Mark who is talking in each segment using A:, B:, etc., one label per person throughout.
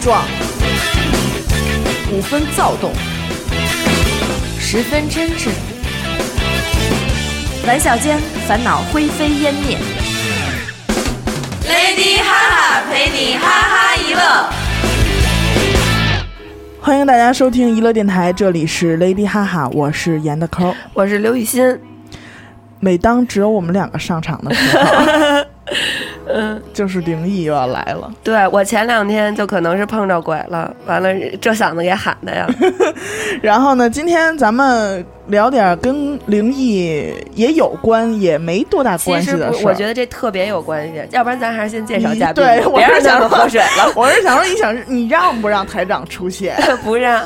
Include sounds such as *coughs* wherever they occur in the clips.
A: 壮，五分躁动，十分真挚。玩笑间，烦恼灰飞烟灭。，
B: Lady 哈哈陪你哈哈一乐。
C: 欢迎大家收听娱乐电台，这里是 Lady 哈哈，我是严的抠。
B: 我是刘雨欣，
C: 每当只有我们两个上场的时候， *laughs* 就是灵异又要来了。
B: 对我前两天就可能是碰着鬼了，完了这嗓子给喊的呀。
C: 然后呢，今天咱们聊点跟灵异也有关，也没多大 *laughs*
B: 其
C: 关系
B: 实
C: 的
B: 不
C: 事儿。嗯
B: 我觉得这特别有关系，要不然咱还是先介绍嘉宾，
C: 对我
B: *laughs* 别让
C: 是
B: 他
C: 想
B: 们
C: 说。
B: 喝水了
C: *laughs* 我是想说，你想你让不让台长出现？
B: *laughs* 不让，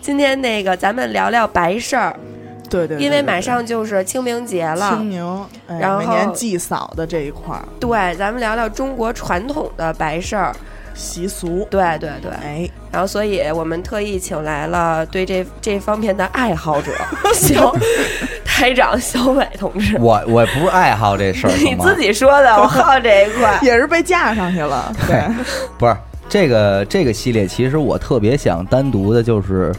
B: 今天那个咱们聊聊白事儿，
C: 对对对
B: 因为马
C: 对
B: 上就是清明节
C: 对
B: 了
C: 清。明，哎
B: 然后
C: 每年祭扫的这一块儿
B: 对，咱们聊聊中国传统的白事儿。
C: 习俗，
B: 对对对，
C: 哎，。
B: 然后所以我们特意请来了对这这方面的爱好者小台长小伟同 *laughs* 志。
D: 我我不是爱好这事儿，
B: 你
D: 好吗
B: 自己说的，我好这一
C: *laughs*
B: 块
C: 也是被架上去了。对，
D: 不是这个这个系列，其实我特别想单独的，就是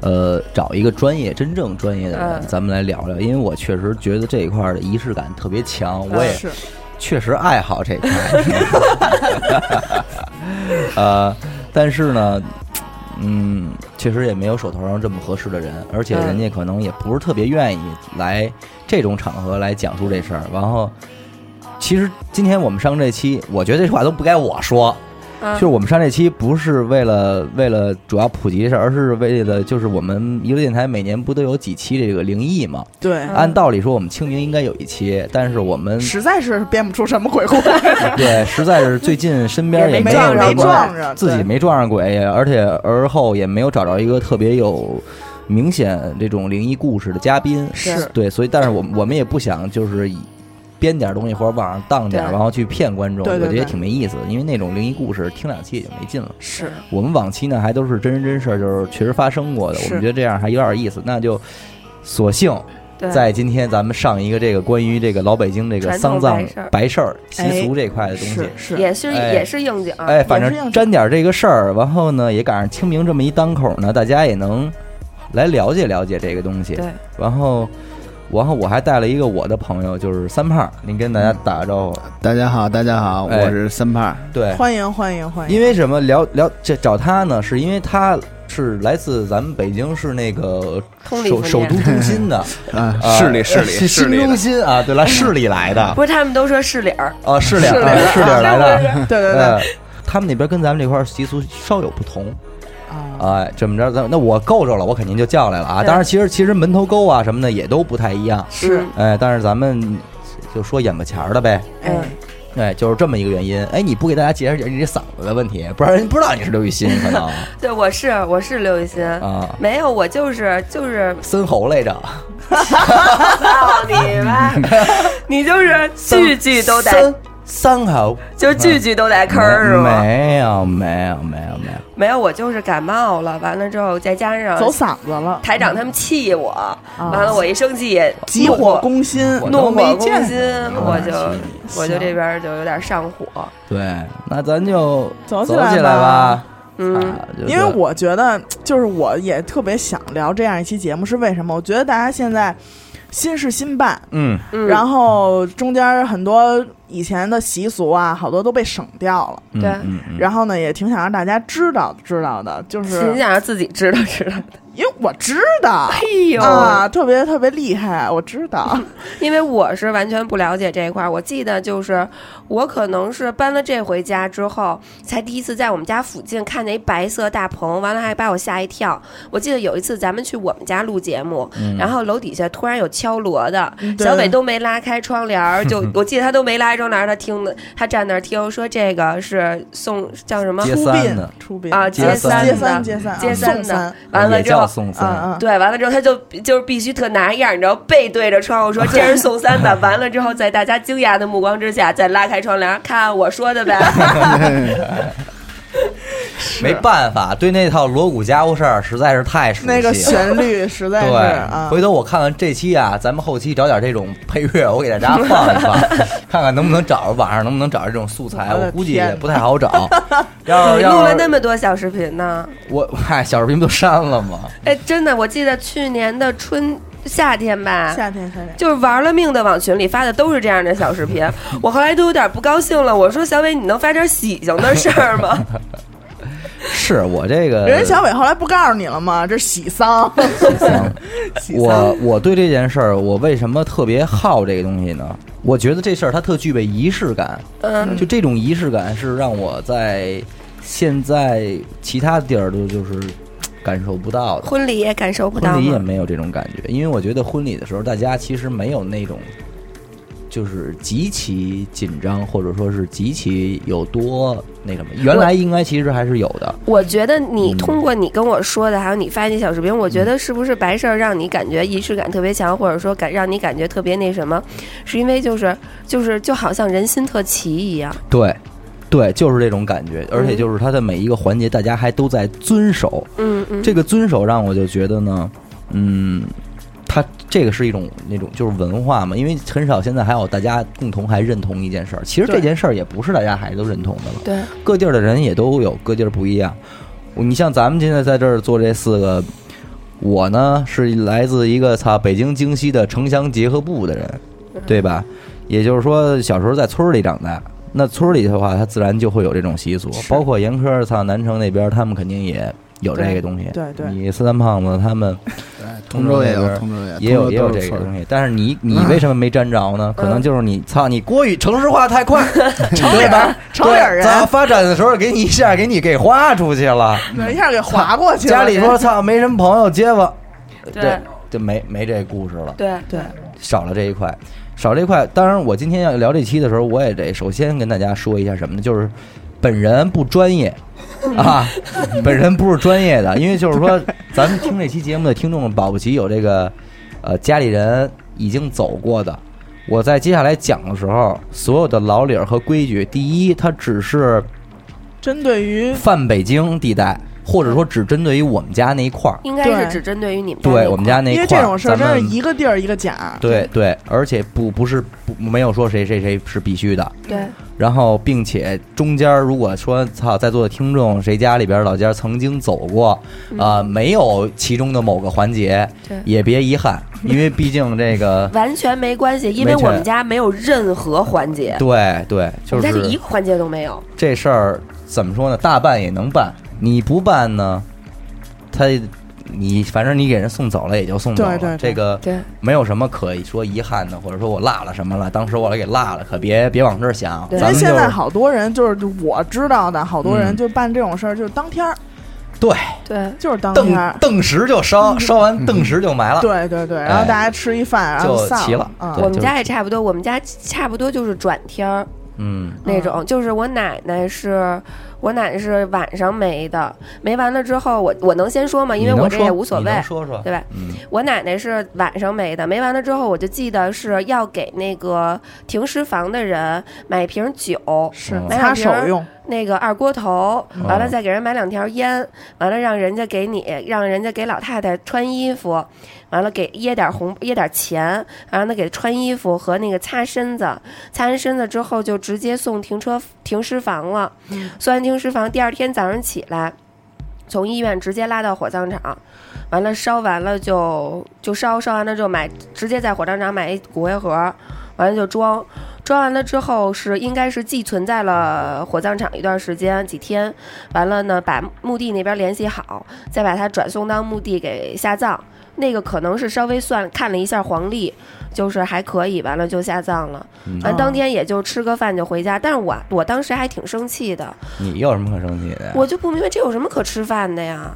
D: 呃找一个专业、真正专业的人，
B: 嗯
D: 咱们来聊聊，因为我确实觉得这一块儿的仪式感特别强，我
B: 嗯
D: 也
C: 是
D: 确实爱好这一块儿。 *laughs* 呃，但是呢。嗯，确实也没有手头上这么合适的人，而
B: 嗯
D: 且人家可能也不是特别愿意来这种场合来讲述这事儿。然后，其实今天我们上这期，我觉得这话都不该我说，
B: 嗯
D: 就是我们上这期不是为了为了主要普及这事儿，而是为了就是我们娱乐电台每年不都有几期这个灵异嘛？
C: 对，
B: 嗯
D: 按道理说我们清明应该有一期，但是我们
C: 实在是编不出什么鬼故事。
B: *laughs*
D: 对，实在是最近身边
B: 也
D: 也
B: 没
D: 没有
B: 撞上
D: 什么
B: 没
C: 撞上
D: 自己
C: 对
D: 没撞上鬼，也而且而后也没有找着一个特别有明显这种灵异故事的嘉宾，
C: 是
D: 对，所以但是我们我们也不想就是以编点东西或者往上荡点儿，
B: 对
D: 然后去骗观众，
C: 对对
D: 我觉得
C: 对
D: 挺没意思的，因为那种灵异故事听两期也就没劲了。
C: 是
D: 我们往期呢还都是真人真事儿，就是确实发生过的，我
C: 是
D: 们觉得这样还有点意思，那就索性
B: 对
D: 在今天咱们上一个这个关于这个老北京这个
B: 传
D: 丧
B: 统
D: 葬
B: 白事儿
D: 白事儿习
C: 哎
D: 俗这块的东西
C: 是。是，
B: 也是
D: 哎
B: 啊也是应景。
D: 哎，反
C: 也是应
D: 正
C: 景
D: 沾点这个事儿，然后呢，也赶上清明这么一当口呢，大家也能来了解了解这个东西。
B: 对，
D: 然后，然后我还带了一个我的朋友，就是三胖，您跟大家打个招呼。
E: 大家好，大家好，
D: 哎
E: 我是三胖。
D: 对，
C: 欢迎欢迎欢迎，
D: 因为什么聊聊这找他呢？是因为他是来自咱们北京市那个
B: 通礼
D: 首
B: 府
D: 首都中心的
E: 啊，
D: 呃
E: 市里市里
D: 新
E: 市
D: 新
E: 里的
D: 中心啊，对了，市里来的
B: 不是他们都说是理儿，
D: 哦，市里
C: 市里
D: 啊市里来的，
C: 对对对
D: 呃，他们那边跟咱们这块儿习俗稍有不同。
C: 啊，
D: 哎，这么着，咱那我够着了，我肯定就叫来了啊。
B: 对
D: 当然，其实其实门头沟啊什么的也都不太一样，
C: 是
B: 嗯
D: 哎，但是咱们就说眼巴前儿的呗，
C: 哎，
B: 嗯
D: 哎，就是这么一个原因。哎，你不给大家解释解释你这嗓子的问题，不然人不知道你是刘雨欣，可能
B: 对，我是我是刘雨欣。
D: 啊，
B: 没有，我就是就是
D: 森猴来着，
C: 哦
B: 操你
D: *laughs*
B: 妈！你就是句句都得
D: 森，森猴
B: 就句句都得坑儿是吗？
D: 没有没有没有没有，
B: 没有，我就是感冒了，完了之后再加上
C: 走嗓子了，
B: 台长他们气我，完了我一生气，
C: 急火攻嗯心，
B: 怒
D: 我
B: 火
D: 都没见
B: 攻心，
D: 过
B: 我
D: 哪儿
B: 就我就这边就有点上火，
D: 对，那咱就
C: 走起
D: 起
C: 来
D: 来
C: 吧
D: 吧。
B: 嗯，
D: 啊就
C: 因为
D: 是
C: 我觉得，就是我也特别想聊这样一期节目，是为什么？我觉得大家现在新事新办，
D: 嗯，
B: 嗯
C: 然后中间很多以前的习俗啊，好多都被省掉了。
D: 嗯
B: 对
D: 嗯嗯
C: 然后呢，也挺想让大家知道知道的，就
B: 挺
C: 是
B: 想让自己知道
C: *laughs*
B: 知道的。
C: 因为我知道
B: 哎呦，
C: 啊，特别特别厉害，我知道。
B: 因为我是完全不了解这一块儿，我记得就是我可能是搬了这回家之后，才第一次在我们家附近看见一白色大棚，完了还把我吓一跳。我记得有一次咱们去我们家录节目，
D: 嗯
B: 然后楼底下突然有敲锣的，
C: 对
B: 小伟都没拉开窗帘儿，
D: *laughs*
B: 就我记得他都没拉开窗帘儿，他听的，他站那儿听说这个是送叫什么
D: 接
C: 出
D: 三
C: 殡
D: 呢，
C: 出殡
B: 啊，
D: 接
B: 三
C: 接
B: 的
C: 三接三啊
B: 接
C: 送
B: 三的
C: 三，
B: 完了
D: 也
B: 之后
D: 叫送
C: 嗯
D: 森，
C: 嗯，
B: 对，完了之后他就就是必须特拿样儿，你知道，背对着窗 *laughs* 户说这是宋三的。完了之后，在大家惊讶的 *laughs*
C: 嗯
B: 目光之下，再拉开窗帘，看我说的呗。
D: *laughs* 没办法，对那套锣鼓家伙事儿实在是太熟悉了。
C: 那个旋律实在是啊
D: 对，，回头我看看这期啊，咱们后期找点这种配乐，我给大家放
C: *laughs*
D: 一放，看看能不能找着，网上能不能找着这种素材。
C: 我的
D: 我估计
C: 天
D: 也
C: 哪
D: 不太好
C: *laughs*
D: 找。要是
B: 你录
D: 要
B: 了
D: 是
B: 那么多小视频 *laughs* 呢？
D: 我嗨，小视频不都删了吗？
B: 哎，真的，我记得去年的春夏天吧，
C: 夏天夏天，
B: 就是玩了命的往群里发的都是这样的小视 *laughs* 频，我后来都有点不高兴了。我说小伟，你能发点喜庆的事儿吗？ *laughs*
D: 是我这个
C: 人家小伟后来不告诉你了吗？这是喜
D: *laughs*
C: 丧，喜丧
D: 我我对这件事儿，我为什么特别好这个东西呢？我觉得这事儿它特具备仪式感，
B: 嗯，
D: 就这种仪式感是让我在现在其他地儿都就是嘖感受不到的。
B: 婚礼也感受不到
D: 婚礼也
B: 吗？
D: 没有这种感觉，因为我觉得婚礼的时候，大家其实没有那种就是极其紧张，或者说是极其有多那什么。原来应该其实还是有的，
B: 我觉得
D: 嗯
B: 你通过你跟我说的，还有你发那小视频，我觉得是不是白事儿让你感觉仪式感特别强，或者说感让你感觉特别那什么，是因为就是就是就好像人心特齐一样。
D: 对。对，就是这种感觉，而且就是它的每一个环节，大家还都在遵守。
B: 嗯嗯，
D: 这个遵守让我就觉得呢，嗯，它这个是一种那种就是文化嘛，因为很少现在还有大家共同还认同一件事儿。其实这
C: 对
D: 件事儿也不是大家还都认同的了，
B: 对，
D: 各地儿的人也都有各地儿不一样。你像咱们现在在这儿做这四个，我呢是来自一个操北京京西的城乡结合部的人，
C: 嗯
D: 对吧？也就是说，小时候在村儿里长大，那村儿里的话，它自然就会有这种习俗。包括严科、操南城那边儿，他们肯定也有这个东西。
C: 对对
D: 你四三胖子他们
E: 通州也
D: 那
E: 有，
D: 边
E: 通州也
D: 也有也有
E: 通州都
D: 这
E: 是
D: 个
E: 村儿
D: 东西，但
E: *clears throat*
D: 是你你为什么没沾着呢？可能就是你操你国语城市化太快，对吧？
C: 嗯 *laughs* 城里人
D: 对咱发展的时候给你一下给你给花出去了，
C: 一下给划过去了。
D: 家里说操没什么朋友结巴，
B: 对
D: 这就没没这故事了，
B: 对
C: 对，
D: 少了这一块，少这一块。当然，我今天要聊这期的时候，我也得首先跟大家说一下什么呢？就是本人不
B: *laughs*
D: 专业。啊，本人不是专业的，因为就是说，咱们听这期节目的听众，保不齐有这个，呃，家里人已经走过的。我在接下来讲的时候，所有的老理儿和规矩，第一，它只是
C: 针对于
D: 泛北京地带，或者说只针对于我们家那一块儿，
B: 应该是
C: 对
B: 只针对于你们那一
D: 对我们家
B: 块儿
D: 那一
C: 因为
D: 块儿，
C: 这种事儿真
D: 咱
C: 是
D: 们
C: 一个地儿一个假，
D: 对对，而且不不是不没有说谁谁谁是必须的。
B: 对
D: 然后，并且中间如果说操在座的听众谁家里边老家曾经走过，
C: 嗯
D: 啊、没有其中的某个环节
B: 对，，
D: 也别遗憾，因为毕竟这
C: *laughs*
D: 个
B: 完全没关系，因为
D: 没事
B: 我们家没有任何环节，
D: 对对，
B: 我
D: 就
B: 们家
D: 是
B: 就一个环节都没有。
D: 这事儿怎么说呢？大办也能办，你不办呢，他你反正你给人送走了也就送走了，
C: 对对对
D: 这个
B: 对
D: 没有什么可以说遗憾的，或者说我落了什么了，当时我给落了，可别别往这儿想。
B: 对
C: 因
D: 咱
C: 为
D: 们就
C: 现在
D: 是嗯
C: 好多人就是我知道的，好多人就办这种事儿，就是当天儿，
D: 对
B: 对
C: 就是当
D: 瞪
C: 天儿，
D: 瞪时就烧，烧完瞪时就埋了。
C: 嗯对对对，然后大家吃一饭，然后
D: 哎就
C: 散
D: 齐了
C: 啊
D: 对
B: 我们
D: 就是
B: 家也差不多，我们家差不多就是转天儿
D: 嗯，
B: 那种，就是我奶奶是，我奶奶是晚上没的，没完了之后，我我能先说吗？因为
D: 你能
B: 我这
D: 说
B: 也无所
D: 你
B: 谓
D: 能，说说
B: 对吧？
D: 嗯，
B: 我奶奶是晚上没的，没完了之后，我就记得是要给那个停尸房的人买一瓶酒，
C: 是
D: 嗯
C: 擦手用，
B: 那个二锅头，
D: 嗯
B: 完了再给人买两条烟，完了让人家给你，让人家给老太太穿衣服，完了给掖点红掖点钱，然后呢给穿衣服和那个擦身子，擦完身子之后就直接送停车停尸房了，送完停尸房，第二天早上起来，从医院直接拉到火葬场。完了，烧完了就就烧，烧完了之后买，直接在火葬场买一骨灰盒，完了就装，装完了之后是应该是寄存在了火葬场一段时间几天，完了呢把墓地那边联系好，再把它转送到墓地给下葬。那个可能是稍微算看了一下黄历，就是还可以，完了就下葬了。
D: 嗯
B: 完、
C: 哦
B: 当天也就吃个饭就回家，但是我我当时还挺生气的，
D: 你有什么可生气的呀？
B: 我就不明白这有什么可吃饭的呀？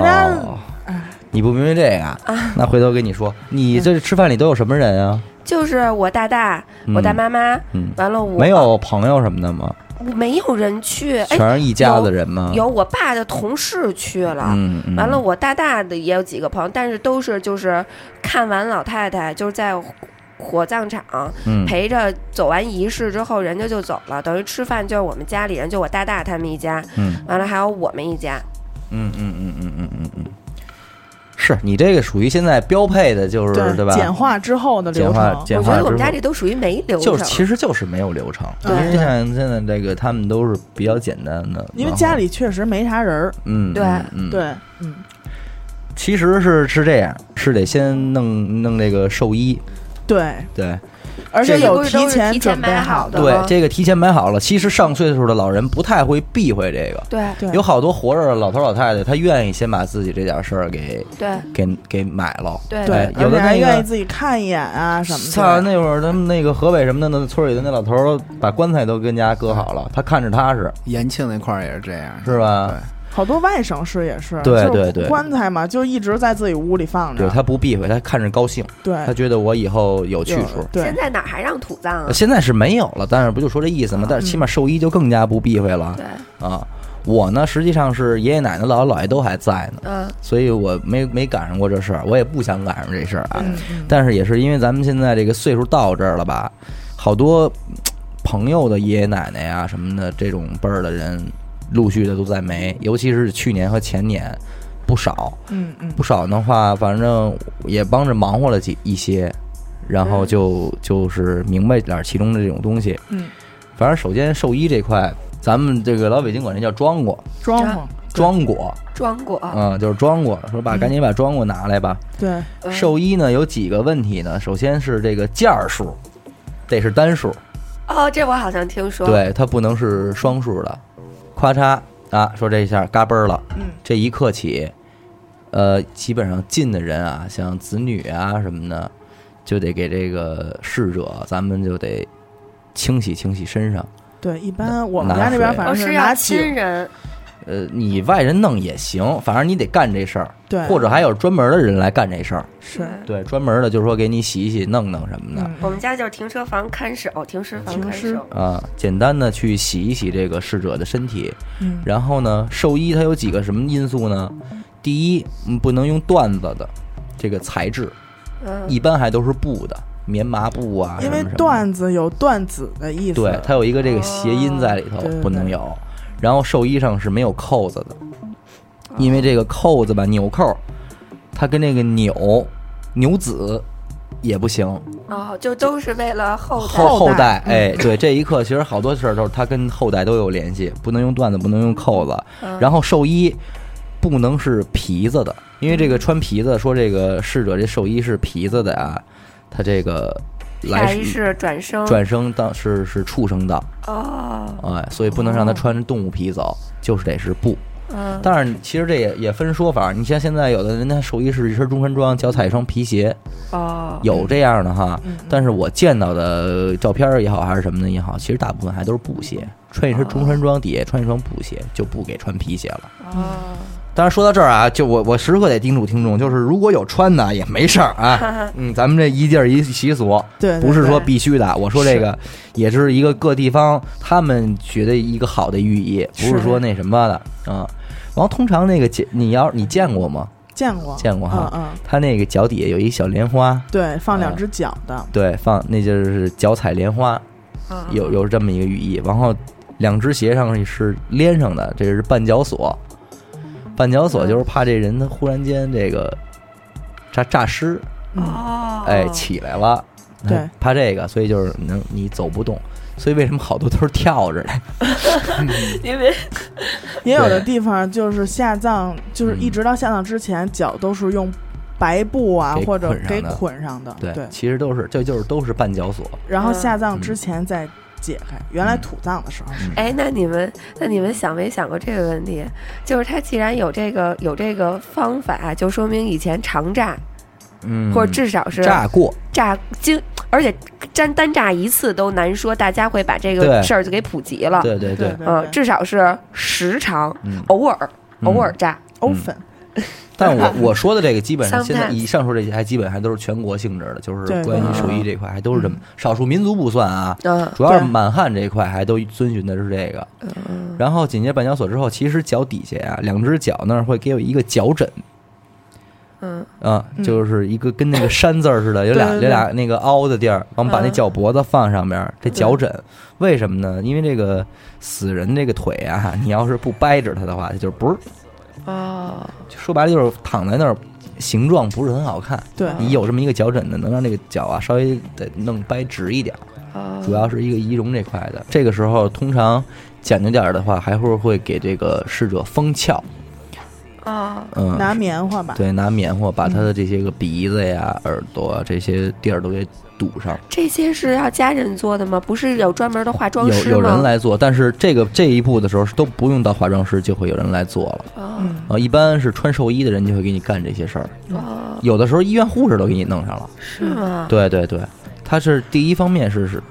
C: 大家
D: 哦
C: 哎
D: 你不明白这个啊，那回头跟你说，你
B: 嗯
D: 这吃饭里都有什么人啊？
B: 就是我大大，我大
D: 嗯
B: 妈妈，
D: 嗯，
B: 完了我
D: 没有朋友什么的吗？
B: 没有人去，哎，
D: 全是一家子人吗？
B: 有我爸的同事去了。
D: 嗯，嗯，
B: 完了，我大大的也有几个朋友，但是都是就是看完老太太，就是在火葬场，
D: 嗯，
B: 陪着走完仪式之后，人家就走了，等于吃饭就是我们家里人，就我大大他们一家，
D: 嗯
B: 完了还有我们一家，
D: 嗯嗯嗯嗯嗯嗯嗯，是你这个属于现在标配的，就是
C: 对
D: 吧？
C: 简化之后的流
D: 简化
C: 程，
D: 简
B: 我觉
D: 化
B: 得
D: 之
B: 我们家
D: 后
B: 这都属于没流程，
D: 就是其实就是没有流程，因
B: 对
D: 为像现在这个他们都是比较简单的，
C: 因为
D: 然后
C: 家里确实没啥人儿。
D: 嗯
B: 对
D: 嗯嗯
C: 对，嗯，
D: 其实是是这样，是得先弄弄这个寿衣，
C: 对，
D: 对
C: 而且
D: 这个
C: 有
B: 不是都是提前
C: 准备
B: 买好的
D: 对
B: 吗，
D: 这个提前买好了。其实上岁数的老人不太会避讳这个，
B: 对
C: 对
D: 有好多活着的老头老太太，他愿意先把自己这点事儿给
B: 对
D: 给给买了。
B: 对
D: 对
C: 而
D: 有的
C: 且还
D: 那个
C: 愿意自己看一眼啊什么
D: 操，
C: 的。
D: 那会儿他们那个河北什么的，那村里的那老头儿把棺材都跟家搁好了，他看着踏实，
E: 延庆那块儿也是这样，
D: 是吧？
C: 好多外省市也是，
D: 对
C: 就是
D: 对对
C: 棺材嘛，就一直在自己屋里放
D: 对
C: 着。
D: 他不避讳，他看着高兴，他
C: 对，
D: 觉得我以后有去
C: 有
D: 处。
B: 现
C: 对，
B: 在哪还让土葬啊？
D: 现在是没有了，但是不就说这意思吗？但是起码寿衣就更加不避讳了
B: 对，
D: 啊。我呢，实际上是爷爷奶奶、姥姥姥爷都还在呢，
B: 嗯，
D: 所以我没没赶上过这事儿，我也不想赶上这事儿啊。
C: 嗯嗯
D: 但是也是因为咱们现在这个岁数到这儿了吧，好多嗯朋友的爷爷奶奶呀、什么的这种辈儿的人，陆续的都在没，尤其是去年和前年，不少
C: 嗯嗯
D: 不少的话，反正也帮着忙活了几一些，然后就就是明白点儿其中的这种东西。
C: 嗯，
D: 反正首先寿衣这块，咱们这个老北京管这叫装果，
C: 装潢
D: 装果，
B: 装过，
D: 嗯，就是装果，说把
C: 嗯
D: 赶紧把装果拿来吧。
C: 对，
B: 嗯
D: 寿衣呢有几个问题呢？首先是这个件儿数，得是单数，
B: 哦，这我好像听说，
D: 对，它不能是双数的。咔嚓啊，说这一下嘎嘣儿了，
C: 嗯
D: 这一刻起，呃，基本上进的人啊，像子女啊什么的，就得给这个逝者，咱们就得清洗清洗身上。
C: 对，一般我们
D: 拿
C: 家这边
D: 水
C: 反
B: 我
C: 正
B: 哦是
C: 拿
B: 要
C: 起
B: 亲人，
D: 呃，你外人弄也行，反正你得干这事儿，
C: 对，
D: 或者还有专门的人来干这事儿。
C: 是嗯
D: 对，专门的就是说给你洗一洗、弄弄什么的。
B: 我们家就是停车房看守，停尸房
C: 停
B: 看
C: 尸
B: 守，
D: 啊，简单的去洗一洗这个逝者的身体。
C: 嗯
D: 然后呢，寿衣它有几个什么因素呢？第一，嗯不能用缎子的这个材质，
B: 嗯，
D: 一般还都是布的，棉麻布啊，
C: 因为
D: 什么什么的
C: 段子有段子的意思，
D: 对，它有一个这个谐音在里头，
C: 哦对对哦
D: 不能有。然后寿衣上是没有扣子的，因为这个扣子吧，纽扣，它跟这个钮、牛子也不行，
B: 哦，就都是为了后代，嗯
D: 后
C: 后
D: 代
C: 代，
D: 哎，对，这一刻其实好多事儿都是它跟后代都有联系，不能用缎子，不能用扣子，
B: 嗯
D: 然后寿衣不能是皮子的，因为这个穿皮子，说这个逝者这寿衣是皮子的啊，他这个
B: 下
D: 来
B: 一世转生，
D: 转生当是是畜生道，
B: 哦，
D: 哎，所以不能让他穿动物皮走，就是得是布。
B: 嗯，
D: 但是其实这也也分说法，你像现在有的人家寿衣是一身中山装，脚踩一双皮鞋，
B: 哦，
D: 有这样的哈。
C: 嗯嗯
D: 但是我见到的照片儿也好，还是什么的也好，其实大部分还都是布鞋，穿一身中山装，底下穿一双布鞋，就不给穿皮鞋了。
B: 哦，
D: 当然说到这儿啊，就我我时刻得叮嘱听众，就是如果有穿的也没事儿啊，嗯，咱们这一地儿一习俗，
C: 对对
D: 不是说
B: 对
D: 必须的。我说这个也是一个各地方他们觉得一个好的寓意，不是
C: 是
D: 说那什么的啊。然后通常那个脚，你要你见过吗？
C: 见过
D: 见过哈
C: 嗯嗯，
D: 他那个脚底下有一小莲花，
C: 对，放
D: 啊
C: 两只脚的，
D: 对，放那就是脚踩莲花，
B: 嗯
D: 有有这么一个寓意。然后两只鞋上是连上的，这是绊脚索。绊脚
B: 嗯
D: 索就是怕这人他忽然间这个诈诈尸，
C: 嗯，
B: 哦，
D: 哎，起来了，
C: 对，
D: 怕这个，所以就是能你走不动。所以为什么好多都是跳着的？
B: 因为
C: 也有的
D: 对嗯
C: 地方就是下葬，就是一直到下葬之前，脚都是用白布啊
D: 给
C: 或者
D: 捆上
C: 给
D: 的
C: 捆上的，
D: 对，
C: 对，
D: 其实都是，这就是都是绊脚索。
C: 然后
B: 嗯
C: 下葬之前再解开。原来土葬的时候
D: 嗯
C: 是
B: 哎，那你们那你们想没想过这个问题？就是他既然有这个有这个方法，啊就说明以前常炸，
D: 嗯
B: 或者至少是
D: 炸过，
B: 炸经，而且单单炸一次都难说，大家会把这
D: 对
B: 个事儿就给普及了。
D: 对对对，
C: 对
B: 嗯，至少是时常，
D: 嗯。
B: 偶尔
D: 嗯
B: 偶尔炸。
C: open，
D: 但我我说的这个基本上
B: Sometimes
D: 现在以上说这些还基本还都是全国性质的，就是
C: 对
D: 关于
B: 对
D: 兽医这块还都是这么少数民族不算啊，
B: 嗯
D: 主要是
C: 对
D: 满汉这一块还都遵循的是这个。
B: 嗯
D: 然后紧接着绊脚索之后，其实脚底下呀、两只脚那儿会给有一个脚枕，
B: 嗯，
D: 啊，
C: 嗯
D: 就是一个跟那个山字儿似的，有俩
C: 对对
D: 有
C: 对
D: 俩那个凹的地儿，我们把那
B: 嗯
D: 脚脖子放上面儿，这脚枕，为什么呢？因为这个死人这个腿啊，你要是不掰着它的话，它就不是，
B: 哦，
D: 说白了就是躺在那儿，形状不是很好看。
C: 对，
D: 你有这么一个脚枕呢，能让这个脚啊稍微得弄掰直一点儿，
B: 哦
D: 主要是一个仪容这块的。这个时候通常讲究点儿的话，还会会给这个逝者封窍，
B: 哦，
D: 嗯，
C: 拿棉花吧，
D: 对，拿棉花把他的这些个鼻子呀、耳朵啊这些地儿都给堵上。
B: 这些是要家人做的吗？不是有专门的化妆
D: 有
B: 师吗？
D: 有人来做，但是这个这一步的时候是都不用到化妆师，就会有人来做了。
B: 哦
C: 嗯，
D: 啊，一般是穿寿衣的人就会给你干这些事儿，
B: 哦，
D: 有的时候医院护士都给你弄上了。
B: 是吗？
D: 对对对，他是第一方面是是，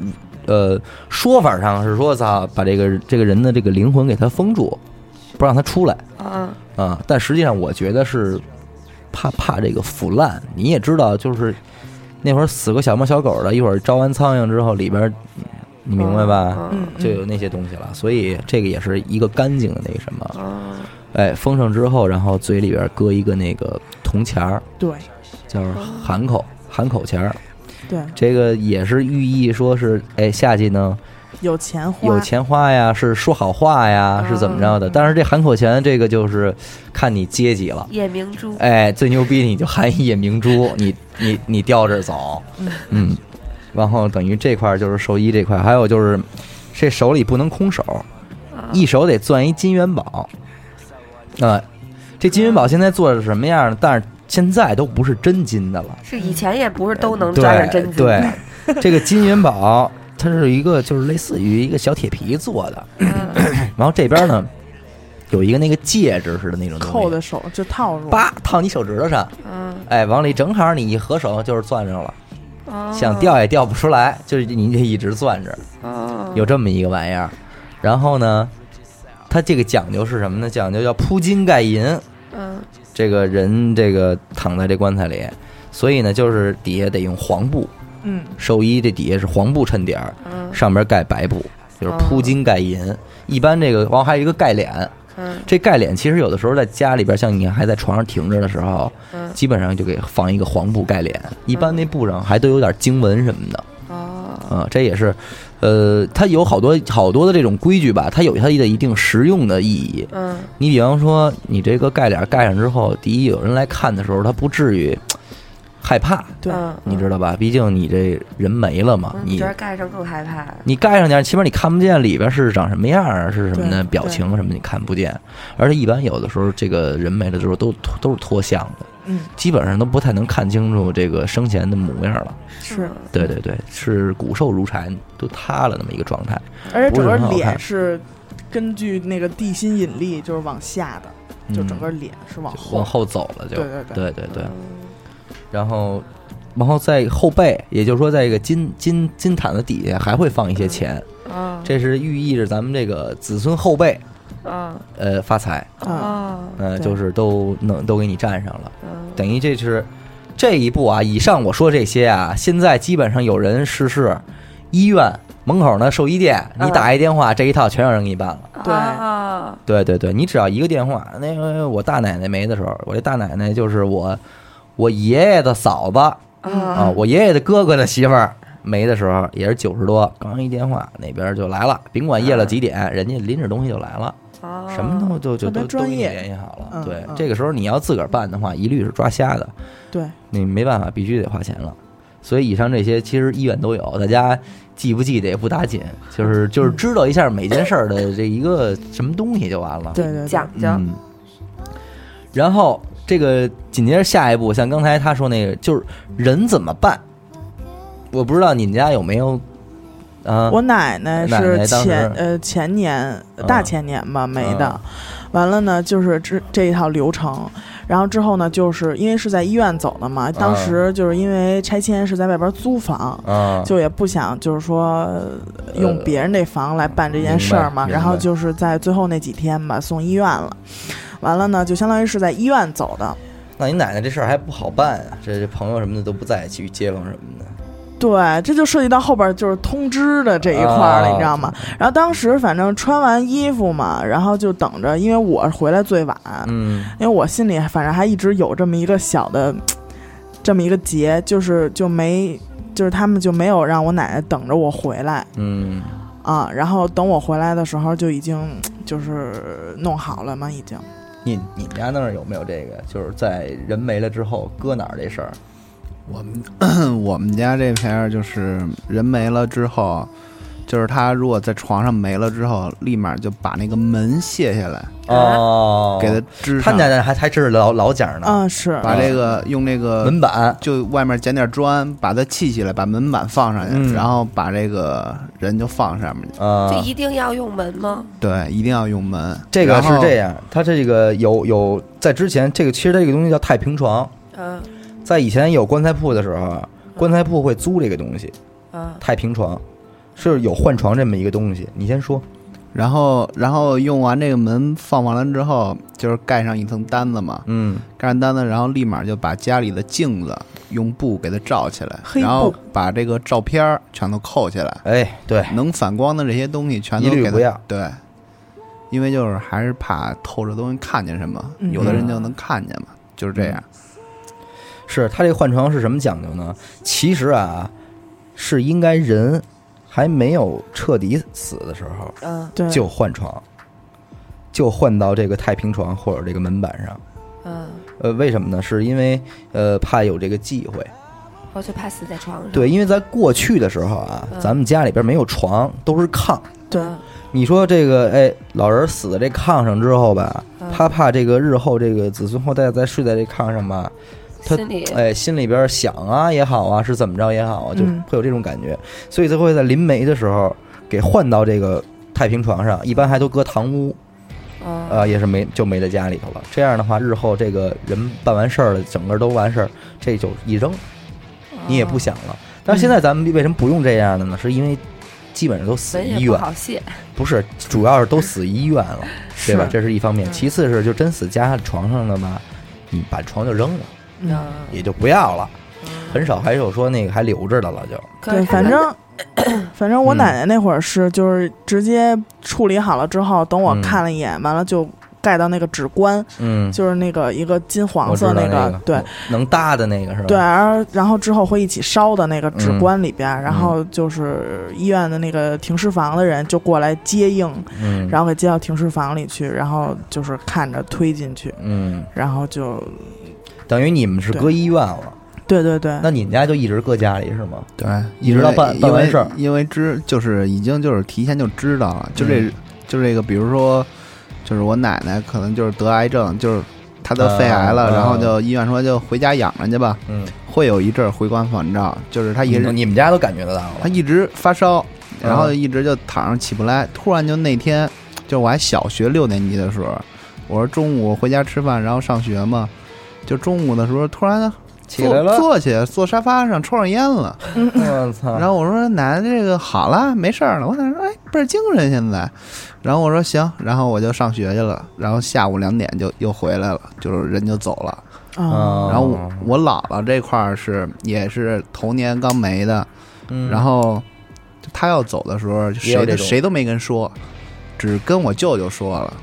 D: 呃，说法上是说操，把这个这个人的这个灵魂给他封住，不让他出来。
B: 啊，
D: 啊，但实际上我觉得是怕怕这个腐烂。你也知道，就是那会儿死个小猫小狗的，一会儿招完苍蝇之后，里边儿你明白吧，
C: 嗯，
B: 嗯
D: 就有那些东西了。所以这个也是一个干净的那个什么，
B: 哦，
D: 哎，封上之后，然后嘴里边搁一个那个铜钱儿，
C: 对
D: 叫
B: 啊
D: 含口含口钱儿。
C: 对，
D: 这个也是寓意说是，哎，下去呢
C: 有钱花，
D: 有钱花呀，是说好话呀，是怎么着的？但是这含口钱这个就是看你阶级了。
B: 夜明珠，
D: 哎，最牛逼你就含一夜明珠，你你你吊着走，嗯，然后等于这块儿就是寿衣这块儿，还有就是这手里不能空手，一手得攥一金元宝，啊、这金元宝现在做的什么样呢？但是现在都不是真金的了，
B: 是以前也不是都能
D: 嗯对
B: 沾上真金，
D: 对，这个金元宝它是一个就是类似于一个小铁皮做的，
B: 嗯
D: 然后这边呢有一个那个戒指似的那种东西
C: 扣在手就套住，
D: 叭套你手指头上。
B: 嗯，
D: 哎，往里正好你一合手就是攥上了，
B: 哦
D: 想掉也掉不出来，就是你得一直攥着，
B: 哦，
D: 有这么一个玩意儿。然后呢，它这个讲究是什么呢？讲究叫铺金盖银，
B: 嗯
D: 这个人这个躺在这棺材里，所以呢，就是底下得用黄布，
C: 嗯，
D: 寿衣这底下是黄布衬底儿，
B: 嗯
D: 上边盖白布，就是铺金盖银。一般这个，然后还有一个盖脸，
B: 嗯
D: 这盖脸其实有的时候在家里边，像你还在床上停着的时候，
B: 嗯，
D: 基本上就给放一个黄布盖脸，一般那布上还都有点经文什么的
B: 哦，
D: 啊、这也是，呃，它有好多好多的这种规矩吧，它有它的一定实用的意义。
B: 嗯
D: 你比方说，你这个盖脸盖上之后，第一有人来看的时候，他不至于害怕，
C: 对，
B: 嗯
D: 你知道吧？毕竟你这人没了嘛，
B: 嗯，
D: 你
B: 觉得盖上更害怕？
D: 你盖上点，起码你看不见里边是长什么样啊，是什么的
C: 对
D: 表情什么的你看不见。而且一般有的时候，这个人没了之后都都是脱相的，
C: 嗯，
D: 基本上都不太能看清楚这个生前的模样了。
C: 是
B: 吗
D: 对对对，是骨瘦如柴，都塌了那么一个状态。
C: 而且整个
D: 不是很好
C: 脸
D: 看
C: 是根据那个地心引力就是往下的，就整个脸是往
D: 嗯
C: 后，
D: 往后走了就，
C: 对对对
D: 对对对
B: 嗯
D: 然后。然后在后背，也就是说，在一个金金金毯子底下还会放
C: 嗯
D: 一些钱，
B: 哦
D: 这是寓意着咱们这个子孙后辈，
B: 哦
D: 呃，发财，
C: 啊，
B: 哦
D: 呃，
C: 对
D: 就是都能都给你占上了。
B: 嗯
D: 等于这是这一步啊。以上我说这些啊，现在基本上有人逝世，医院门口呢兽医店，你
B: 嗯
D: 打一电话，这一套全让人给你办了。
C: 对
B: 哦
D: 对对对，你只要一个电话。那个我大奶奶没的时候，我这大奶奶就是我我爷爷的嫂子啊，
B: 哦
D: 我爷爷的哥哥的媳妇儿。没的时候也是九十多，刚一电话那边就来了，甭管夜了几点，人家拎着东西就来了，
B: 哦
D: 什么都就就
C: 特别
D: 都都
C: 专
D: 给你
C: 业
D: 联系好了。
C: 嗯
D: 对
C: 嗯，
D: 这个时候你要自个儿办的话，一律是抓瞎的。
C: 对，
B: 嗯
D: 你没办法，必须得花钱了。所以以上这些其实医院都有，大家记不记得也不打紧，就是
C: *laughs*
D: 就是知道一下每件事儿的这一个什么东西就完了。
C: 对对对
B: 讲究
D: 嗯。然后这个紧接着下一步，像刚才他说那个，就是人怎么办？我不知道你们家有没有啊？
C: 我奶奶
D: 奶
C: 是
D: 奶当时
C: 前呃前年
D: 嗯
C: 大前年吧没的
D: 嗯，
C: 完了呢就是这这一套流程，然后之后呢就是因为是在医院走的嘛，当时
D: 嗯
C: 就是因为拆迁是在外边租房。
D: 啊，
C: 就也不想，就是说呃用别人那房来办这件事儿嘛。
D: 明白
C: 然后
D: 明白
C: 就是在最后那几天吧，送医院了。完了呢，就相当于是在医院走的。
D: 那你奶奶这事儿还不好办啊，这这朋友什么的都不在，去街坊什么的，
C: 对，这就涉及到后边就是通知的这一块儿了，
D: 啊
C: 你知道吗？然后当时反正穿完衣服嘛，然后就等着，因为我回来最晚，
D: 嗯
C: 因为我心里反正还一直有这么一个小的这么一个结，就是就没就是他们就没有让我奶奶等着我回来
D: 嗯
C: 啊，然后等我回来的时候就已经就是弄好了嘛，已
D: 啊
C: 经。
D: 你你们家那儿有没有这个？就是在人没了之后搁哪儿这事儿？
E: 我们嗯我们家这片儿就是人没了之后，就是他如果在床上没了之后，立马就把那个门卸下来，
D: 哦，
E: 啊给他支
D: 他
E: 上啊
D: 们，家那还还是老老茧儿呢，
C: 嗯，是，
E: 把这个用那个
D: 门板
E: 就外面捡点砖，把它砌起来，把门板放上去，
D: 嗯
E: 然后把这个人就放上面去。
D: 啊
B: 就。一定要用门吗？
E: 对，一定要用门。
D: 这个
E: 然
D: 是
E: 后
D: 这样，它这个有有在之前，这个其实这个东西叫太平床，
B: 嗯
D: 在以前有棺材铺的时候，啊棺材铺会租这个东西，
B: 嗯，
D: 太平床是有换床这么一个东西。你先说，
E: 然后然后用完这个门放完了之后，就是盖上一层单子嘛，
D: 嗯，
E: 盖上单子，然后立马就把家里的镜子用布给它罩起来，
C: 黑布
E: 然后把这个照片儿全都扣起来，
D: 哎，对，
E: 能反光的这些东西全都
D: 一律
E: 给它
D: 不要
E: 对，因为就是还是怕透着东西看见什么，
C: 嗯
E: 有的人就能看见嘛，就是这样。
D: 是他这换床是什么讲究呢？其实啊，是应该人还没有彻底死的时候
B: 嗯
C: 对，
D: 就换床，就换到这个太平床或者这个门板上。
B: 嗯，
D: 呃，为什么呢？是因为呃怕有这个忌讳。
B: 我就怕死在床上。
D: 对，因为在过去的时候啊，
B: 嗯
D: 咱们家里边没有床，都是炕。
C: 对
B: 嗯
D: 你说这个，哎，老人死在这炕上之后吧，
B: 嗯
D: 他怕这个日后这个子孙后代再睡在这炕上吧，他
B: 嗯心里
D: 哎，心里边想啊也好啊，是怎么着也好啊，就
C: 嗯
D: 会有这种感觉，所以他会在临没的时候给换到这个太平床上，一般还都搁堂屋，
B: 嗯
D: 呃，也是没就没在家里头了。这样的话，日后这个人办完事儿了，整个都完事儿，这就一扔，你
B: 嗯
D: 也不想了。但是现在咱们为什么不用这样的呢？是因为基本上都死
B: 门
D: 医
B: 也不
D: 院，
B: 好卸。
D: 不是，主要是都死医院了，对吧？这是一方面，
B: 嗯
D: 其次是就真死家床上了吧，你把床就扔了，
C: 嗯
B: 嗯
D: 也就不要了。很少还有说那个还留着的了，就
B: 可
C: 对，
B: 是他
C: 反
B: 们
C: 正 *clears throat* 反正我
D: 嗯
C: 奶奶那会儿是就是直接处理好了之后，等我
D: 嗯
C: 看了一眼，完了就盖到那个纸棺，
D: 嗯，
C: 就是那个一个金黄
D: 我知
C: 色
D: 道
C: 那
D: 那
C: 个，对，
D: 能搭的那个是吧？
C: 对，啊而然后之后会一起烧的那个纸棺里边儿，然
D: 嗯
C: 后就是医院的那个停尸房的人就过来接应，
D: 嗯，
C: 然后给接到停尸房里去，然后就是看着推进去，
D: 嗯，
C: 然后就
D: 等于你们是搁医院了，
C: 对对对，
D: 那你们家就一直搁家里是吗？
E: 对，
D: 一直到办办完事儿
E: 因为因为知就是已经就是提前就知道了，就这、
D: 嗯
E: 就这个，比如说，就是我奶奶可能就是得癌症，就是她得肺癌了，
D: 啊
E: 然后就医院说就回家养着去吧，
D: 嗯，
E: 会有一阵儿回光返照，就是她一直、
D: 你你们家都感觉得到
E: 她
D: 了，
E: 一直发烧，
D: 嗯
E: 然后一直就躺着起不来，突然就那天，就我还小学六年级的时候，我说中午回家吃饭，然后上学嘛，就中午的时候突然
D: 起来了
E: 坐，
D: 嗯
E: 坐起来坐沙发上抽上烟了。
D: 我操，
E: 然后我说奶奶这个好了，没事儿了。我奶奶说哎倍儿精神现在。然后我说行，然后我就上学去了。然后下午两点就又回来了，就是人就走了。
C: 啊，
D: 哦
E: 然后我我姥姥这块儿是也是头年刚没的，
D: 嗯
E: 然后她要走的时候，
D: 也有
E: 谁
D: 这
E: 都
D: 种
E: 谁都没跟说，只跟我舅舅说了。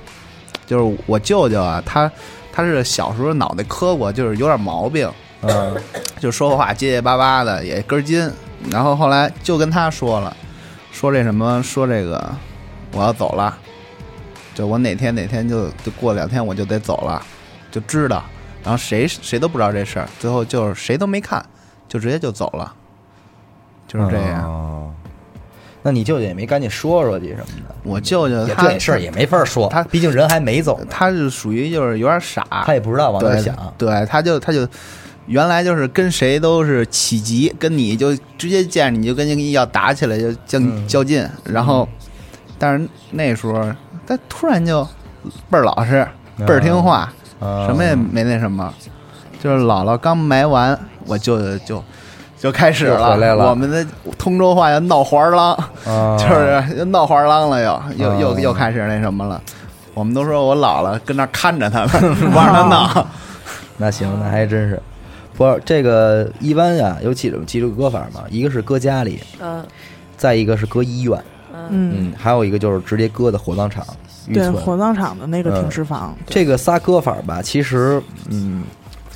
E: 就是我舅舅啊，他他是小时候脑袋磕过，就是有点毛病。
D: 嗯
E: 就说话结结巴巴的，也根筋。然后后来就跟他说了，说这什么，说这个我要走了，就我哪天哪天就就过两天我就得走了，就知道。然后谁谁都不知道这事儿，最后就是谁都没看，就直接就走了，就是这样。
D: 哦那你舅舅也没赶紧说说去什么的，
E: 我舅舅
D: 也
E: 他
D: 这事儿也没法说，
E: 呃他
D: 毕竟人还没走呢，
E: 他是属于就是有点傻，
D: 他也不知道往哪儿
E: 对
D: 想，
E: 对，他就他就原来就是跟谁都是起急，跟你就直接见着你就跟人要打起来，就较、
D: 嗯
E: 较劲。然后，但是那时候他突然就倍儿老
D: 啊
E: 实，倍儿听话，
D: 嗯
E: 什么也没那什么。就是姥姥刚埋完，我舅舅就就开始
D: 又
E: 了，
D: 回来了
E: 我们的通州话叫闹黄狼。
D: 啊
E: *laughs* 就是又闹黄狼了又，又又
D: 啊
E: 又开始那什么了。我们都 *laughs*
D: *laughs*
E: 说我姥姥跟那儿看着他们，不让他闹。
D: 那行，那还真是。不是这个一般呀，有几种几种割法嘛，一个是搁家里，
B: 嗯
D: 再一个是搁医院，
B: 嗯
C: 嗯，
D: 嗯，还有一个就是直接搁的火葬场预
C: 对，
D: 存。
C: 火葬场的那个
D: 嗯
C: 停尸房，
D: 这个仨搁法吧，其实嗯，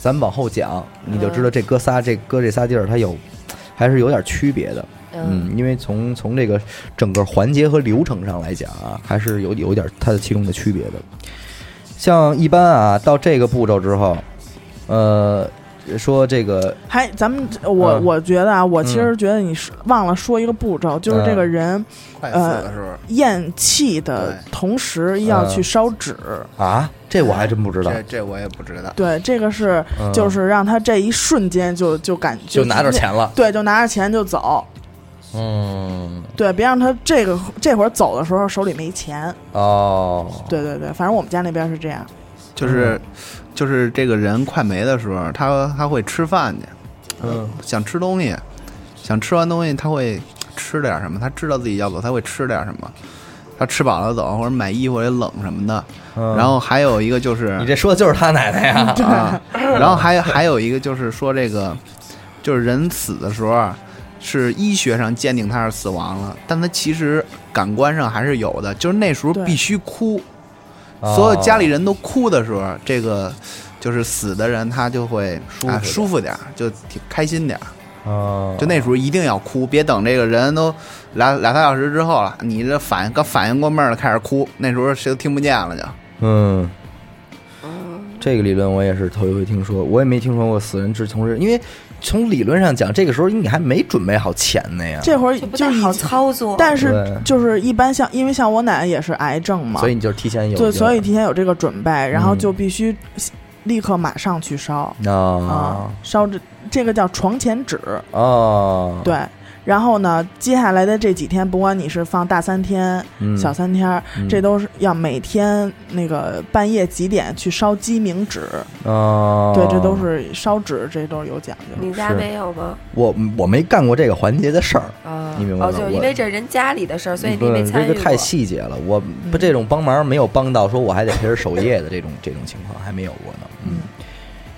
D: 咱们往后讲，你就知道这哥仨这搁这仨地儿它有还是有点区别的。
B: 嗯
D: 嗯，因为从从这个整个环节和流程上来讲啊，还是有有一点它的其中的区别的。像一般啊，到这个步骤之后，呃，说这个
C: 还咱们我
D: 嗯
C: 我觉得啊，我其实
D: 嗯
C: 觉得你是忘了说一个步骤，就是这个人
E: 快死了是不是？
C: 咽气的
E: 对
C: 同时要去
D: 嗯
C: 烧纸。
D: 啊，这我还真不知道，
E: 这这我也不知道。
C: 对，这个是
D: 嗯
C: 就是让他这一瞬间就就感
D: 就拿着
C: 直接
D: 钱了。
C: 对，就拿着钱就走，
D: 嗯，
C: 对，别让他这个这会儿走的时候手里没钱。
D: 哦，
C: 对对对，反正我们家那边是这
D: 嗯
C: 样。
E: 就是就是这个人快没的时候，他他会吃饭去，呃
D: 嗯，
E: 想吃东西，想吃完东西他会吃点什么，他知道自己要走，他会吃点什么。他吃饱了走，或者买衣服也冷什么的。
D: 嗯
E: 然后还有一个就是
D: 你这说的就是他奶奶呀，哦
E: 啊，然后还还有一个就是说这个，就是人死的时候啊，是医学上鉴定他是死亡了，但他其实感官上还是有的，就是那时候
C: 对
E: 必须哭，
D: 哦
E: 所有家里人都哭的时候，这个就是死的人他就会
D: 舒服
E: 啊
D: 点
E: 舒服点儿，就挺开心点儿。
D: 哦
E: 就那时候一定要哭，别等这个人都俩俩仨小时之后了，你这反应刚反应过味儿了，开始哭，那时候谁都听不见了就。
D: 嗯，这个理论我也是头一回听说，我也没听说过死人致从事，因为从理论上讲，这个时候你还没准备好钱呢呀，
C: 这会儿
B: 就不
C: 就
B: 太
C: 以
B: 好操作，
C: 但是
D: 对
C: 就是一般像，因为像我奶奶也是癌症嘛，
D: 所以你就是提前有一个
C: 对，所以提前有这个准备，然后
D: 嗯
C: 就必须立刻马上去烧啊
D: 啊，
C: 烧这这个叫床前纸，
D: 哦，
C: 对。然后呢，接下来的这几天，不管你是放大三天、
D: 嗯
C: 小三天，
D: 嗯
C: 这都是要每天那个半夜几点去烧鸡鸣纸，
D: 哦，
C: 对，这都是烧纸，这都是有讲究的。
B: 你家
D: 是
B: 没有吗？
D: 我我没干过这个环节的事儿。
B: 啊
D: 你明白
B: 哦，
D: 吗
B: 就是
D: 我
B: 因为这是人家里的事儿，所以你
D: 不
B: 没
D: 是
B: 参
D: 这
B: 与
D: 个
B: 过。
D: 太细节了，我
C: 嗯
D: 不这种帮忙没有帮到，说我还得陪着守夜的这种这种情况还没有过呢。嗯，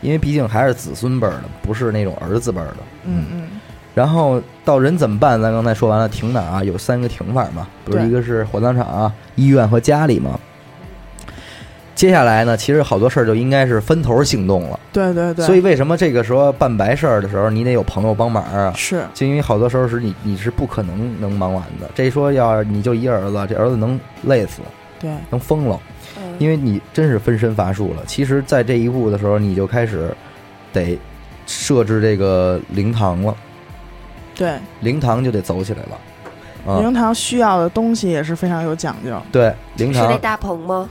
D: 因为毕竟还是子孙辈儿的，不是那种儿子辈儿的。
C: 嗯嗯，
D: 然后到人怎么办？咱刚才说完了，停哪儿啊？有三个停法嘛，不是
C: 对
D: 一个是火葬场、啊、医院和家里嘛。接下来呢，其实好多事儿就应该是分头行动了。
C: 对对对，
D: 所以为什么这个时候办白事儿的时候，你得有朋友帮忙啊？
C: 是
D: 就因为好多时候是你你是不可能能忙完的。这一说要你就一儿子，这儿子能累死，
C: 对
D: 能疯了，
B: 嗯
D: 因为你真是分身乏术了。其实，在这一步的时候，你就开始得设置这个灵堂了。
C: 对，
D: 灵堂就得走起来了。啊、
C: 灵堂需要的东西也是非常有讲究。
D: 对，灵
B: 是那
D: 堂，
B: 大棚吗？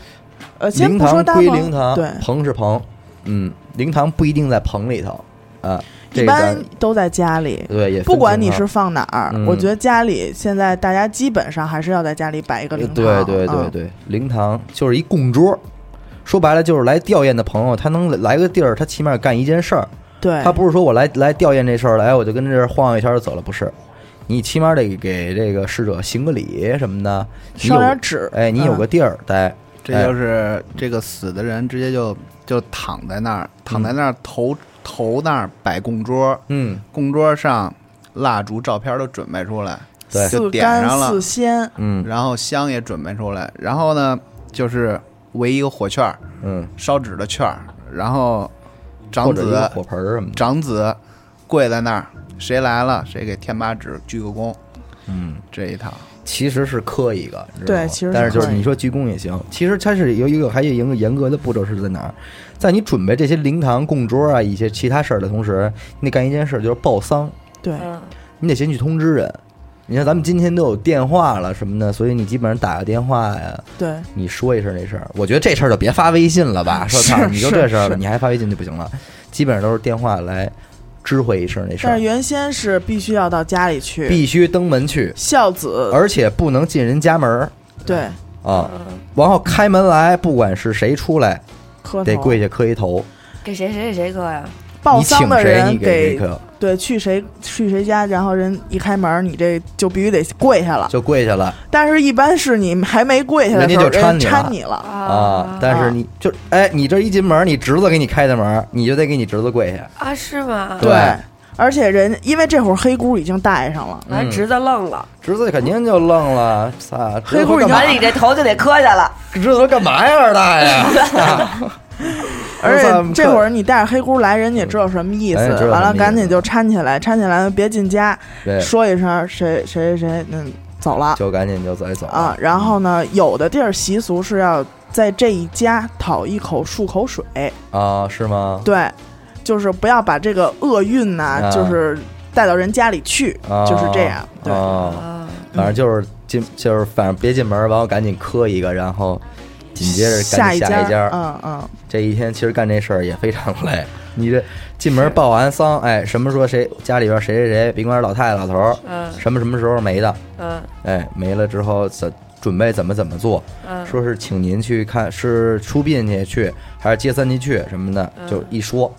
C: 呃，先
D: 灵
C: 不说
D: 堂
C: 大
D: 归
C: 棚
D: 灵堂，
C: 对，
D: 棚是棚，嗯，灵堂不一定在棚里头啊。这
C: 一
D: 个咱
C: 般都在家里。
D: 对也分
C: 不管你
D: 情
C: 是放哪儿，
D: 嗯
C: 我觉得家里现在大家基本上还是要在家里摆一个
D: 况
C: 灵堂。
D: 呃对对对
C: 嗯，
D: 对，灵堂就是一供桌。说白了就是来吊唁的朋友，他能来个地儿，他起码干一件事儿。
C: 对
D: 他不是说我来来吊唁这事儿，哎来我就跟这儿晃悠一圈就走了，不是。你起码得给这个逝者行个礼什么的，你
C: 烧
D: 有
C: 点纸，
D: 哎，你有
C: 嗯
D: 个地儿待，
E: 哎这就是这个死的人直接就就躺在那儿，躺在那儿头头那儿摆供桌，
D: 嗯
E: 供桌上蜡烛、照片都准备出来，
D: 对
E: 就
C: 四
E: 点
C: 干
E: 上了
C: 四鲜，
D: 嗯
E: 然后香也准备出来，然后呢就是围一个火圈儿，
D: 嗯，
E: 烧纸的圈儿，然后
D: 或
E: 长
D: 者一个
E: 子
D: 火盆儿什么的，
E: 长子跪在那儿，谁来了谁给添把纸，鞠个躬，
D: 嗯。
E: 这一套。
D: 其实是磕一个，你知道吗
C: 对其实是
D: 但是就是
C: 磕一个
D: 你说鞠躬也行。其实它是有一个还有一个严格的步骤是在哪儿，在你准备这些灵堂供桌啊一些其他事儿的同时，你得干一件事儿，就是报丧，
C: 对
B: 嗯，
D: 你得先去通知人。你看咱们今天都有电话了什么的，所以你基本上打个电话呀，
C: 对
D: 你说一声这事儿。我觉得这事儿就别发微信了
C: *laughs*
D: 吧，说操
C: 是
D: 你就这事儿
C: 是
D: 了，
C: 是
D: 你还发微信就不行了，基本上都是电话来知会一声这事
C: 但
D: 儿
C: 是，原先是必须要到家里去，
D: 必须登门去，
C: 孝子
D: 而且不能进人家门儿
C: 对
D: 啊。然后开门来，不管是谁出来，
C: 磕头
D: 得跪下磕一头。
B: 给谁谁给谁磕呀？
C: 报
D: 你
C: 丧
D: 请
C: 的
D: 谁
C: 人
D: 你
C: 给
D: 给谁 Q，
C: 对去谁去谁家，然后人一开门，你这就必须得跪下了。
D: 就跪下了
C: 但是，一般是你还没跪下的
D: 人
C: 时
D: 家
C: 候，
D: 就掺
C: 人
D: 你
C: 家掺
D: 了
C: 你了。
D: 啊！
B: 啊
D: 但是
C: 啊
D: 你就哎，你这一进门，你侄子给你开的门，你就得给你侄子跪下。
B: 啊是吗？
D: 对
C: 而且人因为这会儿黑姑已经戴上了，
B: 完侄子愣了，
D: 侄子肯定就愣了，操！侄
C: 黑
D: 子
C: 裤
D: 干
C: 已经
D: 嘛
B: 完？了你这头就得磕下了。
D: 侄子干嘛哎呀，二大爷？
C: 而
D: 我 *laughs* 操
C: 且这会儿你带着黑姑来，人家也知道什么意思
D: 人家哎知，道
C: 完
D: 什
C: 了
D: 么意思
C: 赶紧就搀起来，搀起来别进家，
D: 对，
C: 说一声谁谁谁嗯走了
D: 就赶紧就再走
C: 啊。然后呢，有的地儿习俗是要在这一家讨一口漱口水，
D: 啊？是吗？
C: 对，就是不要把这个厄运呐、
D: 啊
C: 就是带到人家里去，
D: 啊
C: 就是这样。对，
D: 啊，
B: 啊，
D: 反正就是进，就是反正别进门，完我赶紧磕一个，然后紧接着
C: 下
D: 赶紧下
C: 家，
D: 一家。
C: 嗯嗯，
D: 这一天其实干这事儿也非常累。 *laughs* 你这进门报完丧，哎，什么说谁家里边谁谁谁，甭管是老太太老头儿，
B: 嗯
D: 什么什么时候没的，
B: 嗯
D: 哎，没了之后怎准备怎么怎么做，
B: 嗯，
D: 说是请您去看是出殡去去，还是接三去去什么的，就一说，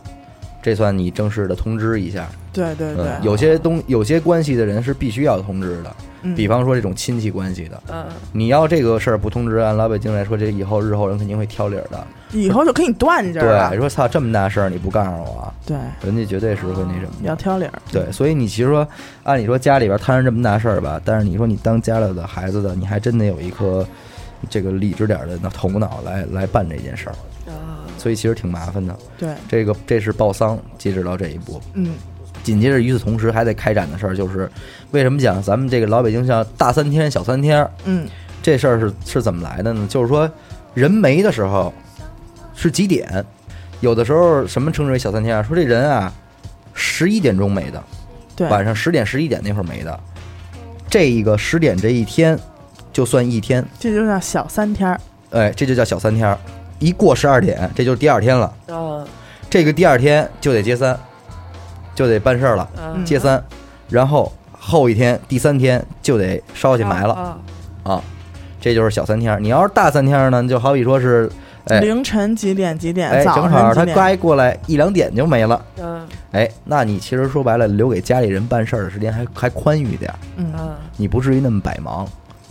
D: 这算你正式的通知一下。
C: 对对对，
D: 嗯，有些东有些关系的人是必须要通知的，
C: 嗯
D: 比方说这种亲戚关系的，
B: 嗯
D: 你要这个事儿不通知，按老北京来说，这以后日后人肯定会挑理儿的。
C: 以后就给你断这儿了
D: 对，。说操这么大事儿你不告诉我，
C: 对，
D: 人家绝对是会那什么
C: 要
D: 的。
C: 挑理儿。
D: 对，所以你其实说，按理说家里边摊上这么大事儿吧，但是你说你当家里的孩子的，你还真得有一颗这个理智点儿的那头脑来来办这件事儿，
B: 啊
D: 所以其实挺麻烦的。
C: 对，
D: 这个这是报丧，截止到这一步，
C: 嗯，
D: 紧接着与此同时还得开展的事儿就是，为什么讲咱们这个老北京叫大三天小三天儿
C: 嗯，
D: 这事儿是是怎么来的呢？就是说人没的时候是几点？有的时候什么称之为小三天啊？说这人啊，十一点钟没的，
C: 对，
D: 晚上十点十一点那会儿没的，这一个十点这一天就算一天，
C: 这就叫小三天儿。
D: 哎，这就叫小三天儿。一过十二点，这就是第二天了。
B: 嗯
D: 这个第二天就得接三，就得办事儿了，
B: 嗯，
D: 接三，然后后一天第三天就得烧去埋了
B: 啊
D: 啊，这就是小三天儿。你要是大三天儿呢，就好比说是，哎
C: 凌晨几点？几点？
D: 哎，
C: 早
D: 正好
C: 上
D: 他
C: 几点？
D: 该过来一两点就没了，
B: 嗯
D: 哎，那你其实说白了，留给家里人办事儿的时间还还宽裕点儿，
C: 嗯，
B: 嗯
D: 你不至于那么百忙。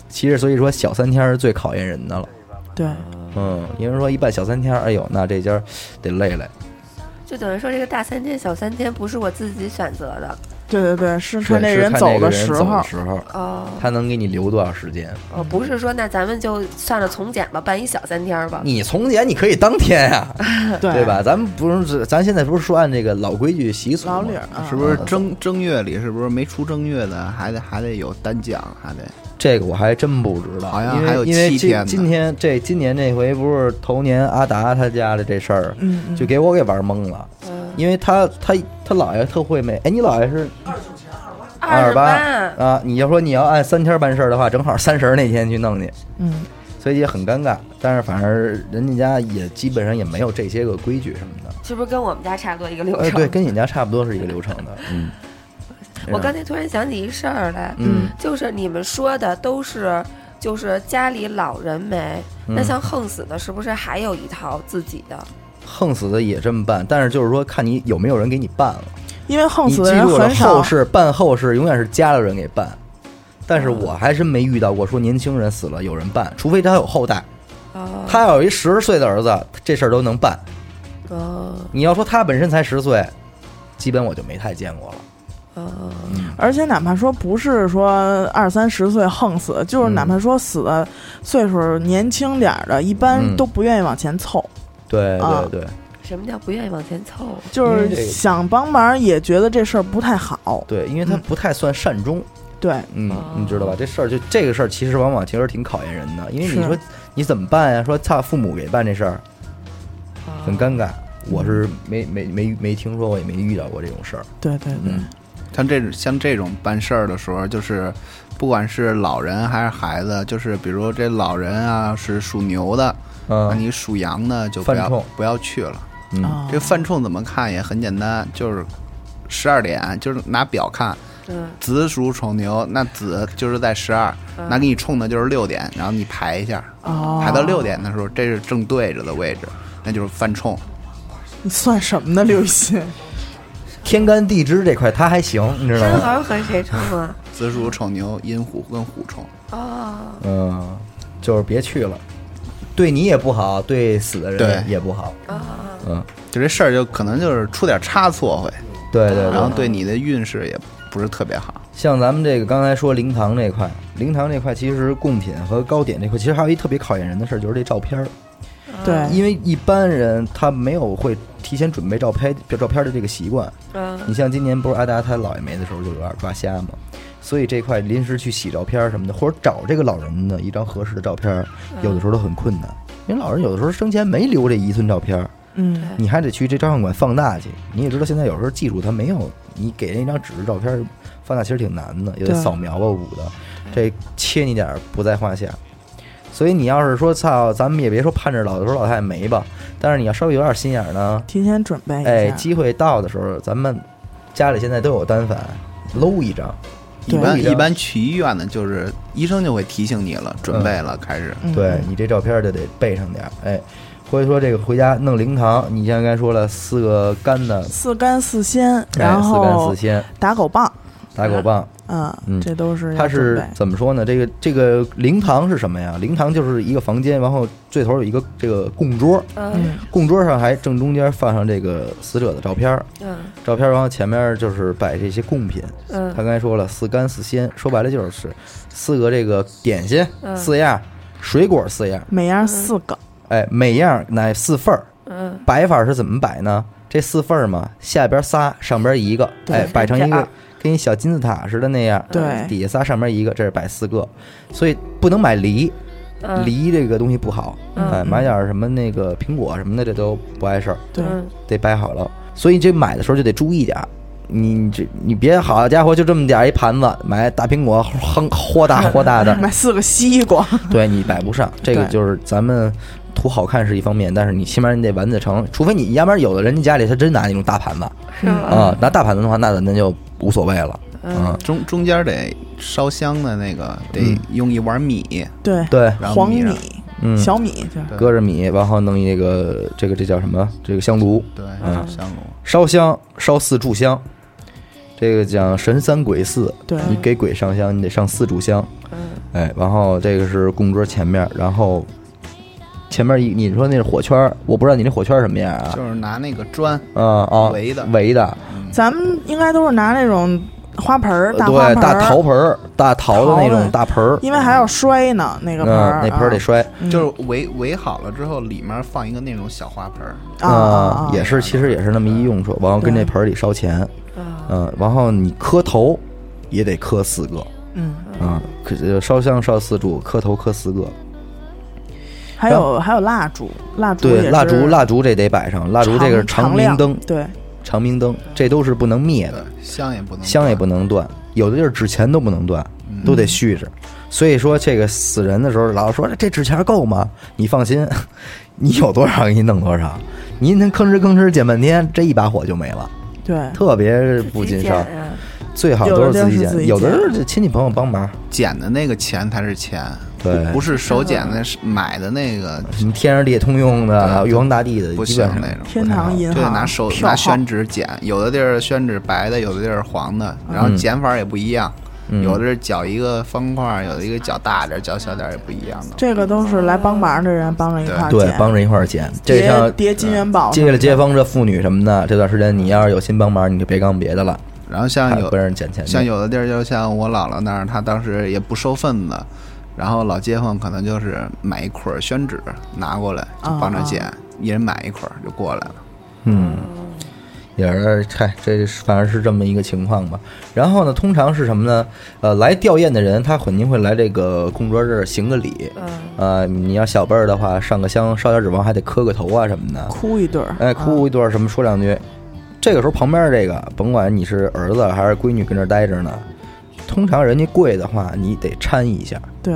D: 其实所以说小三天儿是最考验人的了，
C: 对，
D: 嗯，因为说一办小三天儿，哎呦，那这家儿得累累。
B: 就等于说这个大三天小三天不是我自己选择的
C: 对对对，是看
D: 是
C: 这
D: 是
C: 人
D: 看
C: 走
D: 这个
C: 的
D: 人
C: 时
D: 走
C: 候啊
D: 的。时候，
B: 哦
D: 他能给你留多少时间？
B: 哦，不是说那咱们就算了从简吧，办一小三天儿吧。
D: 你从前你可以当天呀、
C: 对
D: 对？吧？咱们不是，咱现在不是说按这个老规矩习俗吗
C: 老理儿啊
E: 是不是正正月里是不是没出正月的还得还得有单讲，还得
D: 这个我还真不知道，
E: 好像
D: 因为
E: 还有
D: 因为
E: 七
D: 今
E: 天呢
D: 今天这今年这回不是头年阿达他家的这事儿，
C: 嗯嗯
D: 就给我给玩懵了，
B: 嗯，
D: 因为他他他姥爷特会美，哎，你姥爷是
B: 二
D: 二
B: 十
D: 八啊？你要说你要按三天办事儿的话，正好三十那天去弄去，
C: 嗯，
D: 所以也很尴尬。但是反正人家家也基本上也没有这些个规矩什么的，
B: 是不是跟我们家差不多一个流
D: 呃，
B: 程？
D: 对，跟你家差不多是一个流程的，嗯。
B: 我刚才突然想起一事儿来，
D: 嗯
B: 就是你们说的都是就是家里老人没，那
D: 嗯
B: 像横死的，是不是还有一套自己的？
D: 横死的也这么办，但是就是说看你有没有人给你办了。
C: 因为横
D: 你
C: 死的
D: 记
C: 人
D: 住了，
C: 很少
D: 后。事办后事永远是家里人给办，但
C: 嗯
D: 是我还真没遇到过说年轻人死了有人办，除非他有后代，
B: 哦，
D: 他要有一十岁的儿子，这事儿都能办。
B: 哦
D: 你要说他本身才十岁，基本我就没太见过了。
B: 哦，
C: 而且哪怕说不是说二三十岁横死，就是
D: 嗯
C: 哪怕说死的岁数年轻点儿的，一般
D: 嗯
C: 都不愿意往前凑，
D: 对
C: 啊
D: 对对
B: 什么叫不愿意往前凑？
C: 就
D: 因为这
C: 是
D: 个
C: 想帮忙也觉得这事儿不太好。
D: 对，因为他
C: 嗯
D: 不太算善终，
C: 对，
D: 嗯
B: 哦，
D: 你知道吧？这事儿就这个事儿，其实往往其实挺考验人的，因为你
C: 是
D: 说你怎么办呀？说他父母给办这事儿，
C: 哦
D: 很尴尬。我是
C: 嗯
D: 没没没没听说过，也没遇到过这种事儿。
C: 对对对，
D: 嗯
E: 像这种像这种办事儿的时候，就是不管是老人还是孩子，就是比如这老人啊是属牛的，那
D: 嗯
E: 啊你属羊的就不
D: 犯
E: 要
D: 冲
E: 不要去了。
D: 嗯，
C: 啊
E: 这犯冲怎么看也很简单，就是十二点，就是拿表看，
B: 嗯，
E: 子属丑牛，那子就是在十二，那给你冲的就是六点，然后你排一下，
C: 嗯哦
E: 排到六点的时候，这是正对着的位置，那就是犯冲。
D: *laughs*
C: 你算什么呢，刘雨欣？
D: 天干地支这块他还行，你知道
B: 生
D: 吗？
B: 猴和谁冲啊？
E: 子鼠、丑牛、寅虎跟虎冲，
B: 哦，
D: 嗯，就是别去了，对你也不好，对死的人
E: 对
D: 也不好。嗯，
E: 就这事儿就可能就是出点差错会，
D: 对对
E: 然
D: 对
E: 后。对你的运势也不是特别好。
D: 像咱们这个刚才说灵堂这块，灵堂这块其实贡品和糕点这块，其实还有一特别考验人的事儿，就是这照片儿。
C: 对，
D: 因为一般人他没有会提前准备照片照片的这个习惯。
B: 嗯
D: 你像今年不是阿达他姥爷没的时候就有点抓瞎嘛，所以这块临时去洗照片儿什么的，或者找这个老人的一张合适的照片儿，有的时候都很困难。因为老人有的时候生前没留这一寸照片儿，
C: 嗯，
D: 你还得去这照相馆放大去。你也知道现在有时候技术它没有，你给人一张纸质照片儿放大其实挺难的，有得
C: 对
D: 扫描啊捂的，这切你点儿不在话下。所以你要是说操，咱们也别说盼着老头老太太没吧，但是你要稍微有点心眼儿呢，
C: 提前准备一下。
D: 哎，机会到的时候，咱们家里现在都有单反，搂一张。
E: 一
C: 对
E: 般
D: 一张
E: 一般去医院呢，就是医生就会提醒你了，准备了，开始。
C: 嗯
D: 对你这照片就得备上点儿，哎，或者说这个回家弄灵堂，你像刚才说了四个干的，
C: 四干四鲜，
D: 哎，
C: 然
D: 四干
C: 后
D: 四鲜，
C: 打狗棒，
D: 打狗棒，
C: 啊
D: 嗯，
C: 这都是
D: 它
C: 要准
D: 是
C: 备。
D: 怎么说呢？这个这个灵堂是什么呀？灵堂就是一个房间，然后最头有一个这个供桌，
B: 嗯
D: 供桌上还正中间放上这个死者的照片儿，
B: 嗯
D: 照片儿然后前面就是摆这些贡品。他
B: 嗯
D: 刚才说了，四干四鲜，说白了就是四个这个点心
B: 嗯
D: 四样，水果四样，
C: 每样四个，
D: 哎，每样乃四份儿。
B: 嗯，
D: 摆法是怎么摆呢？这四份儿嘛，下边仨，上边一个，
C: 对
D: 哎，摆成一
B: 这啊
D: 个
B: 样
D: 跟一小金字塔似的那样，
C: 对
D: 底下仨，上边一个，这是摆四个，所以不能买梨，
B: 嗯
D: 梨这个东西不好，
B: 嗯
D: 哎，买点儿什么那个苹果什么的，这都不碍事儿，
C: 对，
B: 嗯
D: 得摆好了。所以这买的时候就得注意点儿，你你这你别好家伙就这么点儿一盘子买大苹果，哼豁大豁大的，
C: *laughs* 买四个西
D: *laughs*
C: 瓜，
D: 对你摆不上，这个
C: 对
D: 就是咱们图好看是一方面，但是你起码你得完得成，除非你要不然有的人家家里他真拿那种大盘子
B: 是吧？
D: 啊，拿大盘子的话，那咱们就无所谓了。嗯
B: 嗯，
E: 中中间得烧香的那个，得
D: 嗯
E: 用一碗米，
C: 对，
D: 对，
E: 然后
C: 黄
E: 米上
C: 米、
D: 嗯，
C: 小米，对
E: 对
D: 搁着米，然后弄一个这个这叫什么？这个香炉
E: 对
D: 嗯
E: 香炉。
D: 烧香，烧四炷香。这个讲神三鬼四，
C: 对
D: 你给鬼上香，你得上四炷香。哎，然后这个是供桌前面，然后前面一你说那是火圈儿，我不知道你那火圈儿什么样啊？
E: 就是拿那个砖，
D: 嗯啊，
E: 围的
D: 围的，
C: 咱们应该都是拿那种花盆儿、大花
D: 对，
C: 盆
D: 大
C: 儿
D: 陶，盆儿，大陶的那种大盆儿，
C: 因为还要摔呢，那个
D: 嗯，
C: 盆儿，
D: 那盆儿得摔，
C: 嗯
E: 就是围围好了之后，里面放一个那种小花盆儿，
C: 啊啊，啊
D: 嗯也是，其实也是那么一用处，然后跟这
C: 对
D: 盆儿里烧钱，
B: 啊
D: 嗯，然后你磕头也得磕四个，
C: 嗯，
D: 嗯，可呃烧香烧四柱，磕头磕四个，
C: 还有还有蜡烛，蜡烛也
D: 对，
C: 是
D: 蜡烛蜡烛这得摆上，蜡烛这个是
C: 常
D: 长明
C: 亮
D: 灯，
C: 对，
D: 长明灯这都是不能灭的
E: 对，，香也不能，
D: 哎香也不，能断，有的地儿纸钱都不能断，
E: 嗯
D: 都得续着。所以说，这个死人的时候，老说这纸钱够吗？你放心， *laughs* 你有多少给你弄多少，你那吭哧吭哧捡半天，这一把火就没了，
C: 对，
D: 特别是不
B: 自
D: 禁
B: 己
D: 烧
B: 剪，呀
D: 最好都是自己
C: 有的地儿是自己捡
D: 捡，有的是这亲戚朋友帮忙，
E: 捡的那个钱才是钱，
D: 对
E: 不不是手捡
C: 嗯
E: 的，是买的那个
D: 什么天上地下通用的、
E: 对
D: 玉皇大帝的，
E: 不
D: 基
E: 行
D: 本上
E: 那种。
C: 天堂银
E: 就
C: 行
E: 得拿手
C: 票
E: 拿
C: 号
E: 宣纸剪，有的地儿宣纸白的，有的地儿黄的，然后
D: 嗯
E: 剪法也不一样，
D: 嗯
E: 有的是绞一个方块，有的一个绞大点儿，绞小点儿也不一样的。
C: 这个都是来帮忙的人帮着一块儿
D: 对
C: 捡
D: 帮着一块儿捡，这
C: 叠
D: 像。嗯
C: 叠金元宝什么
D: 接
C: 的，
D: 了街坊这妇女什么的，这段时间你要是有心帮忙，你就别干别的了，
E: 然后像
D: 还
E: 有
D: 不让人捡钱去。
E: 像有的地儿，就像我姥姥那儿，她当时也不收份子，然后老街坊可能就是买一捆儿宣纸拿过来，就帮着捡，一人买一捆儿就过来了。
D: 嗯，也是，嗨，这是反正是这么一个情况吧。然后呢，通常是什么呢？呃，来吊唁的人，他肯定会来这个供桌这儿行个礼。
B: 嗯
D: 呃，你要小辈儿的话，上个香，烧点纸王，还得磕个头啊什么的。
C: 哭一对儿，
D: 哎，哭一段什么说两句。这个时候旁边这个，甭管你是儿子还是闺女跟这儿待着呢，通常人家跪的话，你得搀一下。
C: 对，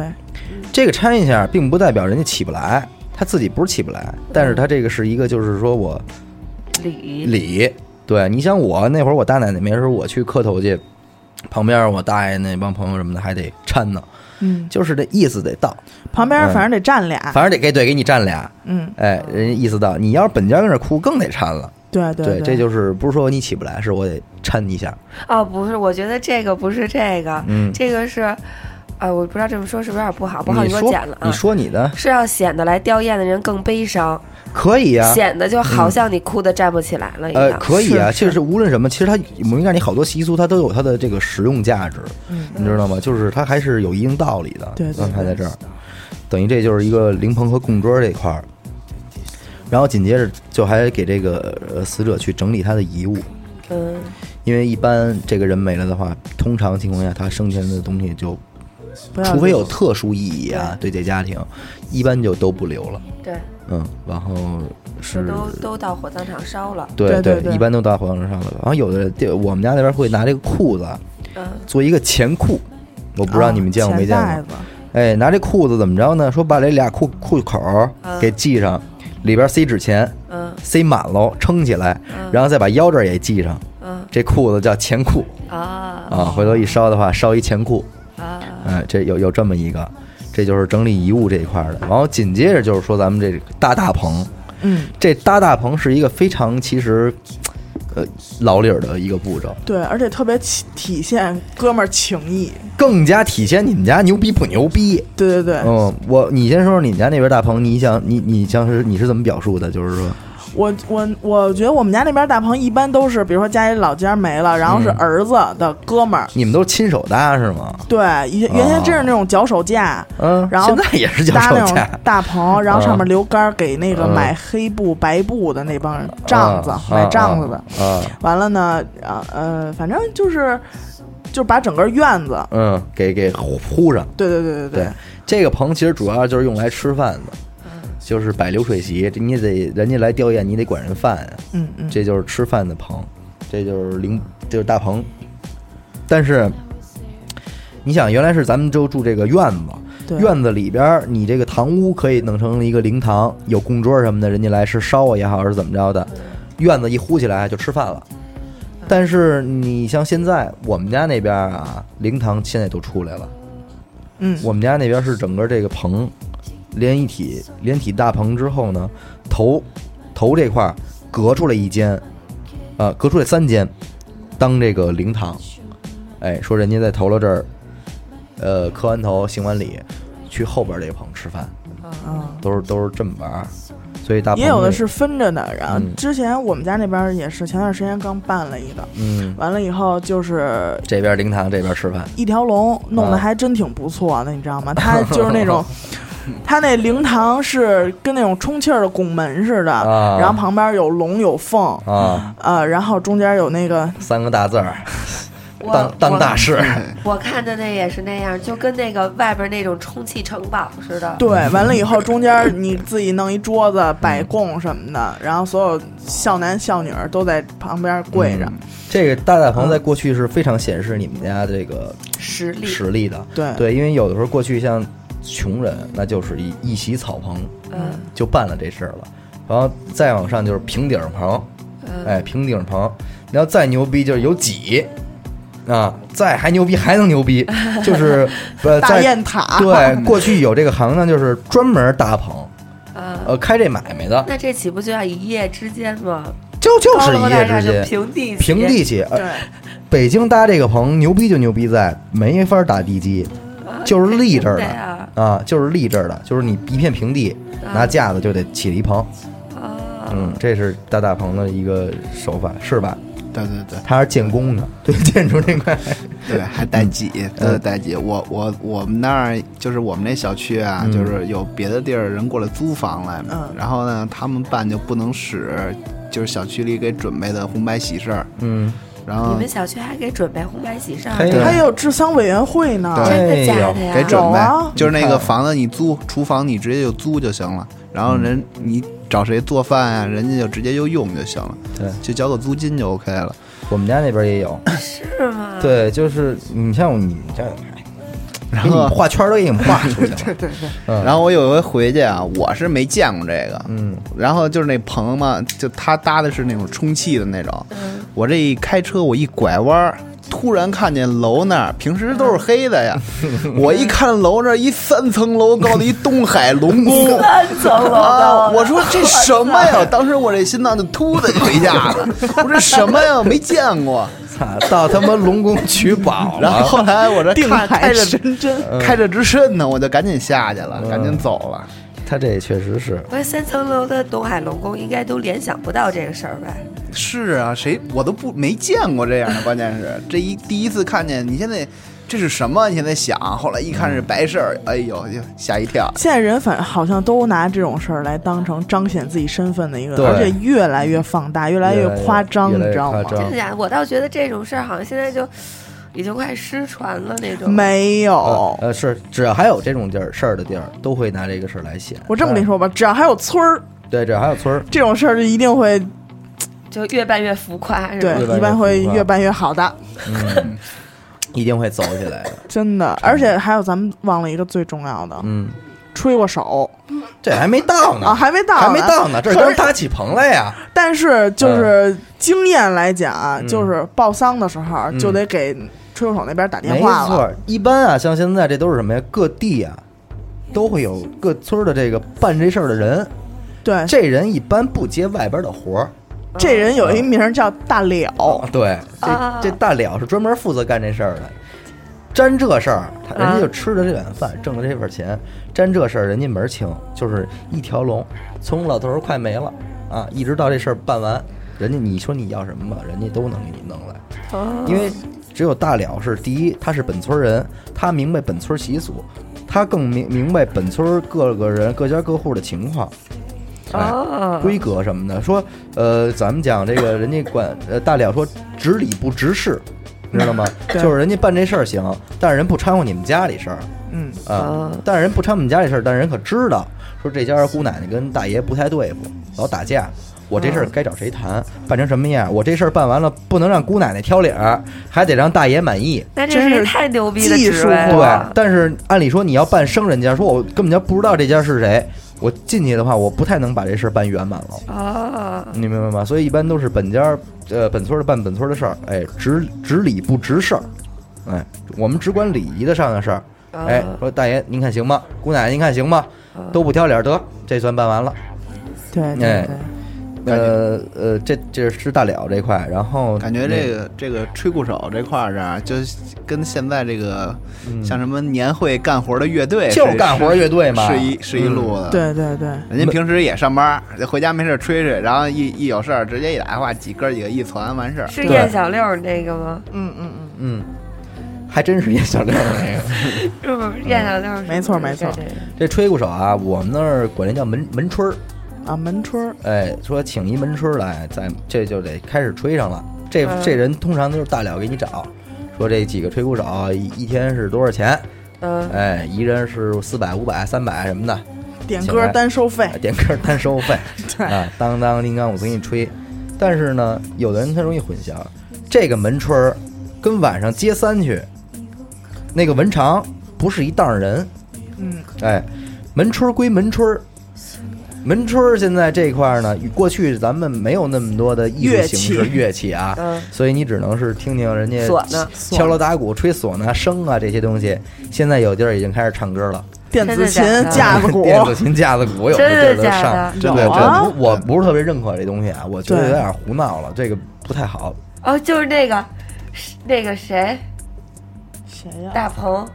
D: 这个搀一下，并不代表人家起不来，他自己不是起不来，但是他这个是一个，就是说我
B: 礼
D: 礼。对，你想我那会儿，我大奶奶没事儿，我去磕头去，旁边我大爷那帮朋友什么的还得搀呢，
C: 嗯，
D: 就是这意思得到，
C: 旁边
D: 嗯
C: 反
B: 啊
C: 正得站俩，
D: 反正得给对给你站俩，
C: 嗯，
D: 哎，人家意思到，你要是本家跟这儿哭更得搀了，
C: 对对
D: 对，这就是不是说你起不来，是我得抻一下。
B: 哦，不是，我觉得这个不是这个，
D: 嗯，
B: 这个是，呃，我不知道这么说是不是有点不好，不好
D: 你
B: 给我
D: 说
B: 剪了啊
D: 你。说你的
B: 是要显得来吊唁的人更悲伤，
D: 可以呀、
B: 显得就好像你哭的站不起来了一
D: 啊嗯呃，
B: 样。
D: 可以啊，
C: 是是
D: 就是无论什么，其实它我们看你好多习俗，它都有它的这个实用价值，
C: 嗯
D: 你知道吗？就是它还是有一定道理的。
C: 对对
D: 刚才在这儿，等于这就是一个灵棚和供桌这块儿，然后紧接着就还给这个呃死者去整理他的遗物，
B: 嗯，
D: 因为一般这个人没了的话，通常情况下他生前的东西就，
C: 不要
D: 除非有
C: 留
D: 特殊意义啊，对这家庭，一般就都不留了。
B: 对，
D: 嗯，然后是
B: 都都到火葬场烧了。
D: 对
C: 对对对
D: 一般都到火葬场上了。然后有的地，我们家那边会拿这个裤子
B: 嗯，
D: 做一个钱裤，我不知道
C: 啊
D: 你们见过没见
C: 钱
D: 过
C: 袋？子
D: 哎，拿这裤子怎么着呢？说把这俩裤裤口儿给系上，里边塞纸钱，
B: 嗯
D: 塞满喽，撑起来，然后再把腰这儿也系上。
B: 嗯
D: 这裤子叫钱裤
B: 啊
D: 啊，回头一烧的话，烧一钱裤。
B: 啊，
D: 哎，这有有这么一个，这就是整理遗物这一块儿的。然后紧接着就是说咱们这个搭大棚，
C: 嗯，
D: 这搭大棚是一个非常其实，呃，老理儿的一个步骤，
C: 对，而且特别体体现哥们儿情谊。
D: 更加体现你们家牛逼不牛逼。
C: 对对对，
D: 嗯，我你先说说你们家那边大棚，你想你你像是你是怎么表述的？就是说，
C: 我我我觉得我们家那边大棚一般都是，比如说家里老家没了，然后是
D: 嗯
C: 儿子的哥们儿。
D: 你们都是亲手搭是吗？
C: 对，原原先真是那种脚手架，
D: 啊嗯，
C: 然后
D: 现在也是叫
C: 搭
D: 手
C: 那种
D: 架。
C: 大棚，然后上面
D: 嗯
C: 留杆儿给那个
D: 嗯
C: 买黑布、白布的那帮人帐子
D: 啊，
C: 买帐子的。
D: 啊啊，
C: 完了呢，啊呃，反正就是就把整个院子，
D: 嗯，给给糊上。
C: 对对对对嗯
D: 对，这个棚其实主要就是用来吃饭的，就是摆流水席，这你得人家来吊唁，你得管人饭呀、
C: 嗯嗯，
D: 这就是吃饭的棚，这就是零，这就是大棚。但是，你想，原来是咱们都住这个院子，
C: 对
D: 院子里边儿你这个堂屋可以弄成一个灵堂，有供桌什么的，人家来是烧啊也好，是怎么着的，院子一呼起来就吃饭了。
C: 嗯
D: 但是你像现在我们家那边儿啊，灵堂现在都出来了。 *laughs*
C: 嗯
D: 我们家那边是整个这个棚连一体连体大棚之后呢，头头这块儿隔出来一间，呃，隔出来三间当这个灵堂。哎，说人家在头了这儿，呃，磕完头行完礼，去后边这个棚吃饭，
C: 啊。
D: 嗯都是都是这么玩儿。所以大棚
C: 也有的
D: 这
C: 是分着的，然后
D: 嗯
C: 之前我们家那边儿也是，前段时间刚办了一个，
D: 嗯，
C: 完了以后就是
D: 这边灵堂这边吃饭，
C: 一条龙弄得还真挺不错的，你知道
D: *laughs*
C: 吗？它就是那种，它那灵堂是跟那种充气儿的拱门似的，
D: 啊
C: 然后旁边有龙有凤，
D: *laughs* 啊，
C: 呃，然后中间有那个
D: 三个大字儿，
B: 我
D: 当当大
B: 我
D: 事。
B: 我看的那也是那样，就跟那个外边那种充气城堡似的。
C: *laughs* 对，完了以后中间你自己弄一桌子摆供什么
D: 嗯
C: 的，然后所有孝男孝女儿都在旁边跪着，
D: 嗯这个大大棚在过去是非常显示你们家这个
B: 实力，
D: 实力的。
C: 对
D: 对，因为有的时候过去像穷人，那就是一一席草棚
B: 嗯
D: 就办了这事儿了，然后再往上就是平顶棚，
B: 嗯
D: 哎，平顶棚，你要再牛逼就是有几。啊，再还牛逼还能
B: *laughs*
D: 牛逼，就是呃，
C: 大
D: 在
C: 雁塔，
D: 对，过去有这个行当，就是专门搭棚，
B: 啊，
D: 呃，开这买卖的，
B: 那这岂不就要一夜之间吗？
D: 就就
B: 高
D: 是
B: 楼
D: 一
B: 大
D: 夜
B: 厦
D: 之
B: 就
D: 间，
B: 平地起
D: 平地起，呃
C: 对，
D: 北京搭这个棚牛逼就牛逼在没法打地基，就是立这儿
B: 对
D: 的
B: 啊
D: 啊，就是立这儿的，就是你一片平地拿架子就得起一棚，
B: 啊，
D: 嗯，这是搭大棚的一个手法，是吧？
E: 对对对
D: 他是建工的，对建筑这块，
E: 对，还带挤，都得带挤。我我我们那儿就是我们那小区啊，
D: 嗯
E: 就是有别的地儿人过来租房来嘛
C: 嗯，
E: 然后呢，他们办就不能使就是小区里给准备的红白喜事儿，
D: 嗯，
E: 然
B: 你
E: 后
B: 们小区还给准备红白喜事儿？
D: 嘿
E: 对
C: 还有治丧委员会呢，
E: 对
B: 真的假
D: 哎呦
B: 的呀？
E: 给准
C: 有
E: 备，
C: 啊
E: 就是那
D: 你
E: 个
D: 看
E: 房子你租，厨房你直接就租就行了，然后人
D: 嗯
E: 你找谁做饭啊，人家就直接就用就行了，
D: 对，
E: 就交个租金就 OK 了。
D: 我们家那边也有，
B: 是吗？
D: 对，就是你像你们家，
E: 然
D: 给你
E: 后
D: 们画圈儿都给你们画出去
C: *laughs*
D: 了，
E: 然后我有一回回去啊，我是没见过这个，
D: 嗯，
E: 然后就是那棚嘛，就他搭的是那种充气的那种，我这一开车我一拐弯儿，突然看见楼那儿，平时都是黑的 *laughs* 呀，我一看楼那儿一三层楼高的一东海龙宫
A: *laughs* 三层楼
E: 啊！
A: 高，
E: 我说这什么
A: *laughs*
E: 呀？当时我这心脏就突的就一下子，我说这什么呀？没见过。
D: 操，到他妈龙宫取宝
E: 然后
D: 了，
E: 后来我这
C: 定
E: 看
C: 海
E: 开
D: *laughs*
E: 着
C: 神针，
E: 开着直升呢，我就赶紧下去了，赶紧走了。
D: 他这确实是
B: 我觉得三层楼的东海龙宫应该都联想不到这个事儿吧？
E: 是啊，谁我都不没见过这样的，关键是这一第一次看见，你现在这是什么？你现在想，后来一看是白事儿，哎呦，就吓一跳。
C: 现在人反正好像都拿这种事儿来当成彰显自己身份的一个，
D: 对
C: 而且越来越放大，越来
D: 越
C: 越
D: 来越
C: 夸张，
D: 越
C: 你
D: 来越
C: 知道吗
D: 夸？张
B: 真的假的？我倒觉得这种事儿好像现在就已经快失传了那种。
C: 没有，
D: 呃，是只要还有这种地儿事儿的地儿，都会拿这个事儿来写。
C: 我这么跟你说吧，只要还有村儿
D: 对，只要还
C: *laughs*
D: 有村儿，
C: 这种事儿，就一定会
B: 就越办越浮夸，是吧？
C: 对
D: 越办越，
C: 一般会
D: 浮夸
C: 越办越好的，
D: 嗯，一定会走起来的。
C: 真的。而且还有咱们忘了一个最重要的，
D: 嗯，
C: 吹过手
D: 这还没到呢，
C: 啊，还没到，
D: 还没。到呢，这
C: 可
D: 刚
C: 是
D: 搭起棚来呀。
C: 但是就是经验来讲，啊
D: 嗯
C: 就是报丧的时候啊
D: 嗯
C: 就得给吹过手那边打电
D: 没
C: 话了。
D: 错，一般啊，像现在这都是什么呀？各地啊，都会有各村儿的这个办这事儿的人。
C: 对，
D: 这人一般不接外边的活儿。
C: 这人有
D: 嗯
C: 一名儿叫大了，
D: 哦对，
B: 啊
D: 这这大了是专门负责干这事儿的。沾这事儿，他人
B: 啊
D: 家就吃了这碗饭，挣了这份钱。沾这事儿，人家门儿清，就是一条龙，从老头儿快没了啊，一直到这事儿办完，人家你说你要什么吧，人家都能给你弄来。
B: 哦
D: 因为只有大了是第一，他是本村人，他明白本村习俗，他更明明白本村各个人各家各户的情况。哎，
B: 哦，
D: 规格什么的，说呃，咱们讲这个，人家管呃大了说执理不执事，你
B: *laughs*
D: 知道吗？
C: 对
D: 就是人家办这事儿行，但是人不掺和你们家里事儿
C: 嗯，
D: 啊
B: 哦，
D: 但是人不掺和你们家里事儿，但是人可知道说这家姑奶奶跟大爷不太对付，老打架。我
B: 哦
D: 这事儿该找谁谈？办成什么样？我这事儿办完了，不能让姑奶奶挑理儿，还得让大爷满意。
B: 那这
C: 真
B: 是
C: 是
B: 太牛逼的
C: 技
B: 职
C: 术
B: 位
C: 活
D: 对
B: 了，，
D: 但是按理说你要办生人家，说我根本就不知道这家是谁，我进去的话，我不太能把这事儿办圆满了。
B: 哦，
D: 你明白吗？所以一般都是本家儿呃本村儿的办本村儿的事儿，哎，执执理不执事儿，哎，我们只管礼仪的上的事儿。
B: 哦
D: 哎，
E: 啊
D: 说大爷您看行吗？姑奶奶您看行吗？都不挑脸儿得，这算办完了。
C: 对对
D: 哎
C: 对。
D: 呃呃，这这是大了这块，然后
E: 感觉这
D: 个
E: 个嗯这个吹鼓手这块儿啊，就跟现在这个像什么年会干活的乐队
D: 就是干活乐队嘛，嗯
E: 是一是一路的。，
C: 对对对，
E: 人家平时也上班，回家没事儿吹吹，然后一一有事儿直接一打电话，几哥几个一传完事儿。
B: 是
D: 对
B: 燕小六那个吗？
C: 嗯嗯嗯，
D: 嗯，还真是一小亮
E: *laughs*
D: 那个。
B: 是不是燕小六是不是干这个？
C: 没错没错
D: 这吹鼓手啊，我们那儿管这叫门门春儿。
C: 啊，门春儿
D: 哎，说请一门春儿来，咱这就得开始吹上了。这
B: 嗯
D: 这人通常都是大了给你找，说这几个吹鼓手一一天是多少钱？
B: 嗯，
D: 哎，一人是四百、五百、三百什么的，
C: 点
D: 请
C: 歌
D: 来
C: 单收费
D: 哎，点歌单收费
C: *laughs* 对
D: 啊，当当叮当，我给你吹。但是呢，有的人他容易混淆，这个门春儿跟晚上接三去，那个文长不是一档儿人。
C: 嗯，
D: 哎，门春儿归门春儿，门春儿现在这块儿呢，与过去咱们没有那么多的艺术形式
C: 乐
D: 乐
C: 器
D: 器啊，
B: 嗯
D: 所以你只能是听听人家
B: 唢呐
D: 敲锣打鼓、吹唢呐、笙啊这些东西。现在有地儿已经开始唱歌了，
C: 电
B: 真
C: 子
B: 的
C: 琴
B: 假
C: *laughs*
B: 的、
C: 架子鼓，
D: 电子琴、架子鼓有
B: 真
D: 地儿
B: 的
D: 都
B: 假
D: 上
B: 的。？
D: 对
C: 有
D: 对，
C: 啊
D: 我不我不是特别认可这东西啊，我觉得有
C: 对
D: 点胡闹了，这个不太好。
B: 哦，就是那个，是那个谁，
C: 谁呀？
B: 大鹏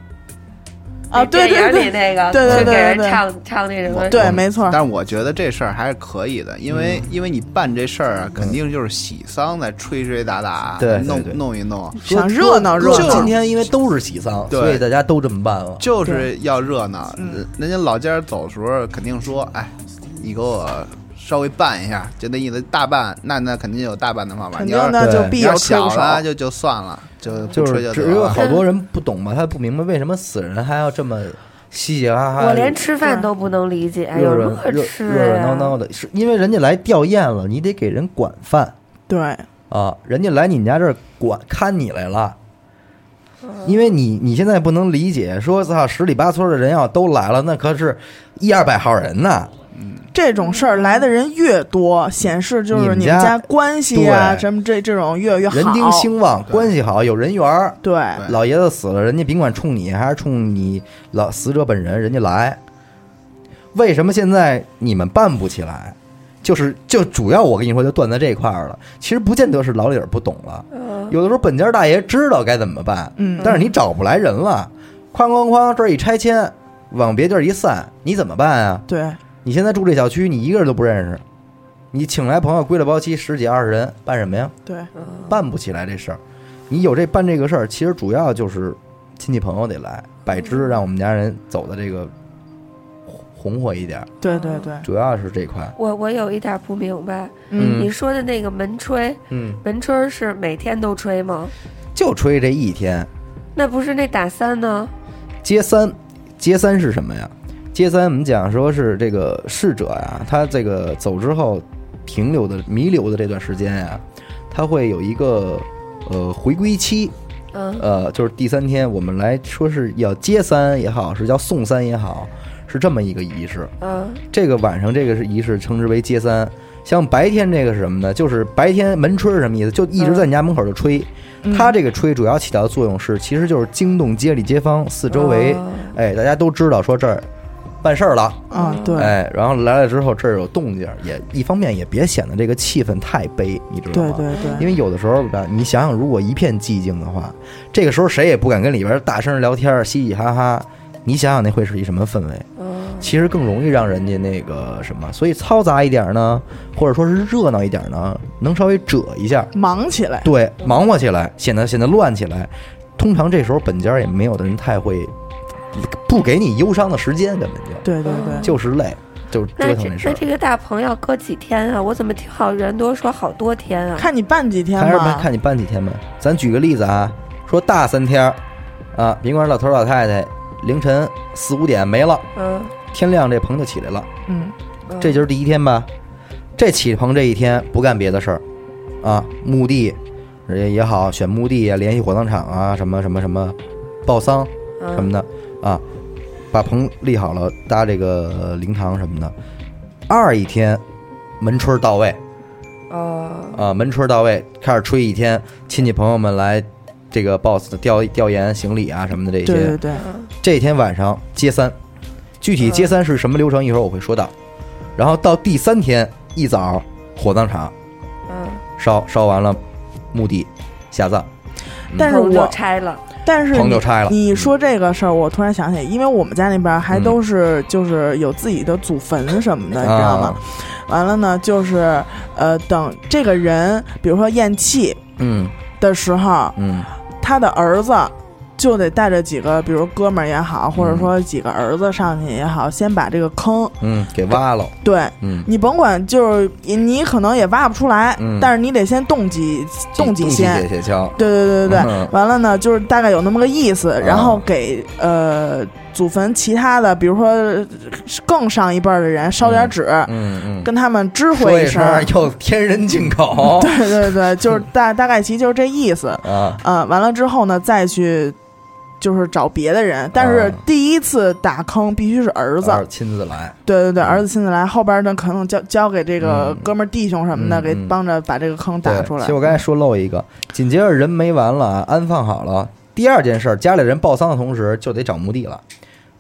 C: 啊，
B: 那
C: 对
B: 电
C: 对对
B: 影里那个，
C: 对对
B: 就
C: 对
B: 给人
C: 对
B: 唱唱那什么，
C: 对，没错
E: 但，是我觉得这事儿还是可以的，因为、因为你办这事儿啊，肯定就是喜丧在吹吹打打，
D: 对对
E: 弄
D: 对
E: 弄一弄，
C: 想热闹热
D: 就今
C: 闹，
D: 天因为都是喜丧，
E: 对
D: 所以大家都这么办啊了。
E: 就是要热闹。
C: 嗯
E: 人家老家走的时候肯定说，哎，你给我稍微办一下，就那意思，大办那那肯定有大办的方法，
C: 肯
E: 你
C: 定
E: 要是
C: 那就
D: 对
C: 必
E: 你
C: 有
E: 要
C: 吹
E: 小
C: 鼓手。
E: 了就就算了，就不
D: 就
E: 吹就是得
D: 只有
E: 了。
D: 好多人不懂嘛，他不明白为什么死人还要这么嘻嘻哈哈，
B: 我连吃饭都不能理解，有什
D: 热热
B: 么可
D: 热
B: 吃啊
D: 热热闹
B: 呀？
D: 闹的，是因为人家来吊唁了，你得给人管饭
C: 对，
D: 啊，人家来你们家这儿管看你来了。因为你你现在不能理解，说操十里八村的人要都来了，那可是一二百号人呢，
C: 这种事儿来的人越多，显示就
D: 你
C: 是
D: 们
C: 你们
D: 家
C: 家关系啊，
D: 对
C: 什么这这种越越好。
D: 人丁兴旺，
E: 对
D: 关系好，有人缘儿。
C: 对
E: 对
D: 老爷子死了，人家甭管冲你还是冲你老死者本人，人家来。为什么现在你们办不起来？就是就主要我跟你说，就断在这块儿了。其实不见得是老李儿不懂了，
B: 嗯，
D: 有的时候本家大爷知道该怎么办，
C: 嗯
D: 但是你找不来人了，哐哐哐这儿一拆迁，往别地儿一散，你怎么办啊？
C: 对，
D: 你现在住这小区，你一个人都不认识，你请来朋友归了包期十几二十人，办什么呀？
C: 对，
D: 办不起来这事儿。你有这办这个事儿，其实主要就是亲戚朋友得来，百支让我们家人走的这个红火一点儿，
C: 对，对，对，
D: 主要是这块。
B: 我我有一点不明白，
D: 嗯
B: 你说的那个门吹，
D: 嗯，
B: 门吹是每天都吹吗？
D: 就吹这一天，
B: 那不是那打三呢？
D: 接三，接三是什么呀？接三我们讲说是这个逝者呀，他这个走之后停留的弥留的这段时间呀，他会有一个呃回归期，
B: 嗯
D: 呃，就是第三天我们来说是要接三也好，是叫送三也好，是这么一个仪式。
B: 嗯
D: 这个晚上这个是仪式，称之为接三。像白天这个是什么呢？就是白天门吹是什么意思？就一直在你家门口就吹。
C: 嗯
D: 它这个吹主要起到的作用是，其实就是惊动街里街坊，四周围，
B: 哦
D: 哎，大家都知道说这儿办事儿了，
C: 啊，对，
D: 哎，然后来了之后这儿有动静儿，也一方面也别显得这个气氛太悲，你知道
C: 对，
D: 吗？
C: 对，
D: 因
C: 对，
D: 为有的时候吧，你想想，如果一片寂静的话，这个时候谁也不敢跟里边大声聊天儿，嘻嘻哈哈。你想想那会是一什么氛围？
B: 嗯
D: 其实更容易让人家那个什么，所以嘈杂一点儿呢，或者说是热闹一点儿呢，能稍微遮一下，
C: 忙起来，
D: 对，忙活起来，显得显得乱起来。通常这时候本家也没有的人太会，不给你忧伤的时间，根本就
C: 对，对，对，
D: 就是累，就是
B: 那
D: 折腾
B: 这
D: 这事
B: 那
D: 儿。
B: 这个大棚要搁几天啊？我怎么听好人多说好多天啊？
C: 看你办几天
D: 还是
C: 吧，
D: 看你办几天吧。咱举个例子啊，说大三天儿啊，甭管是老头儿老太太，凌晨四五点没了，
B: 嗯，
D: 天亮这棚就起来了，
C: 嗯，
B: 嗯
D: 这就是第一天吧。这起棚这一天不干别的事儿啊，墓地也也好，选墓地啊，联系火葬场啊，什么什么什么，报丧什么的啊，把棚立好了，搭这个灵堂什么的。二一天门春儿到位，
B: 哦
D: 啊，门春到位，开始吹一天，亲戚朋友们来这个 boss 调调研行礼啊什么的这
C: 对，对，
D: 些。
C: 对，
B: 嗯
D: 这天晚上接三，具体接三是什么流程，一会儿我会说到。然后到第三天一早，火葬场
B: 嗯，
D: 烧烧完了，墓地下葬，
C: 但是
B: 棚就
C: 我
B: 拆了，
C: 但是
D: 棚就
C: 你
D: 拆了。嗯
C: 你说这个事儿，我突然想起，因为我们家那边还都是就是有自己的祖坟什么的，
D: 啊
C: 你知道吗？完了呢，就是呃，等这个人，比如说咽气
D: 嗯
C: 的时候，
D: 嗯，
C: 他的儿子就得带着几个，比如哥们儿也好，或者说几个儿子上去也好，先把这个坑，
D: 嗯，给挖了。
C: 对
D: 嗯，
C: 你甭管，就是你你可能也挖不出来，
D: 嗯
C: 但是你得先动几动
D: 几
C: 几
D: 些
C: 先，
D: 解跷。
C: 对对对对对，
D: 嗯啊
C: 完了呢，就是大概有那么个意思，然后给呃祖坟其他的，比如说呃更上一辈儿的人烧点纸，
D: 嗯嗯，
C: 跟他们知
D: 说
C: 会
D: 一
C: 声
D: 声
C: 儿。
D: 又天人进口
C: *laughs* 对对对，就是大大概其就是这意思。
D: 啊。
C: 呃，完了之后呢，再去就是找别的人，但是
D: 啊
C: 第一次打坑必须是儿子，
D: 二亲自来，
C: 对对对，
D: 嗯
C: 儿子亲自来，后边呢可能交交给这个
D: 嗯
C: 哥们儿弟兄什么的，
D: 嗯
C: 给
D: 嗯
C: 帮着把这个坑
D: 对，
C: 打出来
D: 其实。我刚才说漏一个，紧接着人没完了啊，安放好了。第二件事儿，家里人报丧的同时就得找墓地了，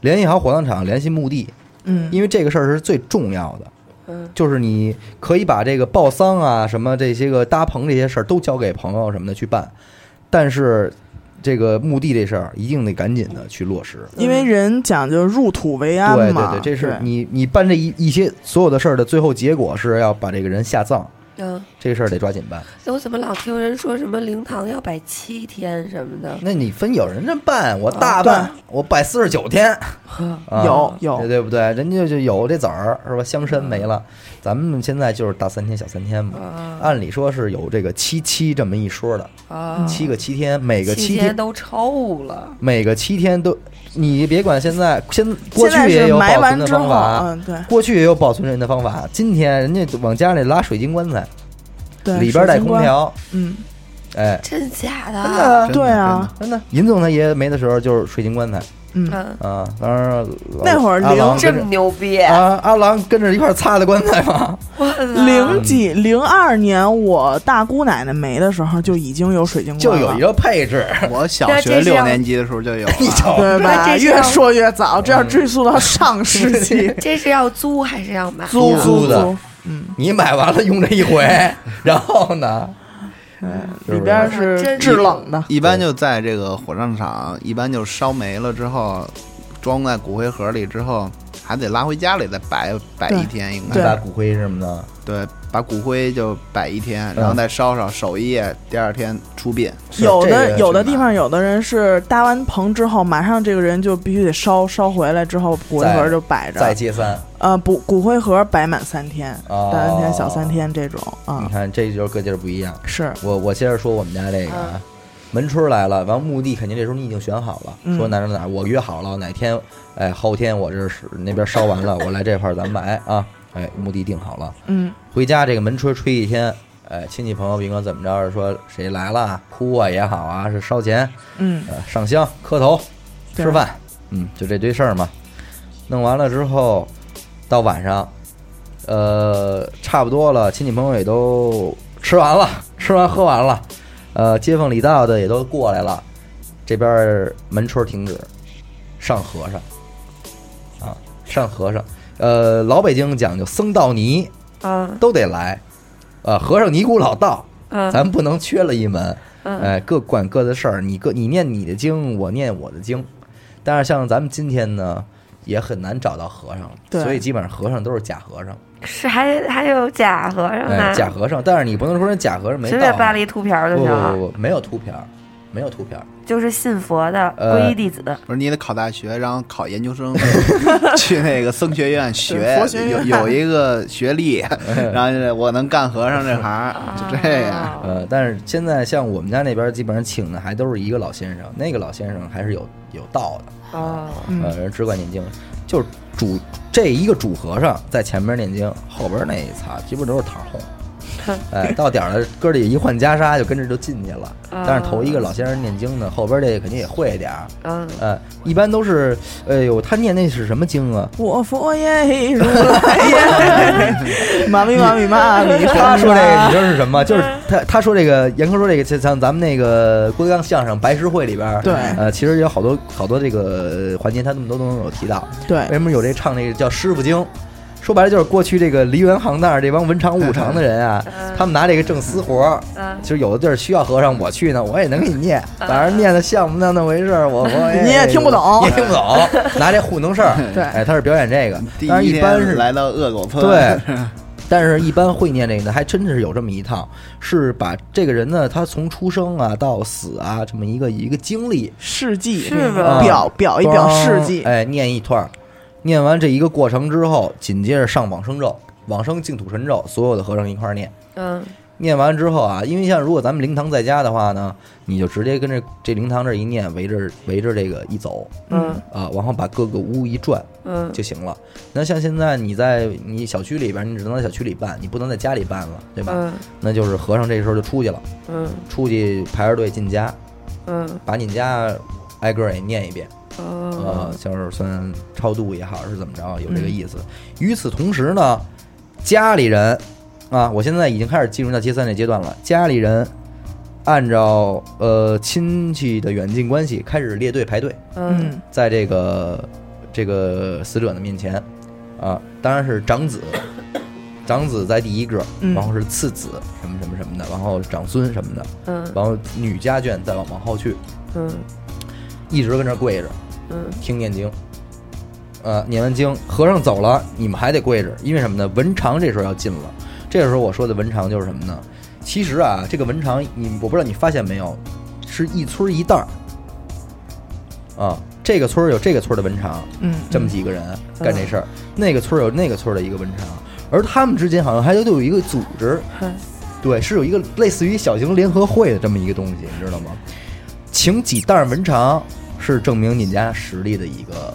D: 联系好火葬场，联系墓地，
C: 嗯，
D: 因为这个事儿是最重要的。
B: 嗯，
D: 就是你可以把这个报丧啊、什么这些个搭棚这些事儿都交给朋友什么的去办，但是这个墓地这事儿一定得赶紧的去落实。
C: 因为人讲究入土为安
D: 对对
C: 嘛，
D: 对，这是
C: 对
D: 你你办这一一些所有的事儿的最后结果是要把这个人下葬，
B: 嗯，
D: 这个事儿得抓紧办。
B: 哎我怎么老听人说什么灵堂要摆七天什么的？
D: 那你分有人这么办，我大
C: 啊
D: 办，我摆四十九天， *laughs* 啊
C: 有有嗯
D: 对对不对？人家就有这子儿是吧？乡绅没了，咱们现在就是大三天小三天嘛。
C: 嗯
B: 啊
D: 按理说是有这个七七这么一说的，
C: 嗯
B: 啊，
D: 七个七天，每个七
B: 天
D: 天
B: 都臭了，
D: 每个七天都，你别管现在，现过
C: 现在
D: 去也
C: 是
D: 有
C: 埋
D: 保存
C: 完
D: 的
C: 之
D: 方
C: 后，
D: 法，
C: 嗯，对
D: 过去也有保存人的方法，今天人家往家里拉水晶棺材，
C: 对，
D: 里边带
C: 水晶
D: 空
C: 棺，
D: 调，
C: 嗯，
D: 哎，
B: 真假
D: 真
B: 的？
D: 的
E: 真的
C: 对啊，
D: 真的，尹总他爷爷没的时候就是水晶棺材。
C: 嗯，
B: 嗯，
D: 啊，当然
C: 那会儿
D: 阿郎
C: 零
B: 这
D: 跟着
B: 么牛逼，
D: 啊，阿郎跟着一块儿擦的棺材吗？
B: 哇塞
C: 零几
D: 嗯
C: 零二年我大姑奶奶没的时候就已经有水晶
D: 就
C: 棺
D: 有
C: 了
D: 一。个配置， *laughs*
E: 我小
B: 那
E: 学
B: 这是
E: 六
B: 要
E: 年级的时候就有了，
D: 你瞅，
C: 对
B: 那
C: 吧？
B: 这是
C: 越
B: 要
C: 说越早，嗯这要追溯到上世纪
B: 这是要租还是要买？
D: 租
C: *laughs* 租
D: 的，
C: 租嗯，
D: 你买完了用这一回，然后
C: *laughs*
D: 呢？是不是
C: 里边是
B: 真
C: 制冷啊的，
E: *laughs* 一般就在这个火葬场，一般就烧没了之后，装在骨灰盒里之后，还得拉回家里再摆摆一天，应
D: 你
E: 该
D: 把骨灰什么的，
E: 对，把骨灰就摆一天，
D: 嗯
E: 然后再烧烧，守一夜，第二天出殡。
D: 是
C: 有
D: 这
C: 的
D: 个
C: 有的
D: 是吧
C: 地方，有的人是搭完棚之后，马上这个人就必须得烧烧回来之后，骨灰
D: 再
C: 盒就摆着，
D: 再接三，
C: 呃，不，骨灰盒摆满三天，
D: 哦
C: 大三天、小三天这种
D: 你
C: 啊，
D: 看这就是各地儿不一样。
C: 是，
D: 我我接着说我们家这个啊，门春儿来了，完墓地肯定这时候你已经选好了，
C: 嗯
D: 说哪儿哪儿哪儿我约好了，哪天哎后天我这是那边烧完了，我来这块儿咱们来啊，哎墓地定好了，
C: 嗯，
D: 回家这个门吹吹一天，哎亲戚朋友甭管怎么着，说谁来了啊哭啊也好啊，是烧钱，
C: 嗯，
D: 呃上香磕头
C: 对
D: 吃饭，嗯就这堆事儿嘛，弄完了之后到晚上，呃差不多了，亲戚朋友也都吃完了，吃完喝完了，呃街坊里道的也都过来了，这边儿门春停止，上和尚。啊，上和尚，呃，老北京讲究僧道尼，
B: 嗯
D: 都得来，呃，和尚尼姑老道，
B: 嗯
D: 咱不能缺了一门，
B: 嗯
D: 哎，各管各的事儿，你各你念你的经，我念我的经，但是像咱们今天呢，也很难找到和尚了，
C: 对
D: 所以基本上和尚都是假和尚，
B: 是还还有假和尚
D: 哎，
B: 呢，
D: 假和尚，但是你不能说人假和尚没
B: 随
D: 道
B: 便扒
D: 啊哦
B: 了，一秃瓢就
D: 不
B: 行
D: 不
B: 了，
D: 不不，没有图片儿，没有图片儿，
B: 就是信佛的
D: 呃
B: 皈依弟子。
E: 我说你得考大学，然后考研究
C: *laughs*
E: 生，去那个僧学院学，
C: 佛学院
E: 有有一个学历，
D: 嗯
E: 然后就是我能干和尚这行，就这
C: 哦
E: 样。
B: 啊
D: 呃，但是现在像我们家那边，基本上请的还都是一个老先生，那个老先生还是有有道的，
B: 哦，
D: 呃，人只管念经，就是主这一个主和尚在前面念经，后边那一擦基本都是桃红。哎，到点儿了，哥儿几一换袈裟就跟着就进去了。但是头一个老先生念经呢，后边这肯定也会一点儿。
B: 嗯，
D: 呃，一般都是，哎呦，他念那是什么经啊？
C: 我佛耶，
D: *laughs*
C: 如来耶，妈咪妈咪妈 *laughs* 咪，
D: 他说这个，
C: 这
D: 你知道是什么？就是他他说这个，严哥说这个，就像咱们那个郭德纲相声《白石会》里边儿，
C: 对
D: 呃，其实有好多好多这个环节，他们都能有提到。为
C: 对
D: 什么哎有这唱这个叫师傅经？说白了就是过去这个梨园行当儿这帮文场武场的人啊，他们拿这个挣私活儿。
B: 嗯
D: 其实有的地儿需要和尚，我去呢，我也能给你念，反正念的像不像那回事儿，我我
C: 你也听不懂
D: 你也听不懂， *laughs* 拿这糊弄事儿。
C: *laughs* 对
D: 哎，他是表演这个，
E: 第
D: 但是一般是
E: 天来到恶狗村，
D: 对，
C: *laughs*
D: 但是一般会念这个的，还真是有这么一套，是把这个人呢，他从出生啊到死啊这么一个一个经历，
C: 事迹
B: 是吧
C: 表表一表
D: 咣
C: 事迹，
D: 哎，念一段儿，念完这一个过程之后，紧接着上往生咒，往生净土神咒，所有的和尚一块儿念。
B: 嗯
D: 念完之后啊，因为像如果咱们灵堂在家的话呢，你就直接跟这这灵堂这儿一念，围着围着这个一走
B: 嗯
D: 啊，然后把各个屋一转
B: 嗯，
D: 就行了。那像现在你在你小区里边儿，你只能在小区里办，你不能在家里办了，对吧？
B: 嗯
D: 那就是和尚这时候就出去了，
B: 嗯
D: 出去排着队进家，
B: 嗯
D: 把你家挨个儿也念一遍。
B: 哦
D: 呃，就是算超度也好，是怎么着，有这个意思。与此同时呢，家里人啊，我现在已经开始进入到接三这阶段了。家里人按照呃亲戚的远近关系开始列队排队，
B: 嗯
C: 嗯，
D: 在这个这个死者的面前啊，当然是长子，长子在第一个，
C: 嗯
D: 然后是次子什么什么什么的，然后长孙什么的，
B: 嗯
D: 然后女家眷再往往后去，
B: 嗯
D: 一直跟那儿跪着。
B: 嗯
D: 听念经。呃，念完经，和尚走了，你们还得跪着，因为什么呢？文长这时候要进了。这个时候我说的文长就是什么呢？其实啊，这个文长，你我不知道你发现没有，是一村一袋儿。啊，这个村儿有这个村儿的文长，
C: 嗯，
D: 这么几个人干这事儿，那个村儿有那个村儿的一个文长，而他们之间好像还都有一个组织，
C: 嗯
D: 对，是有一个类似于小型联合会的这么一个东西，你知道吗？请几袋儿文长是证明你家实力的一个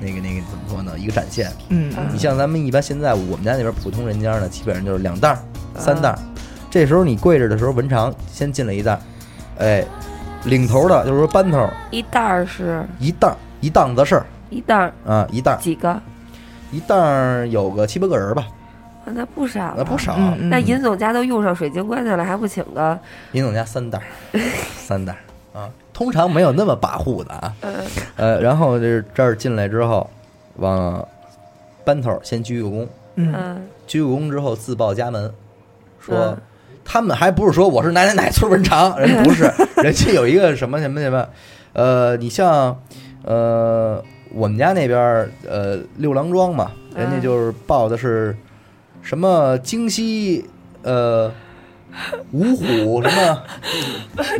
D: 那个那个怎么说呢？一个展现。
C: 嗯嗯
D: 你像咱们一般现在我们家那边普通人家呢，基本上就是两袋儿、三
C: 啊
D: 袋儿。这时候你跪着的时候，文长先进了一袋儿，哎，领头的就是说班头
B: 一袋儿是
D: 一袋儿一档子事儿
B: 一袋儿
D: 啊，一档
B: 几个？
D: 一档有个七八个人吧，
B: 啊那不少
D: 那
B: 了，
D: 不少。
C: 嗯嗯，
B: 那尹总家都用上水晶棺材了，还不请个？
D: 尹总家三袋儿，三袋儿啊，通常没有那么跋扈的啊。
B: 呃，
D: 呃，然后这这儿进来之后，往班头儿先鞠个躬，
C: 嗯
B: 嗯，
D: 鞠个躬之后自报家门，说、
B: 嗯
D: 他们还不是说我是哪哪哪村文长，人
B: *laughs*
D: 不是，人家有一个什么什么什么，呃，你像呃我们家那边儿呃六郎庄嘛，人家
B: 嗯
D: 就是报的是什么京西呃。五虎什
B: *laughs*
D: 么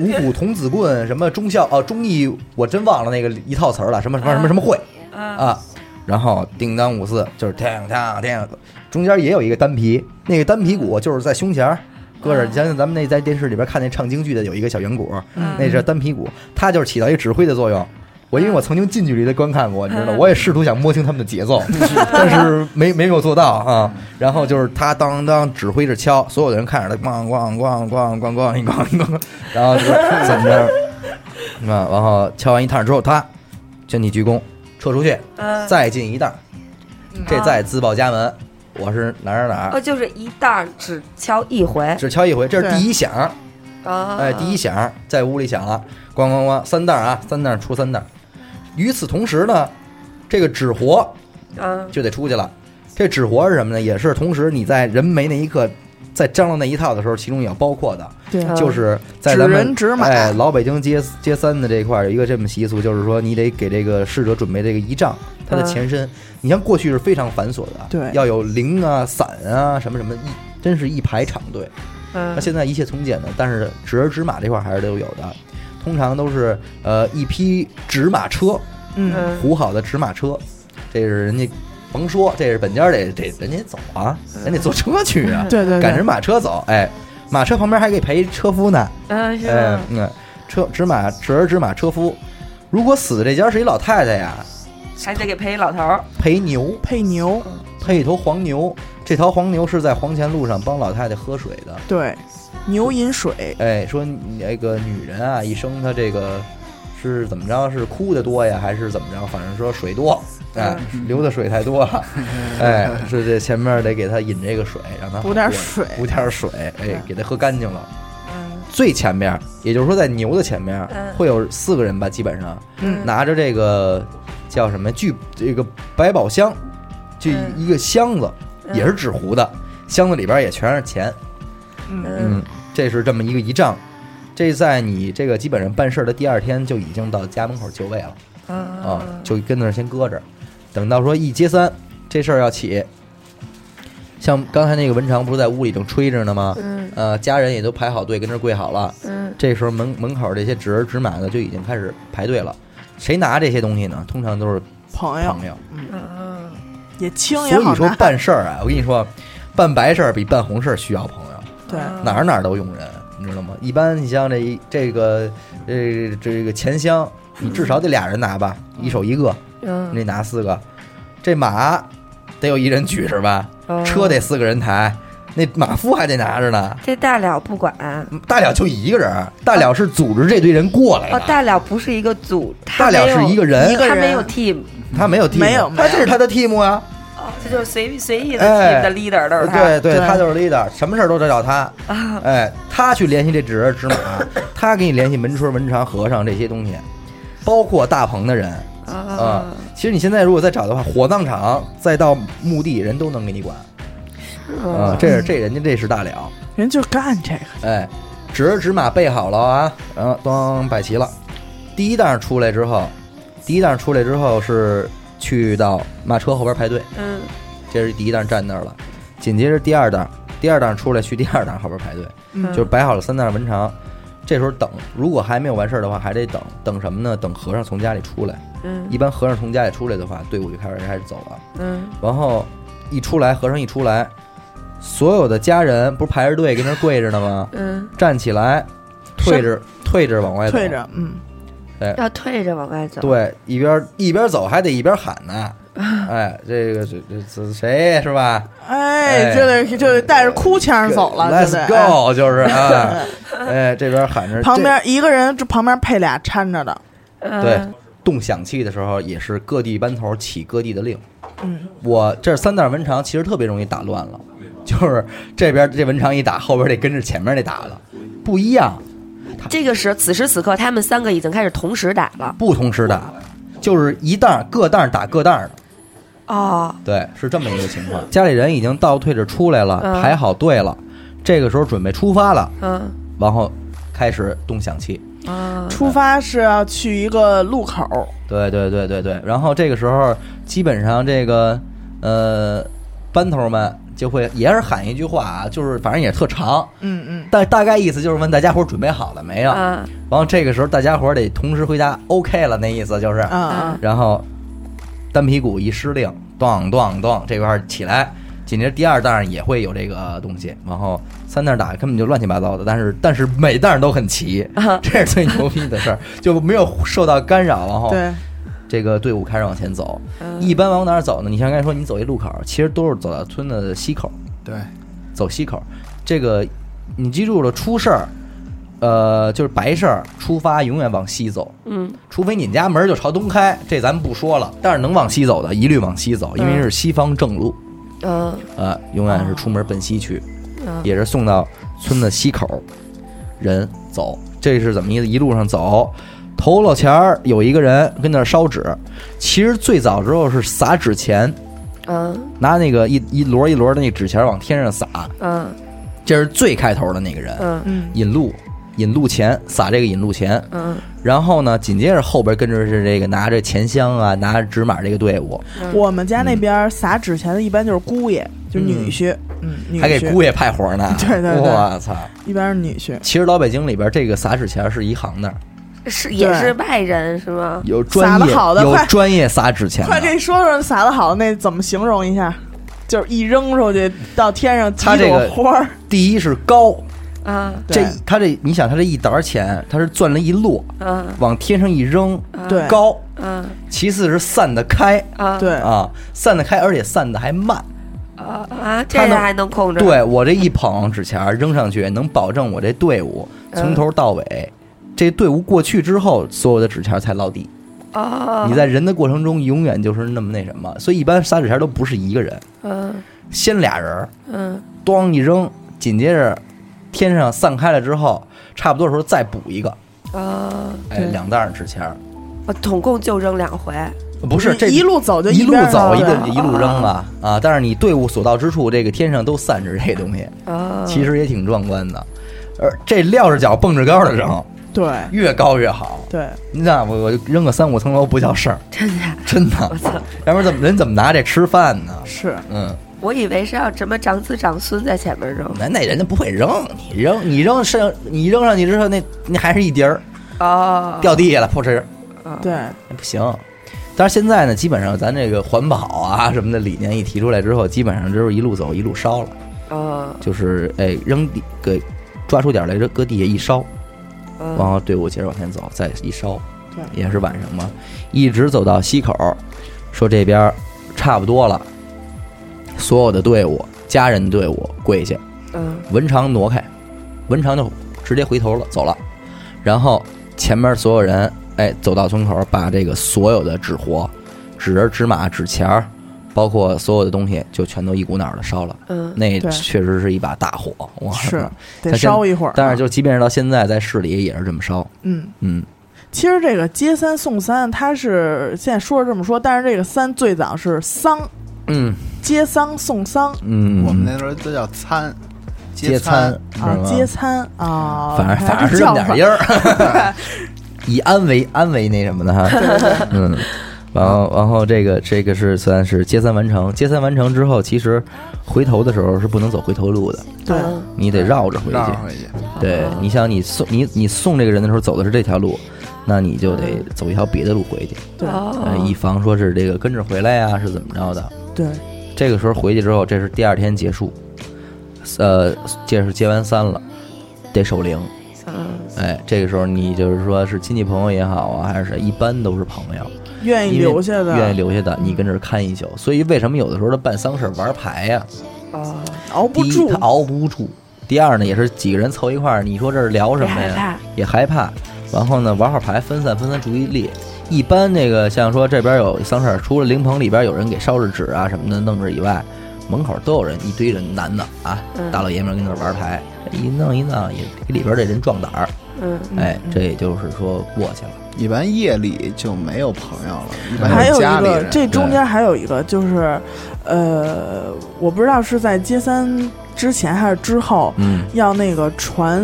D: 五虎童子棍什么忠孝哦忠义我真忘了那个一套词儿了什么什么什么什么会
B: 嗯
D: 啊，然后叮当五四就是叮当叮，中间也有一个单皮，那个单皮鼓就是在胸前儿搁
B: 嗯
D: 着，想想咱们那在电视里边看那唱京剧的有一个小圆鼓，
B: 嗯
D: 那是单皮鼓，它就是起到一个指挥的作用。我因
B: 嗯
D: 为我曾经近距离的观看过，你知道，我也试图想摸清他们的节奏，
B: 嗯
D: *laughs* 但是没没有做到啊。然后就是他当当指挥着敲，所有的人看着他咣咣咣咣咣咣一咣一咣，然后就是怎么着，啊，然后敲完一趟之后，他全体鞠躬撤出去，
B: 嗯啊
D: 再进一档，这再自报家门，我是哪儿哪儿哪
B: 哦，
D: 儿，
B: 就是一袋儿只敲一回
D: 只敲一回，这是
C: 对
D: 第一响，
B: 啊，
D: 哎，第一响在屋里响了，咣咣咣，三袋儿啊，三袋儿出三袋儿。与此同时呢，这个纸活
B: 啊，
D: 就得出去了。这纸活是什么呢？也是同时你在人没那一刻，在张罗那一套的时候，其中也要包括的，
C: 对，
B: 嗯
D: 就是在咱
C: 指
D: 们
C: 人指马
D: 哎老北京街街三的这一块儿有一个这么习俗，就是说你得给这个逝者准备这个仪仗，它的
B: 嗯
D: 前身。你像过去是非常繁琐的，
C: 对
D: 要有铃啊、伞啊什么什么，一真是一排长队。那
B: 嗯
D: 现在一切从简了，但是指儿指马这块儿还是都有的。通常都是呃一批纸马车，
C: 嗯，
B: 嗯
D: 糊好的纸马车，这是人家甭说，这是本家得得人家走
C: *laughs*
D: 啊，人家坐车去啊，
C: 对对
D: 赶着
C: 对，
D: 马车走，哎，马车旁边还给陪车夫呢，
B: 嗯，是
D: 哎
C: 啊
B: 吧，
D: 嗯，车纸马纸儿纸马车夫，如果死的这家是一老太太呀，
B: 还得给陪一老头儿，
D: 陪牛，
C: 配牛，
D: 配一头黄牛，这头黄牛是在黄泉路上帮老太太喝水的，
C: 对，牛饮水，
D: 哎，说你那个女人啊，一生她这个是怎么着？是哭的多呀，还是怎么着？反正说水多，哎，
C: 嗯
D: 流的水太多了，哎，是这前面得给她引这个水，让她
C: 补点
D: 好过
C: 水
D: 补点水，哎，给她喝干净了。
B: 嗯
D: 最前面，也就是说在牛的前面，
B: 嗯
D: 会有四个人吧，基本上
C: 嗯
D: 拿着这个叫什么聚这个百宝箱，就
B: 嗯
D: 一个箱子，也是纸糊的，箱子里边也全是钱。
C: 嗯，
B: 嗯
D: 嗯，这是这么一个仪仗，这在你这个基本上办事儿的第二天就已经到家门口就位了啊，就跟那儿先搁着，等到说一接三这事儿要起，像刚才那个文长不是在屋里正吹着呢吗？
B: 嗯
D: 呃，家人也都排好队，跟这儿跪好了。
B: 嗯
D: 这时候门门口这些纸儿纸马的就已经开始排队了。谁拿这些东西呢？通常都是
C: 朋友
D: 朋友。
B: 啊，
C: 也轻也
D: 所
C: 好
D: 以说
C: 拿，
D: 办事儿啊，我跟你说，办白事儿比办红事儿需要朋友。
C: 对，
B: 嗯
D: 哪儿哪儿都用人，你知道吗？一般你像这一这个呃这个钱箱，你至少得俩人拿吧，一手一个，
B: 嗯
D: 你得拿四个。这马得有一人举着吧，
B: 哦
D: 车得四个人抬，那马夫还得拿着呢。
B: 这大了不管
D: 大了就一个人儿，大了是组织这堆人过来
B: 哦，
D: 的，
B: 大了不是一个组，
D: 大了是一个人
B: 他没
C: 一
B: 有
C: 个人
B: team，
D: 他没有 team，
C: 没有没有
D: 他这是他的 team 啊，
B: 哦，这就是随随意的
D: 哎
B: team 的 leader 都是他，
D: 对对，
C: 对啊
D: 他就是 leader，什么事儿都得找他。哎，他去联系这纸
C: *laughs*
D: 人纸马，他给你联系门春、文长、和尚这些东西，包括大鹏的人啊
B: 啊，。
D: 其实你现在如果再找的话，火葬场再到墓地，人都能给你管
C: 哦
D: 啊。这是这人家这是大了，
C: 人就干这个，
D: 哎，纸人纸马备好了啊，然后当摆齐了。第一档出来之后，第一档出来之后是去到马车后边排队。
B: 嗯
D: 这是第一档站那儿了，紧接着第二档，第二档出来去第二档后边排队，
C: 嗯
D: 就是摆好了三档文长，这时候等，如果还没有完事儿的话，还得等，等什么呢？等和尚从家里出来。
B: 嗯
D: 一般和尚从家里出来的话，队伍就开始开始走了。
B: 嗯
D: 然后一出来，和尚一出来，所有的家人不是排着队跟那儿跪着呢吗？
B: 嗯，
D: 站起来，退着退着往外走，
C: 退着，嗯，
B: 要退着往外走，
D: 对，一边一边走还得一边喊呢。哎，这个这这这谁是吧？哎
C: 哎，就得就得带着哭腔走了，对
D: Let's
C: 不对？哎
D: go，就是
C: *laughs*
D: 啊，哎，这边喊着
C: 旁边一个人，这旁边配俩搀着的，
B: 嗯
D: 对动响器的时候，也是各地班头起各地的令。
C: 嗯，
D: 我这三段文长其实特别容易打乱了，就是这边这文长一打，后边得跟着前面那打了，不一样，
B: 这个时此时此刻，他们三个已经开始同时打了。
D: 不同时打，就是一档各档打各档的，
B: 哦，
D: 对，是这么一个情况。家里人已经倒退着出来了，
B: 嗯
D: 排好队了，这个时候准备出发了，
B: 嗯
D: 然后开始动响器。
B: 啊，
C: 出发是要去一个路口，
D: 对对对对对，然后这个时候基本上这个呃班头们就会也是喊一句话啊，就是反正也特长，
C: 嗯嗯，
D: 但大概意思就是问大家伙儿准备好了没有？
B: 啊
D: 然后这个时候大家伙儿得同时回答 OK 了，那意思就是，
C: 啊
B: 啊
C: 啊，
D: 然后单皮鼓一失令，咚咚咚，这块儿起来。紧接着第二弹也会有这个东西，然后三弹打根本就乱七八糟的，但是但是每弹都很齐，
B: 啊
D: 这是最牛逼的事儿，就没有受到干扰，然后
C: 对，
D: 这个队伍开始往前走。
B: 嗯
D: 一般往哪儿走呢？你像刚才说，你走一路口，其实都是走到村子的西口，
E: *laughs* 对，
D: 走西口。这个你记住了，出事儿，呃，就是白事儿，出发永远往西走，
B: 嗯
D: 除非你们家门儿就朝东开，这咱们不说了。但是能往西走的，一律往西走，因为是西方正路，
B: 嗯
D: 呃，永远是出门奔西去，
B: 嗯
D: 也是送到村子西口，人走。这是怎么意思？一路上走，头老前儿有一个人跟那儿烧纸，其实最早之后是撒纸钱。
B: 嗯
D: 拿那个一一摞一摞的那纸钱往天上撒，
B: 嗯
D: 这是最开头的那个人
B: 嗯
C: 嗯
D: 引路，引路钱撒这个引路钱，
B: 嗯，
D: 然后呢，紧接着后边跟着是这个拿着钱箱啊，拿着纸马这个队伍，
C: 我们家那
D: 嗯
C: 边撒纸钱的一般就是姑爷，就是女婿，嗯，女
D: 还给
C: 婿
D: 姑爷派活呢，
C: *laughs* 对对对
D: 我操！
C: 一般是女婿，
D: 其实老北京里边这个撒纸钱是一行的，
B: 是也是外人是吗？
D: 有
C: 撒
D: 专业
C: 得好的
D: 有
C: 快
D: 专业撒纸钱
C: 快
D: 的。
C: 给说说撒的好那怎么形容一下？就是一扔出去到天上几
D: 他这
C: 朵
D: 个
C: 花儿，
D: 第一是高，
B: 啊
D: 这
C: 对
D: 他这你想他这一沓钱，他是攥了一摞，
B: 啊
D: 往天上一扔，
C: 嗯对嗯
D: 高。
B: 啊
D: 其次是散得开，
B: 啊
C: 对
D: 啊，散得开，而且散得还慢。
B: 啊啊！这
D: 他
B: 个
D: 能
B: 还能控制？
D: 对我这一捧纸钱儿扔上去，能保证我这队伍
B: 嗯
D: 从头到尾，这队伍过去之后，所有的纸钱儿才落地。
B: 啊，
D: 你在人的过程中，永远就是那么那什么，所以一般撒纸钱儿都不是一个人，
B: 嗯
D: 先俩人儿，
B: 嗯
D: 咣一扔，紧接着天上散开了之后，差不多的时候再补一个，
B: 啊，
D: 哎，
C: 对
D: 两袋儿纸钱儿，
B: 我总呃共就扔两回。
D: 不是这
C: 一路走就
D: 一路
C: 边儿
D: 走
C: 上
D: 一
C: 对
D: 路一路扔吧啊！但是你队伍所到之处，这个天上都散着这东西，
B: 啊，
D: *laughs* 其实也挺壮观的。而这撂着脚蹦着高的扔，
C: 对
D: 越高越好。
C: 对，
D: 那我我就扔个三五层楼不叫事儿，
B: 真的，
D: *laughs* 真的
B: 我。操！
D: 要不然怎么人怎么拿这吃饭呢？
C: 是
D: 嗯，
B: 我以为是要什么长子长孙在前面扔。
D: 那那人家不会扔，你扔你扔上你扔上去之后，那那还是一碟儿
B: 哦，
D: 掉地下了，扑哧，
C: 对，
D: 那不行。但是现在呢，基本上咱这个环保啊什么的理念一提出来之后，基本上就是一路走一路烧了。
B: 嗯
D: 就是哎扔地给抓出点儿来，扔搁地下一烧，
B: 嗯
D: 然后队伍接着往前走，再一烧，
C: 对
D: 也是晚上嘛，一直走到西口，说这边儿差不多了，所有的队伍、家人队伍跪下，
B: 嗯
D: 文长挪开，文长就直接回头了，走了，然后前面所有人哎走到村口，把这个所有的纸活、纸人、纸马、纸钱儿。包括所有的东西，就全都一股脑的烧了。
B: 嗯
D: 那
C: 对
D: 确实是一把大火，哇！
C: 是
D: 他
C: 得
D: 现
C: 烧一会儿，
D: 但是就即便是到现在，在市里也是这么烧。
C: 嗯，
D: 嗯，
C: 其实这个接三送三，它是现在说是这么说，但是这个三最早是丧，
D: 嗯
C: 接丧送丧
D: 嗯，
E: 我们那时候都叫餐，
D: 接
E: 餐
D: 餐，是
C: 啊
D: 吧，
C: 接餐啊，
D: 反正
C: 还
D: 反正是这
C: 叫
D: 么点
C: 法
D: 儿音儿，以安为安为那什么的哈。嗯，然后然后这个这个是算是接三完成，接三完成之后，其实回头的时候是不能走回头路的，
C: 对
B: 嗯
D: 你得绕着回
E: 绕
D: 去。
E: 回去，
D: 对，你想你送你你送这个人的时候走的是这条路，那你就得走一条别的路回去，
C: 对
B: 哦
D: 呃，以防说是这个跟着回来呀、是怎么着的。
C: 对，
D: 这个时候回去之后，这是第二天结束，呃，这是接完三了，得守灵。
B: 嗯
D: 哎，这个时候你就是说是亲戚朋友也好啊，还是谁，一般都是朋友，
C: 愿意
D: 因为
C: 留下的
D: 愿意留下的，你跟这儿看一宿。所以为什么有的时候他办丧事儿玩牌呀、
B: 哦，
C: 熬不
D: 第一
C: 住
D: 他，熬不住，第二呢也是几个人凑一块儿，你说这是聊什么
B: 也害
D: 呀？也害怕。然后呢，玩会儿牌分散分散注意力，一般那个像说这边有丧事儿，除了灵棚里边有人给烧着纸啊什么的弄着以外，门口都有人一堆人男的啊，
B: 嗯
D: 大老爷们儿跟那儿玩牌，一弄一弄也给里边这人壮胆儿，
B: 嗯，
D: 哎，这也就是说过去了。
E: 一般夜里就没有朋友了，一般
C: 还有
E: 有
C: 一
E: 家里
C: 个，
E: 人。
C: 这中间还有一个，就是，呃，我不知道是在接三之前还是之后，
D: 嗯
C: 要那个传，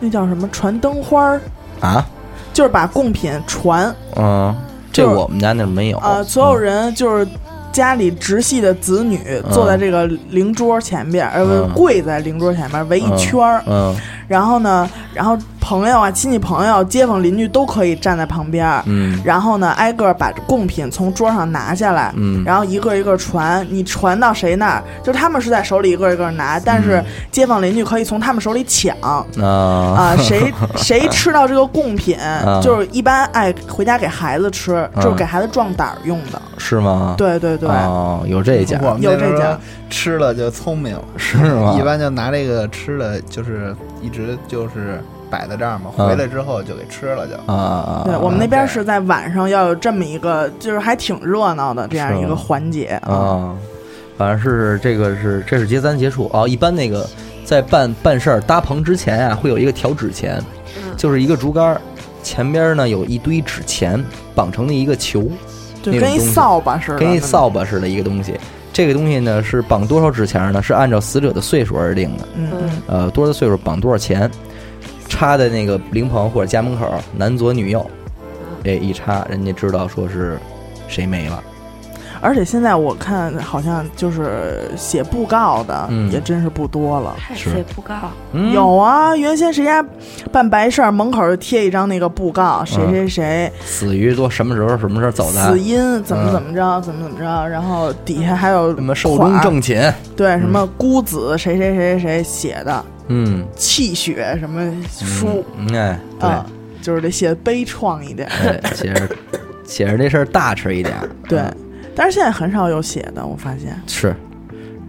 C: 那叫什么传灯花儿，
D: 啊，
C: 就是把贡品传
D: 嗯，这
C: 就是
D: 我们家那儿没有
C: 啊、呃所有人就是家里直系的子女坐在这个灵桌前边，呃
D: 嗯，
C: 跪在灵桌前边围一圈儿，
D: 嗯
C: 然后呢，然后朋友啊、亲戚朋友、街坊邻居都可以站在旁边儿，
D: 嗯
C: 然后呢，挨个把贡品从桌上拿下来，
D: 嗯
C: 然后一个一个传，你传到谁那儿，就他们是在手里一个一个拿，但是
D: 嗯
C: 街坊邻居可以从他们手里抢。
D: 嗯 *laughs*
C: 啊，
D: 啊
C: 谁谁吃到这个贡
D: *laughs*
C: 品，就是一般爱回家给孩子吃，
D: 啊
C: 就是给孩子壮胆儿用的。
D: 是吗？
C: 对对对，
D: 哦，有这一家
E: 我们
C: 有
E: 那
C: 这
E: 边
C: 家
E: 说吃了就聪明，
D: 是吗？
E: 一般就拿这个吃的，就是一直就是摆在这儿嘛，
D: 嗯
E: 回来之后就给吃了就。
D: 啊啊，
C: 对
D: 啊
C: 我们那边
E: 对
C: 是在晚上要有这么一个，就是还挺热闹的这样一
D: 是
C: 个
D: 吗
C: 环节啊。
D: 啊，反正是这个是这是结三结束啊。一般那个在办办事儿搭棚之前啊，会有一个调纸钱，
B: 嗯
D: 就是一个竹竿儿，前边儿呢有一堆纸钱绑成了一个球，
C: 就
D: 那种
C: 跟一
D: 东西
C: 扫把似的，
D: 跟一扫把似的一个东西。这个东西呢是绑多少纸钱儿呢？是按照死者的岁数而定的，
C: 嗯，嗯
D: 呃，多大岁数绑多少钱，插在那个灵棚或者家门口儿，男左女右，这一插，人家知道说是谁没了。
C: 嗯。而且现在我看好像就是写布告的
D: 嗯
C: 也真是不多了。
B: 太
D: 是
B: 岁不告，
D: 嗯，
C: 有啊，原先谁家办白事儿，门口就贴一张那个布告，谁谁谁
D: 死于多什么时候什么时候嗯走的嗯
C: 死，因怎么怎么着，怎么怎么着，然后底下还有
D: 什么寿终嗯正寝，
C: 款对什么孤子谁谁谁谁写的
D: 嗯，
C: 泣血什么书
D: 嗯，哎，对，
C: 啊，就是得写悲怆一
D: *laughs*
C: 点。
D: 哎写着写着这事儿大吃一点，
C: 对
D: 嗯，
C: 但是现在很少有写的，我发现
D: 是。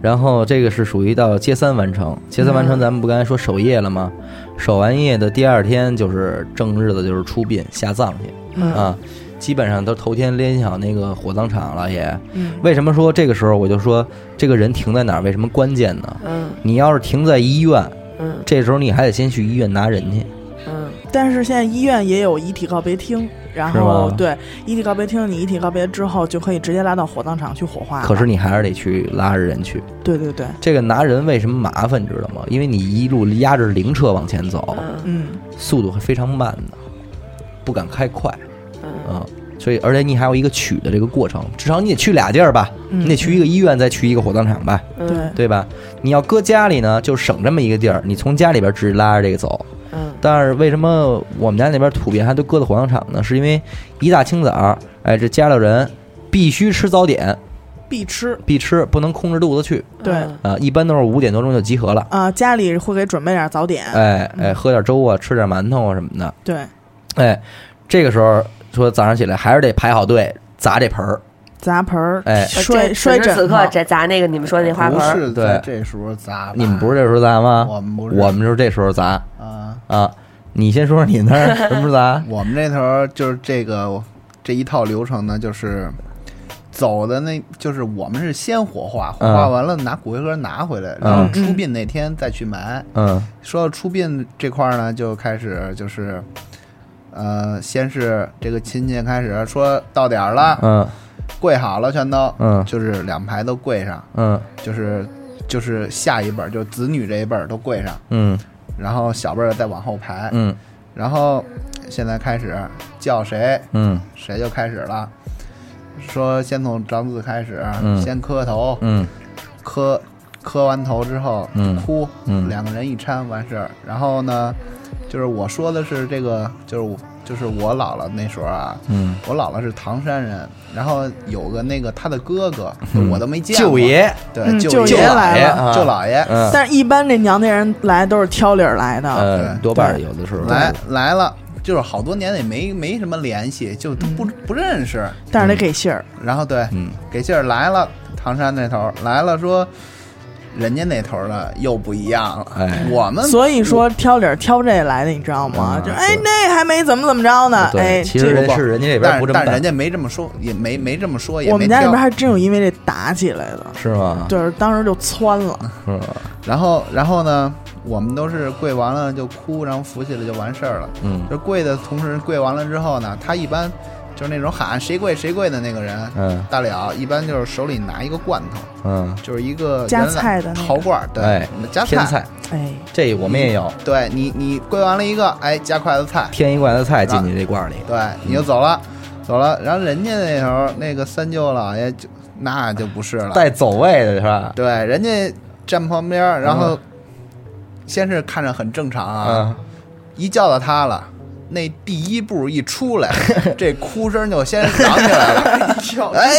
D: 然后这个是属于到接三完成，接三
C: 嗯
D: 完成，咱们不刚才说守夜了吗？守完夜的第二天就是正日子，就是出殡下葬去
C: 嗯
D: 啊。基本上都头天联想那个火葬场了也。
C: 嗯
D: 为什么说这个时候我就说这个人停在哪儿？为什么关键呢？
B: 嗯
D: 你要是停在医院，
B: 嗯
D: 这时候你还得先去医院拿人去。
B: 嗯，
C: 但是现在医院也有遗体告别厅，然后
D: 是吗
C: 对遗体告别厅，你遗体告别之后就可以直接拉到火葬场去火化了。
D: 可是你还是得去拉着人去。
C: 对对对，
D: 这个拿人为什么麻烦，你知道吗？因为你一路压着灵车往前走，
B: 嗯
C: 嗯
D: 速度会非常慢的，不敢开快
B: 嗯
D: 啊、所以，而且你还有一个取的这个过程，至少你得去俩地儿吧，
C: 嗯
D: 你得去一个医院，再去一个火葬场吧，
C: 对
B: 嗯。
D: 对吧？你要搁家里呢，就省这么一个地儿，你从家里边直接拉着这个走。
B: 嗯
D: 但是为什么我们家那边土鳖还都搁在火葬场呢？是因为一大清早儿，哎，这家里人必须吃早点，
C: 必吃
D: 必吃，不能空着肚子去
C: 对
B: 嗯
D: 啊、一般都是五点多钟就集合了。
C: 啊，家里会给准备点早点，
D: 哎
C: 嗯
D: 哎，喝点粥啊，吃点馒头啊什么的。
C: 对，
D: 哎，这个时候说早上起来还是得排好队砸这盆儿。
C: 砸盆儿，
D: 哎
C: 摔
B: 呃这
C: 摔
B: 此时
C: 枕
B: 此
C: 头，
B: 刻这砸那个你们说那花
E: 不
B: 盆儿，
E: 是在
D: 对
E: 这时候砸吧，
D: 你们不是这时候砸吗？
E: 我们不是
D: 我们就是这时候砸
E: 啊，
D: 啊。你先说说你那儿什么时
E: *laughs*
D: 候砸？
E: 我们这头儿就是这个这一套流程呢，就是走的那，就是我们是先火化，火化
D: 嗯
E: 完了拿骨灰盒拿回来，然
C: 嗯
E: 后出殡那天再去埋。
D: 嗯
E: 说到出殡这块儿呢，就开始就是，呃，先是这个亲戚开始说到点儿了，
D: 嗯
E: 跪好了，全都，
D: 嗯
E: 就是两排都跪上，
D: 嗯
E: 就是就是下一辈儿，就是子女这一辈儿都跪上，
D: 嗯
E: 然后小辈儿再往后排，
D: 嗯
E: 然后现在开始叫谁
D: 嗯
E: 谁就开始了，说先从长子开始，
D: 嗯
E: 先磕头，
D: 嗯
E: 磕磕完头之后就
D: 嗯
E: 哭，
D: 嗯
E: 两个人一搀完事儿。然后呢，就是我说的是这个，就是我就是我姥姥那时候啊，
D: 嗯，
E: 我姥姥是唐山人，然后有个那个他的哥哥，
D: 嗯
E: 我都没见过，
D: 舅爷，
E: 对
C: 嗯舅
E: 爷
C: 爷来
D: 了
E: 舅姥爷。
D: 嗯
C: 但是一般这娘家人来都是挑理儿来的，
D: 呃，
E: 对
D: 多半儿有的时候
E: 来来了，就是好多年也没没什么联系，就都不、不认识。
C: 但是得给信儿，
E: 然后对，
D: 嗯嗯
E: 给信儿来了，唐山那头儿来了说，人家那头儿的又不一样了。
D: 哎
E: 我们
C: 所以说挑理儿挑这来的，你知道吗？
D: 嗯
C: 就
D: 对啊
C: 哎那还没怎么怎么着呢，哎
D: 对，其实
C: 这
D: 人是人家这边
E: 但
D: 不这么
E: 但
D: 干
E: 人家没这么说，也没没这么说，也
C: 我
E: 没
C: 们家里
E: 挑
C: 边还真有因为这打起来的，
D: 是吗？
C: 就是当时就窜了。
D: 是吗？
E: 然后然后呢，我们都是跪完了就哭，然后扶起来就完事儿了。
D: 嗯
E: 就跪的同时跪完了之后呢，他一般就是那种喊谁跪谁跪的那个人，
D: 嗯
E: 大了一般就是手里拿一个罐头，
D: 嗯，
E: 就是一个
C: 夹
E: 原来
C: 菜的那个
E: 陶罐儿，对，
D: 哎
E: 夹
D: 添菜
C: 哎，
D: 这我们也有，
E: 对你你跪完了一个，哎，夹筷子菜，
D: 添一罐子菜进你这罐儿里，
E: 对，你
D: 嗯
E: 就走了，走了。然后人家那时候那个三舅老爷就那就不是了，
D: 带走位的是吧？
E: 对，人家站旁边儿，然后先是看着很正常啊，
D: 啊，
E: 一叫到他了。那第一步一出来，这哭声就先响起来
C: *laughs*
E: 了，哎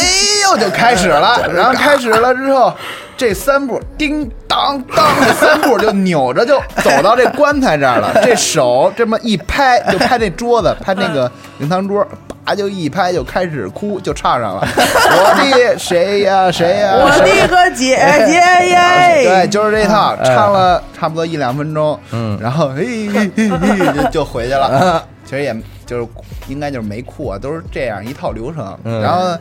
E: 呦就开始了。然后开始了之后，这三步叮当当，这三步就扭着就走到这棺材这儿了。这手这么一拍，就拍那桌子，拍那个灵堂桌，叭就一拍就开始哭，就唱上了。我的谁呀谁呀，
C: 我
E: 谁呀
C: 的个
E: *laughs*
C: 姐哎姐
E: 对，
C: 耶！
E: 就是这套，唱了差不多一两分钟，
D: 嗯
E: 然后嘿嘿嘿嘿就就回去了。其实也就是应该就是没哭啊，都是这样一套流程。
D: 嗯
E: 然后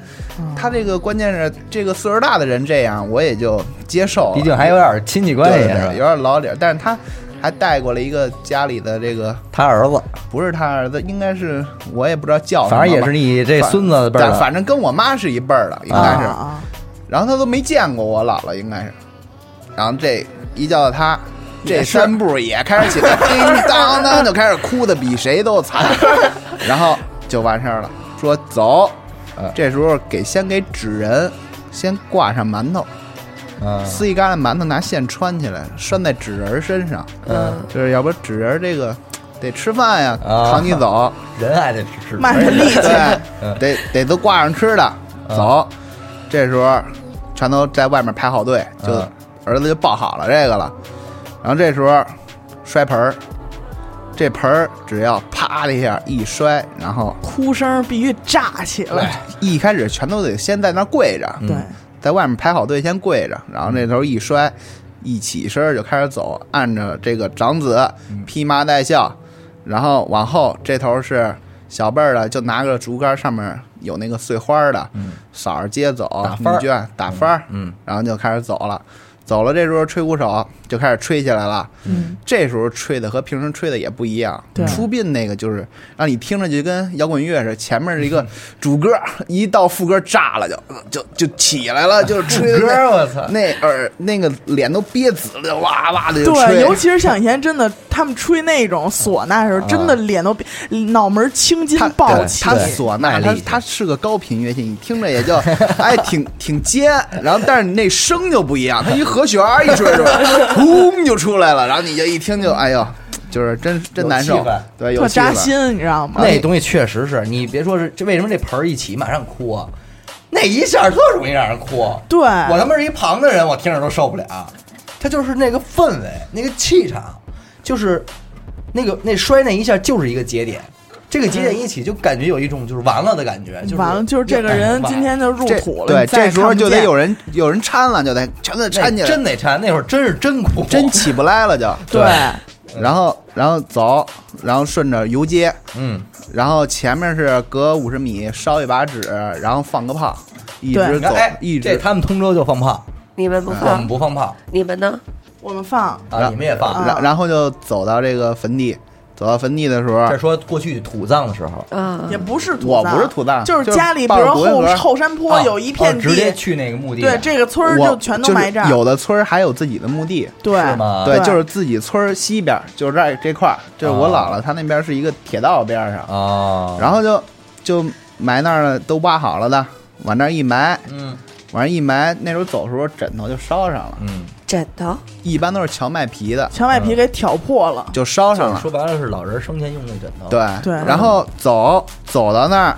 E: 他这个关键是这个岁数大的人这样，我也就接受了。
D: 毕竟还有点亲戚关
E: 对
D: 系
E: 对
D: 是
E: 有
D: 吧？
E: 点老点儿，但是他还带过了一个家里的这个，
D: 他儿子，
E: 不是他儿子，应该是我也不知道叫什么吧，
D: 反正也是你这孙子的辈儿
E: 反
D: 的，
E: 反正跟我妈是一辈儿的，应该是。
C: 啊，
E: 然后他都没见过我姥姥，应该是。然后这一叫到他，这三步也开始起来，叮当当就开始哭的比谁都
D: *laughs*
E: 惨，然后就完事儿了。说走呃
D: 嗯，
E: 这时候给先给纸人，先挂上馒头，
D: 嗯
E: 撕一疙瘩馒头拿线穿起来，拴在纸人身上，
D: 嗯，
E: 就是要不然纸人这个得吃饭呀，
D: 啊
E: 扛你走。
D: 人还得吃，
C: 卖着力气，
E: 对，得得都挂上吃的，走。这时候全都在外面排好队，就
D: 嗯
E: 儿子就抱好了这个了。然后这时候摔盆儿，这盆儿只要啪的一下一摔，然后哎
C: 哭声必须炸起来。
E: 一开始全都得先在那儿跪着，
C: 对，
E: 在外面排好队先跪着，然后那头一摔，一起身儿就开始走，按着这个长子
D: 嗯
E: 披麻戴孝，然后往后这头是小辈儿的，就拿个竹竿上面有那个碎花儿的，扫着街走
D: 嗯打，
E: 女
D: 幡儿
E: 眷打幡儿，
D: 嗯，
E: 然后就开始走了。走了，这时候吹鼓手就开始吹起来了。
C: 嗯，
E: 这时候吹的和平时吹的也不一样。
C: 对
E: 出殡那个就是让你听着就跟摇滚乐似的，前面是一个
C: 嗯
E: 主歌，一到副歌炸了就呃就就起来了，就是吹的
D: 歌
E: 那
D: 儿我操
E: 那耳那个脸都憋紫了，就哇哇的就
C: 对，
E: 吹。
C: 尤其是像以前真的，他们吹那种唢呐的时候，真的脸都脑门青筋
E: 啊他
C: 暴
E: 对
C: 起。
E: 他唢呐，
D: 卖
E: 啊他
D: 力
E: 他是个高频乐器，你听着也就哎挺挺尖，然后但是你那声就不一样，它一和弦儿一吹出来，轰就出来了，然后你就一听就哎呦，就是真真
D: 有
E: 难
D: 气
E: 受
D: 氛，
E: 对，有
C: 特
E: 气
C: 扎
E: 氛。
C: 心，你知道吗？
D: 那东西确实是你别说是这为什么这盆儿一起马上哭啊，那一下特容易让人哭。啊
C: 对，
D: 我他妈是一旁的人，我听着都受不了。啊他就是那个氛围，那个气场，就是那个那摔那一下就是一个节点，这个节点一起就感觉有一种就是完了的感觉，就是
C: 嗯
D: 哎
C: 完了，就是这个人今天就入
E: 这
C: 土了。
E: 哎对，
C: 你再
E: 这
C: 也
E: 时候
C: 看不
E: 就得
C: 见
E: 有人有人掺了，就得全都
D: 那
E: 掺起来，
D: 真得掺，那会儿真是真哭，
E: 真起不来了就。
C: 对嗯
E: 然后然后走，然后顺着游街，
D: *laughs* 嗯，
E: 然后前面是隔五十米烧一把纸，然后放个炮，一直
C: 对
E: 走
D: 哎，，
E: 一
D: 这
E: 直
D: 他们通州就放炮，
B: 你们不
C: 啊
D: 我们
B: 放，
D: 不放炮
B: 你们呢？
C: 我们放
D: 啊，你们也放。
C: 嗯
E: 然然后就走到这个坟地，走到坟地的时候
D: 这，说过去土葬的时候，
B: 啊
C: 也，不是土
E: 我
C: 葬
E: 不是土葬
C: 就是
E: 就是
C: 家里比
E: 抱
C: 如
E: 着骨灰
C: 后
E: 盒哦
C: 后山坡
D: 啊
C: 有一片
D: 啊
C: 地
D: 直，接去那个墓地，
C: 对这个村儿
E: 我
C: 就全都
E: 是
C: 埋这儿。
E: 有的村儿还有自己的墓地，
C: 对
D: 是吗
E: 对，
C: 对
E: 就是自己村儿西边儿，就是这儿这块儿，就是我姥姥她那边是一个铁道边儿上，
D: 啊，
E: 然后就就埋那儿了，都挖好了的，往那儿一埋，
D: 嗯
E: 往那儿一埋，那时候走的时候枕头就烧上了，
D: 嗯，
B: 枕头，
E: 一般都是荞麦皮的，
C: 墙外皮给挑破了，
E: 就烧上了。
D: 说白了是老人生前用那枕头，
E: 对
C: 对
E: 然后走走到那儿，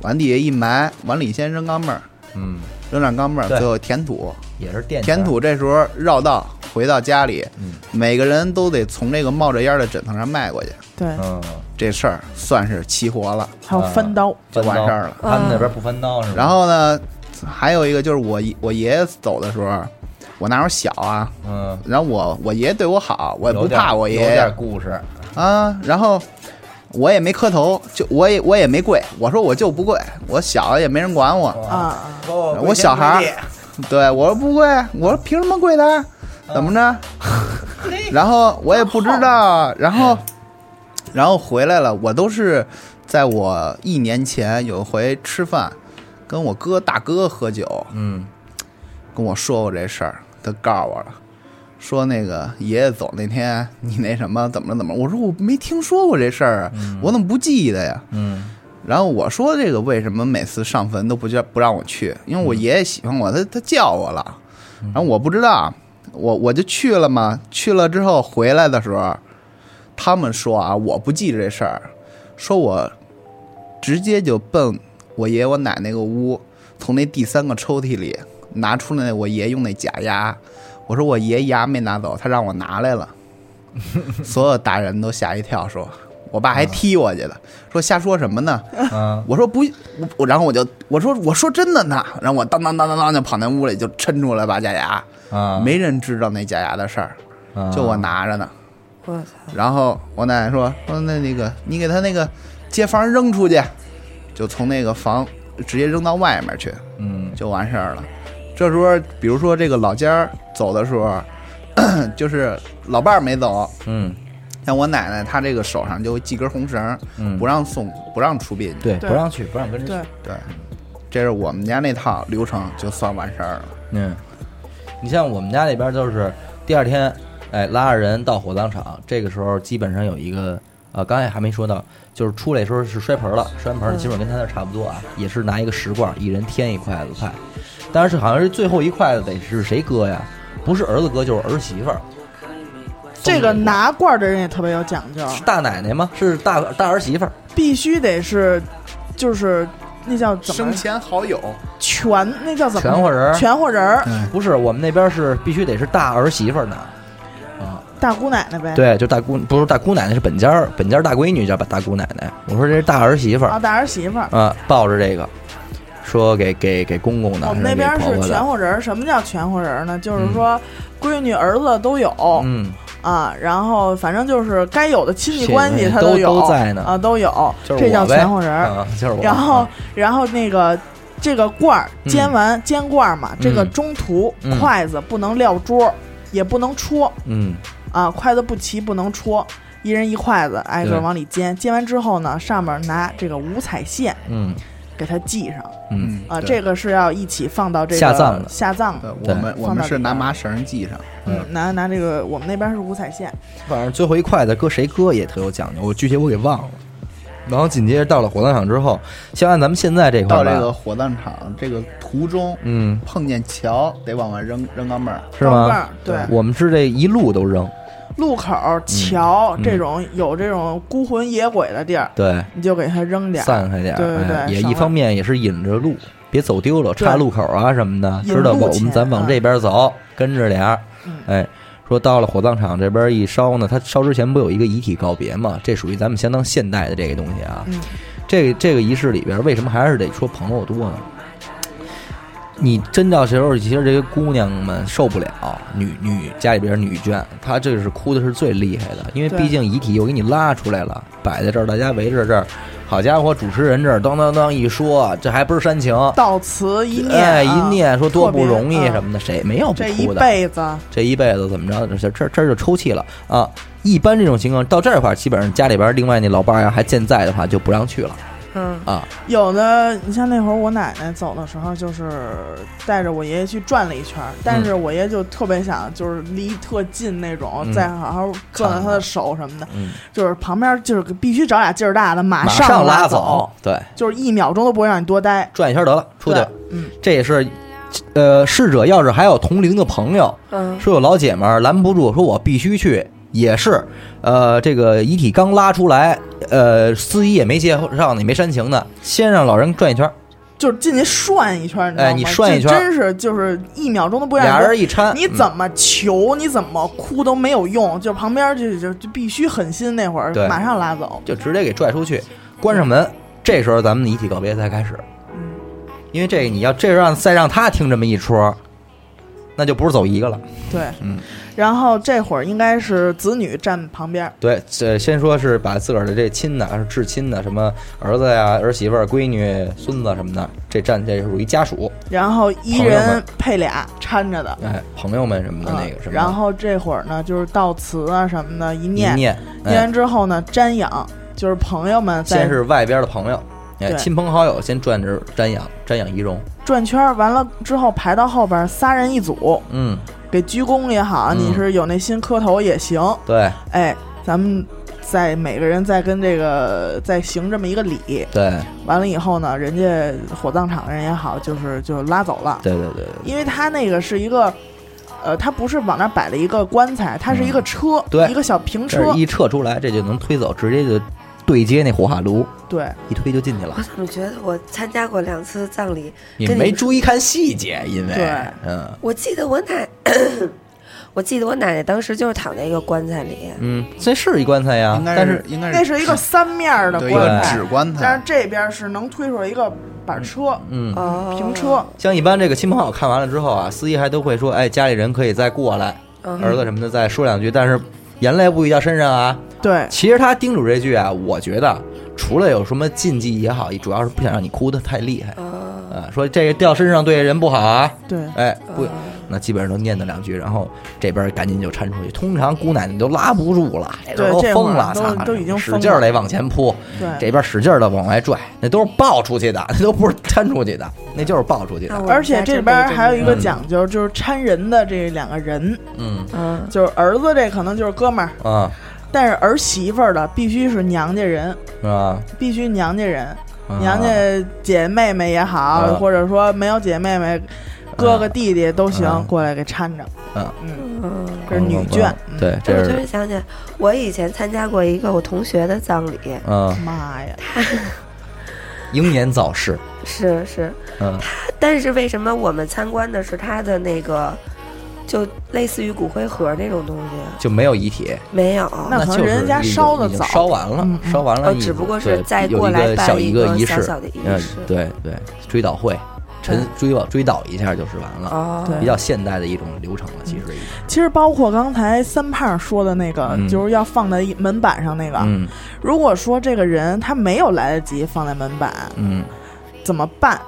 E: 往底下一埋，往里先扔钢镚儿，
D: 嗯，
E: 扔点钢镚儿，
D: 对
E: 最后填土。
D: 也是垫钱
E: 填土这时候绕道回到家里，
D: 嗯
E: 每个人都得从这个冒着烟儿的枕头上迈过去，
C: 对，
D: 嗯，
E: 这事儿算是齐活了。
C: 还
D: 啊
C: 有翻刀，
E: 就完事儿了
D: 他们那边不翻刀是吧？
E: 然后呢，还有一个就是我爷我爷爷走的时候，我那时候小啊，
D: 嗯，
E: 然后我我爷爷对我好，我也不
D: 有点
E: 怕我爷
D: 嗯有
E: 爷
D: 点故事，
E: 啊，然后我也没磕头，就我也我也没跪，我说我就不跪，我小也没人管我，
C: 啊啊，
E: 我小孩儿， *laughs* 对我说不跪，我说凭什么跪他？怎么着？ *laughs* 然后我也不知道，然后 *laughs* 然后回来了，我都是在我一年前有一回吃饭，跟我哥大哥喝酒，
D: 嗯，
E: 跟我说过这事儿，他告诉我了，说那个爷爷走那天你那什么怎么了怎么了？我说我没听说过这事儿啊，我怎么不记得呀？
D: 嗯，
E: 然后我说这个为什么每次上坟都不叫不让我去？因为我爷爷喜欢我，他他叫我了，然后我不知道，我我就去了嘛。去了之后回来的时候，他们说啊，我不记着这事儿，说我直接就奔我爷我奶奶个屋，从那第三个抽屉里拿出了那我爷用那假牙。我说我爷牙没拿走，他让我拿来了。所有大人都吓一跳，说我爸还踢我去了，说瞎说什么呢？
D: 嗯，
E: 我说不，我我然后我就我说我说真的呢，然后我当当当当当就跑那屋里就抻出来把假牙，
D: 啊，
E: 没人知道那假牙的事儿，
D: 啊，
E: 就我拿着呢。
B: 我操，
E: 然后我奶奶说说那那个你给他那个街房扔出去，就从那个房直接扔到外面去
D: 嗯，
E: 就完事儿了。这时候比如说这个老家儿走的时候， *clears throat* 就是老伴儿没走，
D: 嗯
E: 像我奶奶她这个手上就系根红绳儿，
D: 嗯，
E: 不让送不让出殡。
D: 对，
C: 对
D: 不让去，不让跟
C: 对
D: 着去，，
E: 对，这是我们家那套流程就算完事儿了。
D: 嗯，你像我们家那边就是第二天，哎，拉着人到火葬场，这个时候基本上有一个。呃，刚才还没说到，就是出来的时候是摔盆了，摔完盆儿基本跟他那差不多啊，也是拿一个石罐，一人添一筷子菜，但是好像是最后一筷子得是谁割呀？不是儿子割就是儿媳妇儿，
C: 这个拿罐儿的人也特别有讲究，
D: 是大奶奶吗？啊是大大儿媳妇儿，
C: 必须得是，就是那叫怎么
E: 生前好友，
C: 全那叫怎么
D: 全伙人儿
C: 全伙人儿
E: 嗯，
D: 不是，我们那边是必须得是大儿媳妇儿拿。啊，
C: 大姑奶奶呗。
D: 对，就大姑不是大姑奶奶是本家儿，本家儿大闺女叫大姑奶奶。我说这是大儿媳妇儿
C: 啊，大儿媳妇儿。
D: 啊，抱着这个，说给给给公公的，
C: 我们那
D: 还
C: 边儿
D: 给婆
C: 是
D: 婆
C: 全
D: 的。
C: 户人儿，什么叫全户人儿呢？就是说，闺女、儿子都有
D: 嗯，
C: 啊，然后反正就是该有的亲戚关系
D: 亲戚
C: 他有，
D: 都都在呢
C: 啊，都有，
D: 就是
C: 这
D: 我
C: 叫
D: 呗
C: 全户人儿。
D: 啊，就是我。
C: 然后，然后那个这个罐儿
D: 嗯
C: 煎完煎罐儿嘛，这个
D: 嗯
C: 中途
D: 嗯
C: 筷子不能撂桌，也不能戳
D: 嗯，
C: 啊，筷子不齐不能戳。一人一筷子，挨
D: 对
C: 个往里煎，煎完之后呢，上面拿这个五彩线
D: 嗯
C: 给它系上
D: 嗯
C: 啊，这个是要一起放到这个
D: 下葬的
C: 下葬的
E: 对，
D: 对
E: 我们我
C: 放
E: 们
C: 到
E: 是
C: 里
E: 拿
C: 边
E: 麻绳系上，
D: 嗯
C: 嗯，拿拿这个，我们那边是五彩线，
D: 嗯，反正最后一筷子搁谁搁也特有讲究，我具体我给忘了。然后紧接着到了火葬场之后，像按咱们现在这块
E: 到
D: 儿
E: 这
D: 吧，
E: 个火葬场这个途中，
D: 嗯，
E: 碰见桥得往外扔扔钢镚儿，
D: 是
C: 钢镚
D: 吗
C: 儿？对
D: 我们是这一路都扔，
C: 路口、桥
D: 嗯
C: 这种有这种孤魂野鬼的地儿，
D: 对，
C: 你就给它扔点儿，
D: 散开点儿，
C: 对对对
D: 哎也
C: 省
D: 一
C: 了
D: 方面也是引着路，别走丢了，
C: 对
D: 岔路口啊什么的，
C: 引
D: 知道
C: 路
D: 我我
C: 钱
D: 们咱往
C: 啊
D: 这边走，跟着点儿
C: 嗯，
D: 哎。说到了火葬场这边一烧呢，它烧之前不有一个遗体告别嘛？这属于咱们相当现代的这个东西啊。
C: 嗯
D: 这个这个仪式里边，为什么还是得说朋友多呢？你真到时候，其实这些姑娘们受不了，女女家里边女眷，她这是哭的是最厉害的，因为
C: 对
D: 毕竟遗体又给你拉出来了，摆在这儿，大家围着这儿，好家伙，主持人这儿当当当一说，这还不是煽情，
C: 悼词一念啊，
D: 哎，一念说多不容易
C: 特别
D: 什么的，谁没有
C: 嗯
D: 不
C: 这一
D: 哭的？
C: 辈子
D: 这一辈子怎么着，这这这就抽气了啊！一般这种情况到这块儿，基本上家里边另外那老伴儿要还健在的话，就不让去了
B: 嗯，
D: 啊。
C: 有的，你像那会儿我奶奶走的时候，就是带着我爷爷去转了一圈儿，
D: 嗯
C: 但是我爷就特别想就是离特近那种，
D: 嗯
C: 再好好攥攥
D: 看看
C: 他的手什么的，
D: 嗯，
C: 就是旁边就是必须找俩劲儿大的，马
D: 马上
C: 拉
D: 走，，对，
C: 就是一秒钟都不会让你多待，
D: 转一圈得了，出去
C: 对。，嗯，
D: 这也是，呃，逝者要是还有同龄的朋友，
B: 嗯，
D: 说有老姐们儿拦不住，说我必须去，也是，呃，这个遗体刚拉出来，呃，司仪也没介绍呢，也没煽情呢，先让老人转一圈儿，
C: 就是进去涮一圈儿，你知道
D: 哎
C: 吗？
D: 你涮一圈
C: 这真是就是一秒钟都不让
D: 俩
C: 你
D: 人一嗯掺，
C: 你怎么求，你怎么哭都没有用，就旁边就就就必须狠心，那会儿
D: 对
C: 马上拉走
D: 嗯，就直接给拽出去，关上门，这时候咱们的遗体告别才开始，
C: 嗯，
D: 因为这个你要这让再让他听这么一出，那就不是走一个了。
C: 对，
D: 嗯，
C: 然后这会儿应该是子女站旁边儿，
D: 对，这先说是把自个儿的这亲的，还是至亲的，什么儿子呀、儿媳妇儿、闺女、孙子什么的，这占这属于家属，
C: 然后一
D: 朋友们
C: 人配俩掺着的。
D: 哎，朋友们什么的那个
C: 嗯
D: 什么，
C: 然后这会儿呢，就是悼词啊什么的，一
D: 一
C: 念，
D: 念，
C: 念
D: 哎
C: 完，之后呢，瞻仰，就是朋友们
D: 先
C: 在
D: 是外边的朋友，哎，
C: 对
D: 亲朋好友先转着瞻仰，瞻仰仪容，
C: 转圈儿，完了之后排到后边儿，仨人一组，
D: 嗯，
C: 给鞠躬也好，
D: 嗯
C: 你是有那心磕头也行，
D: 对
C: 哎，咱们再每个人再跟这个再行这么一个礼，
D: 对
C: 完了以后呢，人家火葬场的人也好，就是就拉走了，
D: 对对对对，
C: 因为他那个是一个，呃，他不是往那儿摆了一个棺材，它是一个车，
D: 对
C: 一个小平
D: 这
C: 车
D: 儿，一撤出来，这就能推走，直接就对接那火化炉，
C: 对，
D: 一推就进去了
B: 我。怎么觉得我参加过两次葬礼？
D: 你
B: 啊跟你
D: 没
B: 说
D: 注意看细节，因为
C: 对
D: 嗯
B: 我记得我奶， *coughs* 我记得我奶奶当时就是躺在一个棺材里，
D: 嗯，这是一棺材呀
E: 应，该
D: 但
E: 是
D: 是
E: 应该是
C: 那是一个三面儿的
E: 对一
C: 棺
E: 个
C: 材
E: 纸，棺
C: 但是
E: 材，
C: 这边是能推出来一个板车、
D: 嗯，
B: 哦，
C: 平车，
D: 像一般这个亲朋好友看完了之后啊，司仪还都会说，哎，家里人可以再过来，
C: 嗯
D: 儿子什么的再说两句，但是眼泪不许掉身上啊。
C: 对，
D: 其实他叮嘱这句啊，我觉得除了有什么禁忌也好，主要是不想让你哭得太厉害。
C: 嗯
B: 哦，
D: 啊，说这个掉身上对人不好啊，
C: 对，
D: 哎，不
B: 哦，
D: 那基本上都念叨两句，然后这边赶紧就搀出去。通常姑奶奶都拉不住了，哎
C: 对
D: 都
C: 这会儿
D: 疯了，
C: 都
D: 操
C: 都已经
D: 使
C: 疯
D: 劲
C: 了
D: 儿得往前扑，
C: 对
D: 这边使劲的往外拽，那都是抱出去的，那都不是搀出去的，那就是抱出去
B: 那
D: 的。
B: 我
C: 而且这边还有一个
D: 嗯
C: 讲究，就是搀人的这两个人，
D: 嗯
B: 嗯
C: 就是儿子这可能就是哥们儿，
D: 啊
C: 但是儿媳妇儿的必须是娘家人，
D: 是吧？
C: 必须娘家人，
D: 啊
C: 娘家姐妹妹也好，
D: 啊
C: 或者说没有姐妹妹，哥哥弟弟都行，
D: 啊
C: 过来给搀着。
D: 啊哦
C: 嗯，
B: 嗯。
C: 这是女眷。嗯，
D: 对，
B: 这
D: 这
B: 我突然
D: 是
B: 想起来，我以前参加过一个我同学的葬礼，
D: 嗯，
C: 妈呀，
D: 英年早逝，
B: 是是，
D: 嗯
B: 但是为什么我们参观的是他的那个，就类似于骨灰盒那种东西？
D: 就没有遗体，
B: 没有，
C: 那可能
D: 就是
C: 人家
D: 已经
C: 烧得
D: 已经
C: 早
D: 烧完
C: 嗯
D: 了，
C: 嗯
D: 烧完了
B: 呃
D: 已经，
B: 只不过是
D: 对
B: 再
D: 有
B: 过
D: 一
B: 来
D: 个
B: 办
D: 小
B: 一
D: 一
B: 个
D: 仪
B: 小
D: 式
B: 小的仪，
D: 嗯
B: 式，嗯
D: 对对，追悼会，晨追悼追悼一下就是完了，
B: 哦，
C: 对
D: 比较现代的一种流程了，其实已经，
C: 其实包括刚才三胖说的那个，
D: 嗯
C: 就是要放在一门板上那个。
D: 嗯
C: 如果说这个人他没有来得及放在门板，
D: 嗯
C: 怎么办？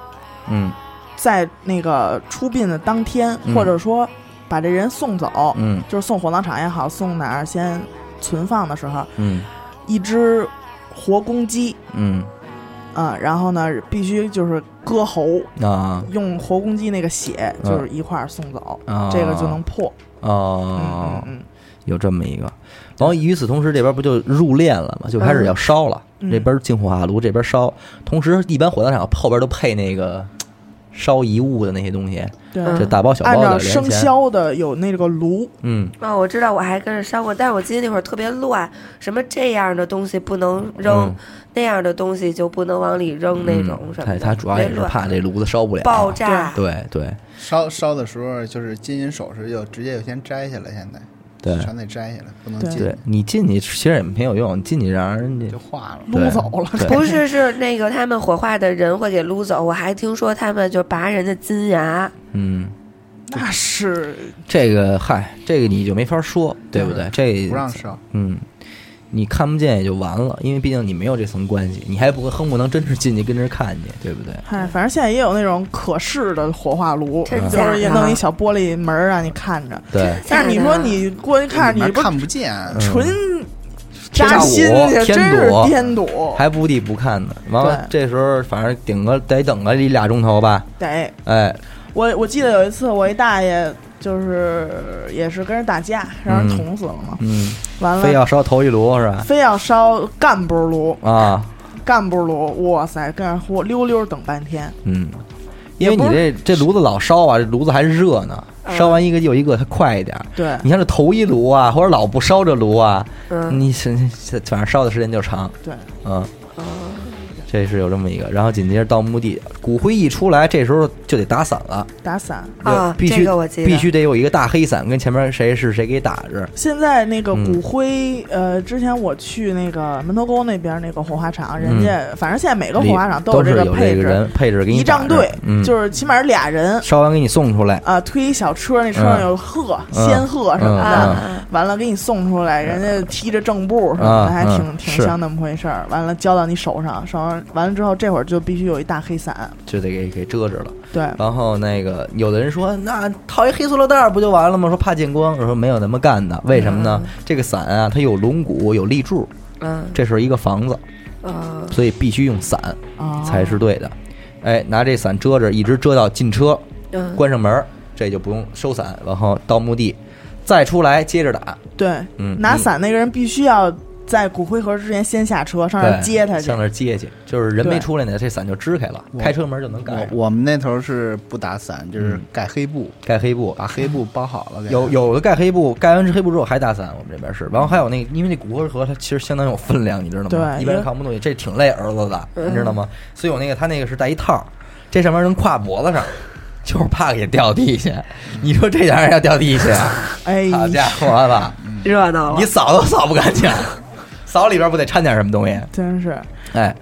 D: 嗯
C: 在那个出殡的当天，
D: 嗯
C: 或者说把这人送走，
D: 嗯
C: 就是送火葬场也好，送哪儿先存放的时候，
D: 嗯
C: 一只活公鸡，
D: 嗯
C: 啊，然后呢，必须就是割喉，
D: 嗯啊
C: 用活公鸡那个血，就是一块儿送走，
D: 嗯啊，
C: 这个就能破。
D: 哦，
C: 嗯嗯
D: 有这么一个。然后与此同时，这边不就入殓了
B: 嗯
D: 嘛，就开始要烧了。
C: 嗯
D: 这边进火化炉，这边烧。同时，一般火葬场后边都配那个嘖烧遗物的那些东西，
C: 嗯，对。
D: 这大包小
C: 按
D: 包
C: 照
D: 的
C: 生
D: 连钱。
C: 肖的有那个炉，
D: 嗯，
B: 哦，我知道，我还跟着烧过，但是我记得那会儿特别乱，什么这样的东西不能扔，
D: 嗯
B: 那样的东西就不能往里扔那种什么
D: 他
B: 的。
D: 他主要也是
B: 特别乱
D: 怕这炉子烧不了
B: 爆。炸，
D: 对对
E: 烧烧的时候就是金银首饰就直接就先摘下来，现在
D: 对
E: 全得摘下来，不能
C: 对
E: 进
D: 对，你
B: 嗯
D: 进去其实也没有用，你进去让人家
E: 就化了。
C: 撸
D: 对
C: 走了。
D: 对
B: 不
D: *laughs*
B: 是是那个他们火化的人会给撸走，我还听说他们就拔人的金牙，
D: 嗯，
C: 那是
D: 这个嗨，这个你就没法说，对不对？这
E: 不让烧，
D: 嗯，你看不见也就完了，因为毕竟你没有这层关系，你还不会恨不能真是进去跟着看去，对不对？
C: 嗨，哎反正现在也有那种可视的火化炉，
B: 真
C: 就
B: 假
C: 是也
B: 的啊
C: 弄一小玻璃门儿让啊你看着。
D: 对，哎
C: 但是你说你过去看，
E: 里
C: 你
E: 面
C: 不是
E: 看不嗯见，
C: 纯
D: 嗯
C: 扎心去，
D: 天
C: 真是
D: 躲
C: 添堵，
D: 还不地不看呢。完了，这时候反正顶个得等个一俩钟头吧。
C: 得
D: 哎，
C: 我我记得有一次，我一大爷就是也是跟人打架，让人
D: 嗯
C: 捅死了嘛。
D: 嗯，
C: 完了，
D: 非要烧头一炉是吧？
C: 非要烧干部炉，
D: 啊，
C: 干部炉，哇塞，跟那呼溜溜等半天。
D: 嗯，因为你这这炉子老烧啊，这炉子还热呢，烧完一个又一个，它快一点。
C: 对，
D: 你像这头一炉啊，或者老不烧这炉啊，
B: 嗯，
D: 你是反正烧的时间就长。
C: 对，
D: 嗯，啊这是有这么一个。然后紧接着到墓地，骨灰一出来，这时候就得打伞了，
C: 打伞。
B: 啊
D: 就必须、
B: 这个我记得
D: 必须得有一个大黑伞跟前面谁是谁给打着。
C: 现在那个
D: 嗯
C: 骨灰，呃，之前我去那个门头沟那边那个火化场，人家、反正现在每个火化场
D: 嗯里
C: 有
D: 是
C: 个
D: 有
C: 配
D: 这个
C: 置，
D: 人配置给你
C: 仪
D: 打
C: 仗
D: 着
C: 队，
D: 嗯，
C: 就是起码是俩人
D: 烧完给你送出来，
C: 啊、推一小车，那车上有鹤、
D: 嗯
C: 仙鹤什么
D: 嗯
C: 的。
B: 啊
D: 嗯
B: 啊
C: 完了，给你送出来，人家踢着正步什么
D: 啊
C: 的，还
D: 嗯
C: 挺、挺
D: 是
C: 像那么回事儿。完了，交到你手上，手上完了之后，这会儿就必须有一大黑伞。
D: 就得给给遮着了。
C: 对，
D: 然后那个有的人说，那套一黑塑料袋儿不就完了吗？说怕见光，我说没有那么干的，为什么呢？
C: 嗯
D: 这个伞啊，它有龙骨，有立柱，
B: 嗯
D: 这是一个房子，
B: 嗯
D: 所以必须用伞
C: 啊，
D: 才是对的。哎，拿这伞遮着，一直遮到进车，
B: 嗯，
D: 关上门儿，这就不用收伞，然后到墓地，再出来接着打。
C: 对，
D: 嗯，
C: 拿
D: 你
C: 伞那个人必须要在骨灰盒之前先下车，上那儿
D: 对
C: 接他去
D: 上。那儿接去，就是人没
C: 对
D: 出来呢，这伞就支开了，
E: 我
D: 开车门就能盖
E: 我
D: 上，
E: 我们那头是不打伞，就是
D: 嗯
E: 盖黑布，
D: 盖黑布。
E: 把黑布包好了。给
D: 有有的盖黑布，盖完黑布之后还打伞，我们这边是。然后还有那个，因为那骨灰盒它其实相当有分量，你知道吗？
C: 对嗯
D: 一
C: 因
D: 般
C: 为
D: 人扛不动去，这挺累儿子的，你知道吗？所以我那个他那个是带一套儿，这上面能挎脖子上， *laughs* 就是怕给掉地下。你说这家人要掉地下，
C: 哎，
D: 好家伙吧，
B: 热闹了
D: 你。扫都扫不干净，扫里边不得掺点什么东西？
C: 真是
D: 哎，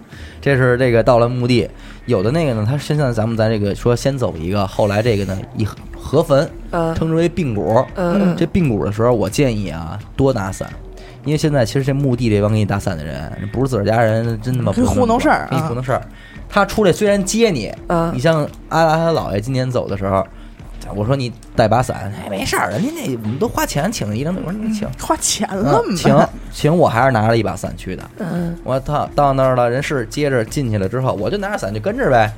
D: 这是这个到了墓地，有的那个呢，他现在咱们咱这个说先走一个，后来这个呢一合合坟，
B: 嗯
D: 称之为并骨。
B: 嗯
D: 这并骨的时候，我建议啊多打伞，因为现在其实这墓地这帮给你打伞的人，不是自个儿家人，真他妈不是
C: 可以糊弄事儿
D: 给你
C: 啊
D: 糊弄事儿。他出来虽然接你，
B: 嗯
D: 你像阿拉他姥爷今年走的时候。我说你带把伞，哎，没事儿，人家那我们都花钱请了一张，我说你请，
C: 花钱了
D: 嗯
C: 嘛？
D: 请
C: *laughs*
D: 请，我还是拿着一把伞去的，
B: 嗯
D: 我操，到那儿了，人是接着进去了之后，我就拿着伞就跟着呗。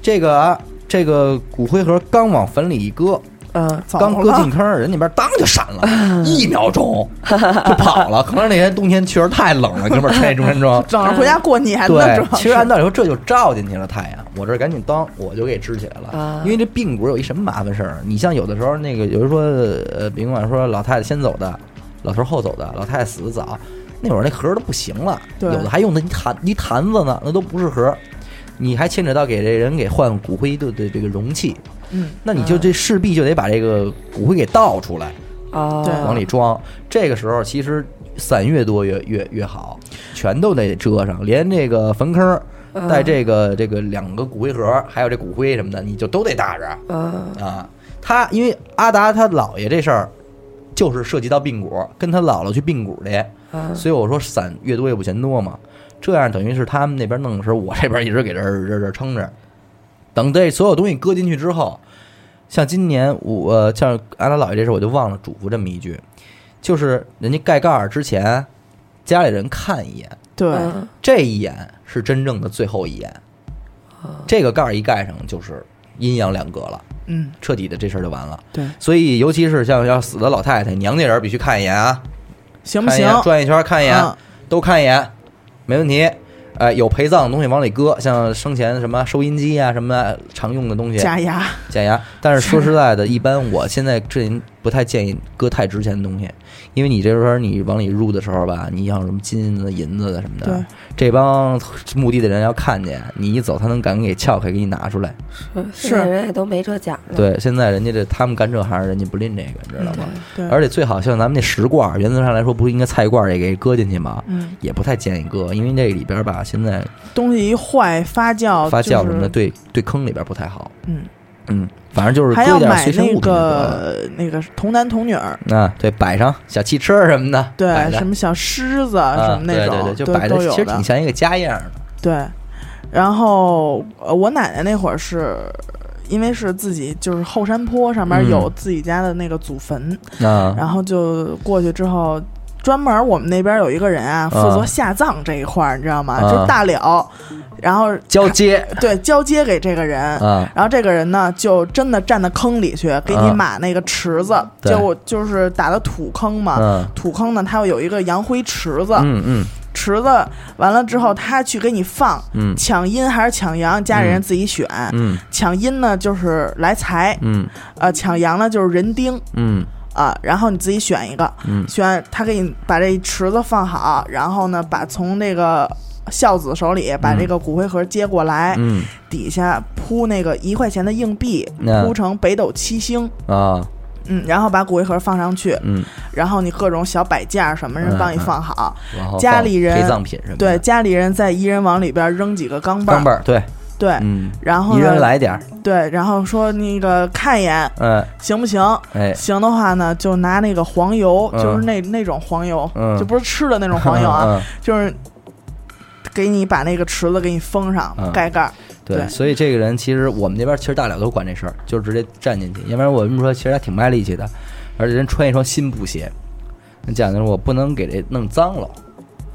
D: 这个啊这个骨灰盒刚往坟里一搁，
B: 嗯
C: 走
D: 刚搁
C: 了。
D: 进坑儿，人那边当就闪了，一秒钟就跑了。可能是那天冬天确实太冷了，哥们儿穿一中山装
C: 整着回家过年呢，主
D: 嗯对，
C: 要
D: 其实
C: 是
D: 按道理说这就照进去了太阳，我这儿赶紧当我就给支起来了
B: 啊，
D: 因为这髌骨有一什么麻烦事儿？啊你像有的时候那个有人说呃，甭管说老太太先走的，老头儿后走的，老太太死的早，那会儿那盒儿都不行了，有
C: 对
D: 的还用的一坛一坛子呢，那都不是盒儿，你还牵扯到给这人给换骨灰的的这个容器，
C: 嗯，
D: 那你就这势必就得把这个骨灰给倒出来
B: 哦，
C: 对
D: 往里装，这个时候其实伞越多越越越好，全都得遮上，连这个坟坑儿。
B: 嗯
D: 带这个这个两个骨灰盒，还有这骨灰什么的，你就都得打着
B: 嗯
D: 啊。他因为阿达他姥爷这事儿，就是涉及到髌骨，跟他姥姥去髌骨去，
B: 嗯
D: 所以我说伞越多越不嫌多嘛。这样等于是他们那边弄的时候，我这边一直给这儿这儿这儿撑着。等这所有东西搁进去之后，像今年我、呃、像安达姥爷这事，我就忘了嘱咐这么一句，就是人家盖盖儿之前，家里人看一眼，
C: 对，
B: 嗯
D: 这一眼是真正的最后一眼。
C: 啊
D: 这个盖儿一盖上，就是阴阳两隔了，
C: 嗯，
D: 彻底的这事儿就完了。
C: 对，
D: 所以，尤其是像要死的老太太、娘家人，必须看一眼啊，
C: 行不
D: 看一
C: 行？
D: 眼，转一圈看一眼，
C: 嗯
D: 都看一眼，没问题。哎、有陪葬的东西往里搁，像生前什么收音机啊、什么的常用的东西，
C: 假牙
D: 假牙。但是说实在的，一般我现在这人不太建议搁太值钱的东西，因为你这时候你往里入的时候吧，你像什么金子、银子的啊什么的
C: 对，
D: 这帮墓地的人要看见你一走，他能敢给撬开，给你拿出来。
B: 现在人也都没这讲究。
D: 对，现在人家这他们干这行，人家不吝这个，你知道吗？
C: 嗯对，
D: 而且最好像咱们那石罐儿，原则上来说，不是应该菜罐儿也给搁进去吗？
C: 嗯，
D: 也不太建议搁，因为这里边吧，现在
C: 东西一坏发酵
D: 发酵
C: 哦就
D: 什
C: 是
D: 么的，对对坑里边不太好。
C: 嗯，
D: 嗯，反正就是
C: 还
D: 搁
C: 要
D: 点
C: 买
D: 随身物
C: 那
D: 品就得了。
C: 个那个童男童女儿，
D: 啊，对，摆上小汽车什么的，
C: 对
D: 摆，的
C: 什么小狮子什
D: 啊，
C: 么那
D: 对对
C: 种，
D: 对，就
C: 都
D: 摆的
C: 都有
D: 其实
C: 的
D: 挺像一个家样的。
C: 对，然后呃，我奶奶那会儿是因为是自己就是后山坡上面
D: 嗯
C: 有自己家的那个祖坟，
D: 啊
C: 嗯然后就过去之后。专门儿我们那边有一个人啊，负责
D: 啊
C: 下葬这一块儿，你知道吗？
D: 啊
C: 就大了，然后
D: 交接
C: 对交接给这个人，
D: 啊，
C: 然后这个人呢就真的站到坑里去，给你
D: 啊
C: 码那个池子，
D: 对
C: 结果就是打的土坑嘛。
D: 嗯
C: 土坑呢，它会有一个洋灰池子，
D: 嗯嗯
C: 池子完了之后，他去给你放，
D: 嗯
C: 抢阴还是抢阳，家里人自己选。
D: 嗯
C: 抢阴呢就是来财，
D: 嗯
C: 呃，抢阳呢就是人丁
D: 嗯
C: 啊、然后你自己选一个，
D: 嗯
C: 选他给你把这池子放好，然后呢把从这个孝子手里把这个骨灰盒接过来，
D: 嗯
C: 底下铺那个一块钱的硬币，
D: 嗯
C: 铺成北斗七星，
D: 啊，
C: 嗯，然后把骨灰盒放上去，
D: 嗯，
C: 然后你各种小摆件儿什么
D: 嗯
C: 人帮你
D: 嗯
C: 放好，
D: 然后
C: 家
D: 放
C: 里人
D: 陪葬品什么的，
C: 对，家里人在一人往里边扔几个钢镚
D: 钢
C: 儿，
D: 镚儿，对，
C: 对，
D: 嗯，
C: 然后
D: 一人
C: 呢
D: 来点儿，
C: 对，然后说那个看一眼
D: 嗯，
C: 行不行？
D: 哎，
C: 行的话呢，就拿那个黄油，
D: 嗯
C: 就是那那种黄油，
D: 嗯
C: 就不是吃的那种黄油啊，
D: 嗯，
C: *laughs* 就是给你把那个池子给你封上，
D: 嗯
C: 盖盖儿。
D: 嗯对，
C: 对
D: 所以这个人其实我们那边其实大了都管这事儿，就直接站进去，要不然我这么说其实还挺卖力气的，而且人穿一双新布鞋，人讲究是我不能给这弄脏了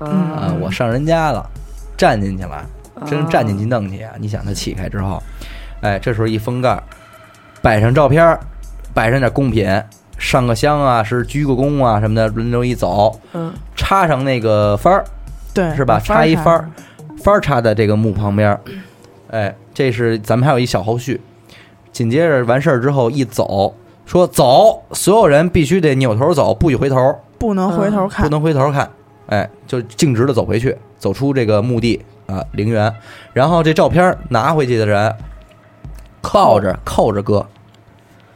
B: 嗯
D: 啊，我上人家了，站进去了，真站进去弄去啊！你想他起开之后，哎，这时候一封盖儿，摆上照片儿，摆上点贡品，上个香啊，是鞠个躬啊什么的，轮流一走，
C: 嗯，
D: 插上那个幡儿
C: 对，
D: 是吧？
C: 把
D: 插一哎幡
C: 翻
D: 儿，幡儿插在这个墓旁边儿，哎，这是咱们还有一小后续。紧接着完事儿之后一走，说走，所有人必须得扭头走，不许回头。
C: 不能回头
D: 不
C: 看。
D: 能回头看，哎，就径直的走回去，走出这个墓地啊、陵园，然后这照片拿回去的人靠
C: 嗯
D: 着扣着搁，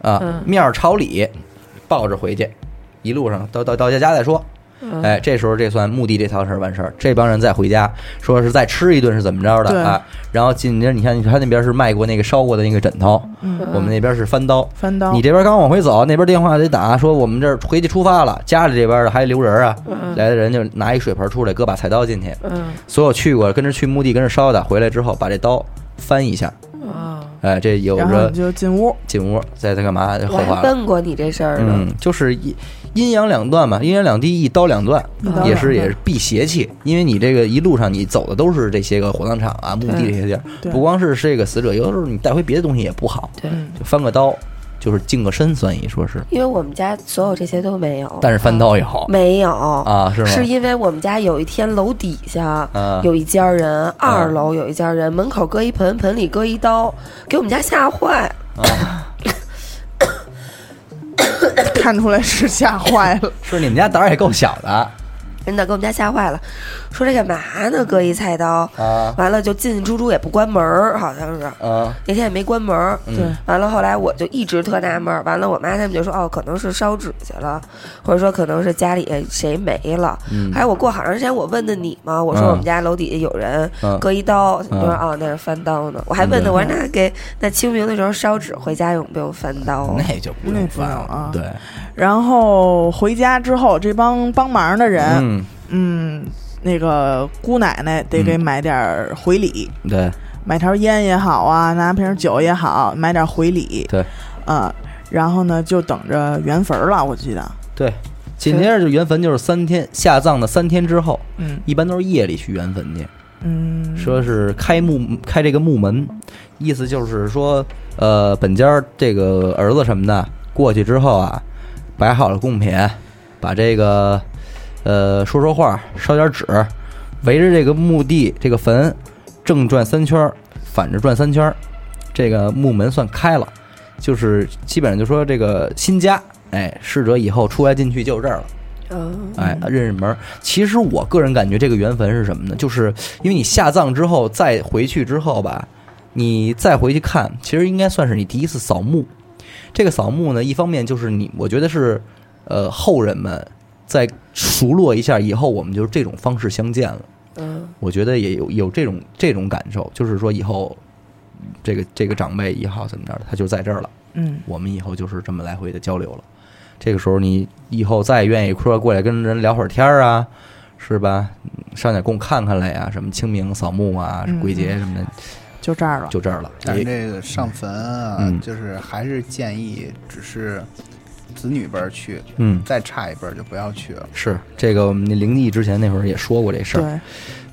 D: 啊、
A: 嗯
D: 面儿朝里抱着回去，一路上到到到家家再说。
C: 嗯
D: 哎，这时候这算墓地这套事儿完事儿，这帮人再回家，说是再吃一顿是怎么着
C: 对
D: 的啊？然后紧接着你看，他那边是卖过那个烧过的那个枕头，
C: 嗯，
D: 我们那边是翻刀，
C: 翻刀，
D: 你这边刚往回走，那边电话得打，说我们这儿回去出发了，家里这边的还留人啊，
C: 嗯
D: 来的人就拿一水盆出来，搁把菜刀进去，
A: 嗯
D: 所有去过跟着去墓地跟着烧的，回来之后把这刀翻一下，
A: 啊
D: 哎，这有
C: 然后
D: 着
C: 你就进
D: *laughs*
C: 屋。
D: 进屋，再再干嘛
B: 我
D: 后
B: 还
D: 话了。
B: 问过你这事儿呢。
D: 嗯，就是一阴阳两断嘛，阴阳两地，一刀两断
C: 一刀，两
D: 也是
C: 断
D: 也是避邪气，因为你这个一路上你走的都是这些个火葬场啊、墓地这些地儿，
C: 对
D: 不光是这个死者，有的时候你带回别的东西也不好，
A: 对
C: 嗯
D: 就翻个刀，就是净个身，算一说是。
B: 因为我们家所有这些都没有，
D: 但是翻刀也好
C: 嗯
B: 没有
D: 啊，是吗？
B: 是因为我们家有一天楼底下
D: 啊
B: 有一家人，二楼有一家人，门口搁一盆，盆里搁一刀，给我们家吓坏。
C: 看出来是吓坏
D: *laughs*
C: 了，
D: *laughs* 是你们家胆儿也够小的啊
B: 真的给我们家吓坏了，说这干嘛呢？搁一菜刀，
D: 啊
B: 完了就进进出出也不关门儿，好像是
D: 啊
C: 哦
B: 那天也没关门儿。
D: 嗯
C: 对
B: 完了，后来我就一直特纳闷儿。完了，我妈他们就说：“哦，可能是烧纸去了，或者说可能是家里谁没了。
D: 嗯
B: 还有，我过好长时间我问的你嘛，我说
D: 嗯
B: 我们家楼底下有人
D: 嗯
B: 割一刀，你就说
D: 嗯
B: 哦，那是翻刀呢。我还问他，
D: 嗯
B: 我说那给那清明的时候烧纸回家用不用翻刀？啊
D: 那就不用翻了
C: 那不啊
D: 对，
C: 然后回家之后，这帮帮忙的人，
D: 嗯，
C: 嗯，那个姑奶奶得给
D: 嗯
C: 买点儿回礼，
D: 对，
C: 买条烟也好啊，拿瓶酒也好，买点回礼。
D: 对，
C: 啊、然后呢，就等着圆坟儿了，我记得。
D: 紧接着就原坟就是三天下葬的三天之后，
C: 嗯
D: 一般都是夜里去原坟去，
C: 嗯，
D: 说是开墓开这个墓门，意思就是说，呃，本家儿这个儿子什么的过去之后啊，摆好了贡品，把这个呃说说话，烧点纸，围着这个墓地这个坟正转三圈儿，反着转三圈儿，这个墓门算开了，就是基本上就说这个新家，哎，逝者以后出来进去就是这儿了。
B: 嗯，
D: 哎，认识门儿。其实我个人感觉这个缘分是什么呢？就是因为你下葬之后再回去之后吧，你再回去看，其实应该算是你第一次扫墓。这个扫墓呢，一方面就是你，我觉得是呃后人们在熟络一下以后，我们就是这种方式相见了。
B: 嗯，
D: 我觉得也有有这种这种感受，就是说以后这个这个长辈也好怎么着的，他就在这儿了。
C: 嗯，
D: 我们以后就是这么来回的交流了。这个时候，你以后再愿意说过来跟人聊会儿天儿啊，是吧？嗯上点供看看来呀、什么清明扫墓啊
C: 嗯、哎
D: 鬼节什么的，
C: 就这儿了。
D: 就这儿了。哎
E: 但是
D: 也
E: 这个上坟啊，
D: 嗯
E: 就是还是建议，只是子女辈儿去，
D: 嗯，
E: 再差一辈儿就不要去了。
D: 是这个我们那灵异之前那会儿也说过这事儿。
C: 对，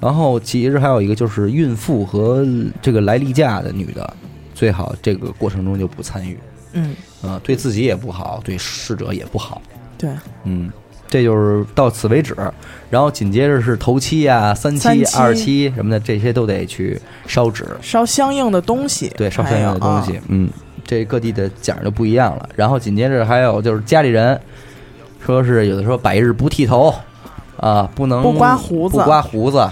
D: 然后其实还有一个就是孕妇和这个来例假的女的，最好这个过程中就不参与，
C: 嗯，
D: 啊、对自己也不好，对逝者也不好。
C: 对，
D: 嗯，这就是到此为止。然后紧接着是头七啊、三七、
C: 三七
D: 二七什么的，这些都得去烧纸，
C: 烧相应的东西，
D: 对，烧相
C: 还
D: 应
C: 有
D: 的东西。
C: 啊
D: 嗯，这各地的讲就不一样了。然后紧接着还有就是家里人，说是有的时候百日不剃头啊，不能
C: 不刮胡子
D: 不刮胡子。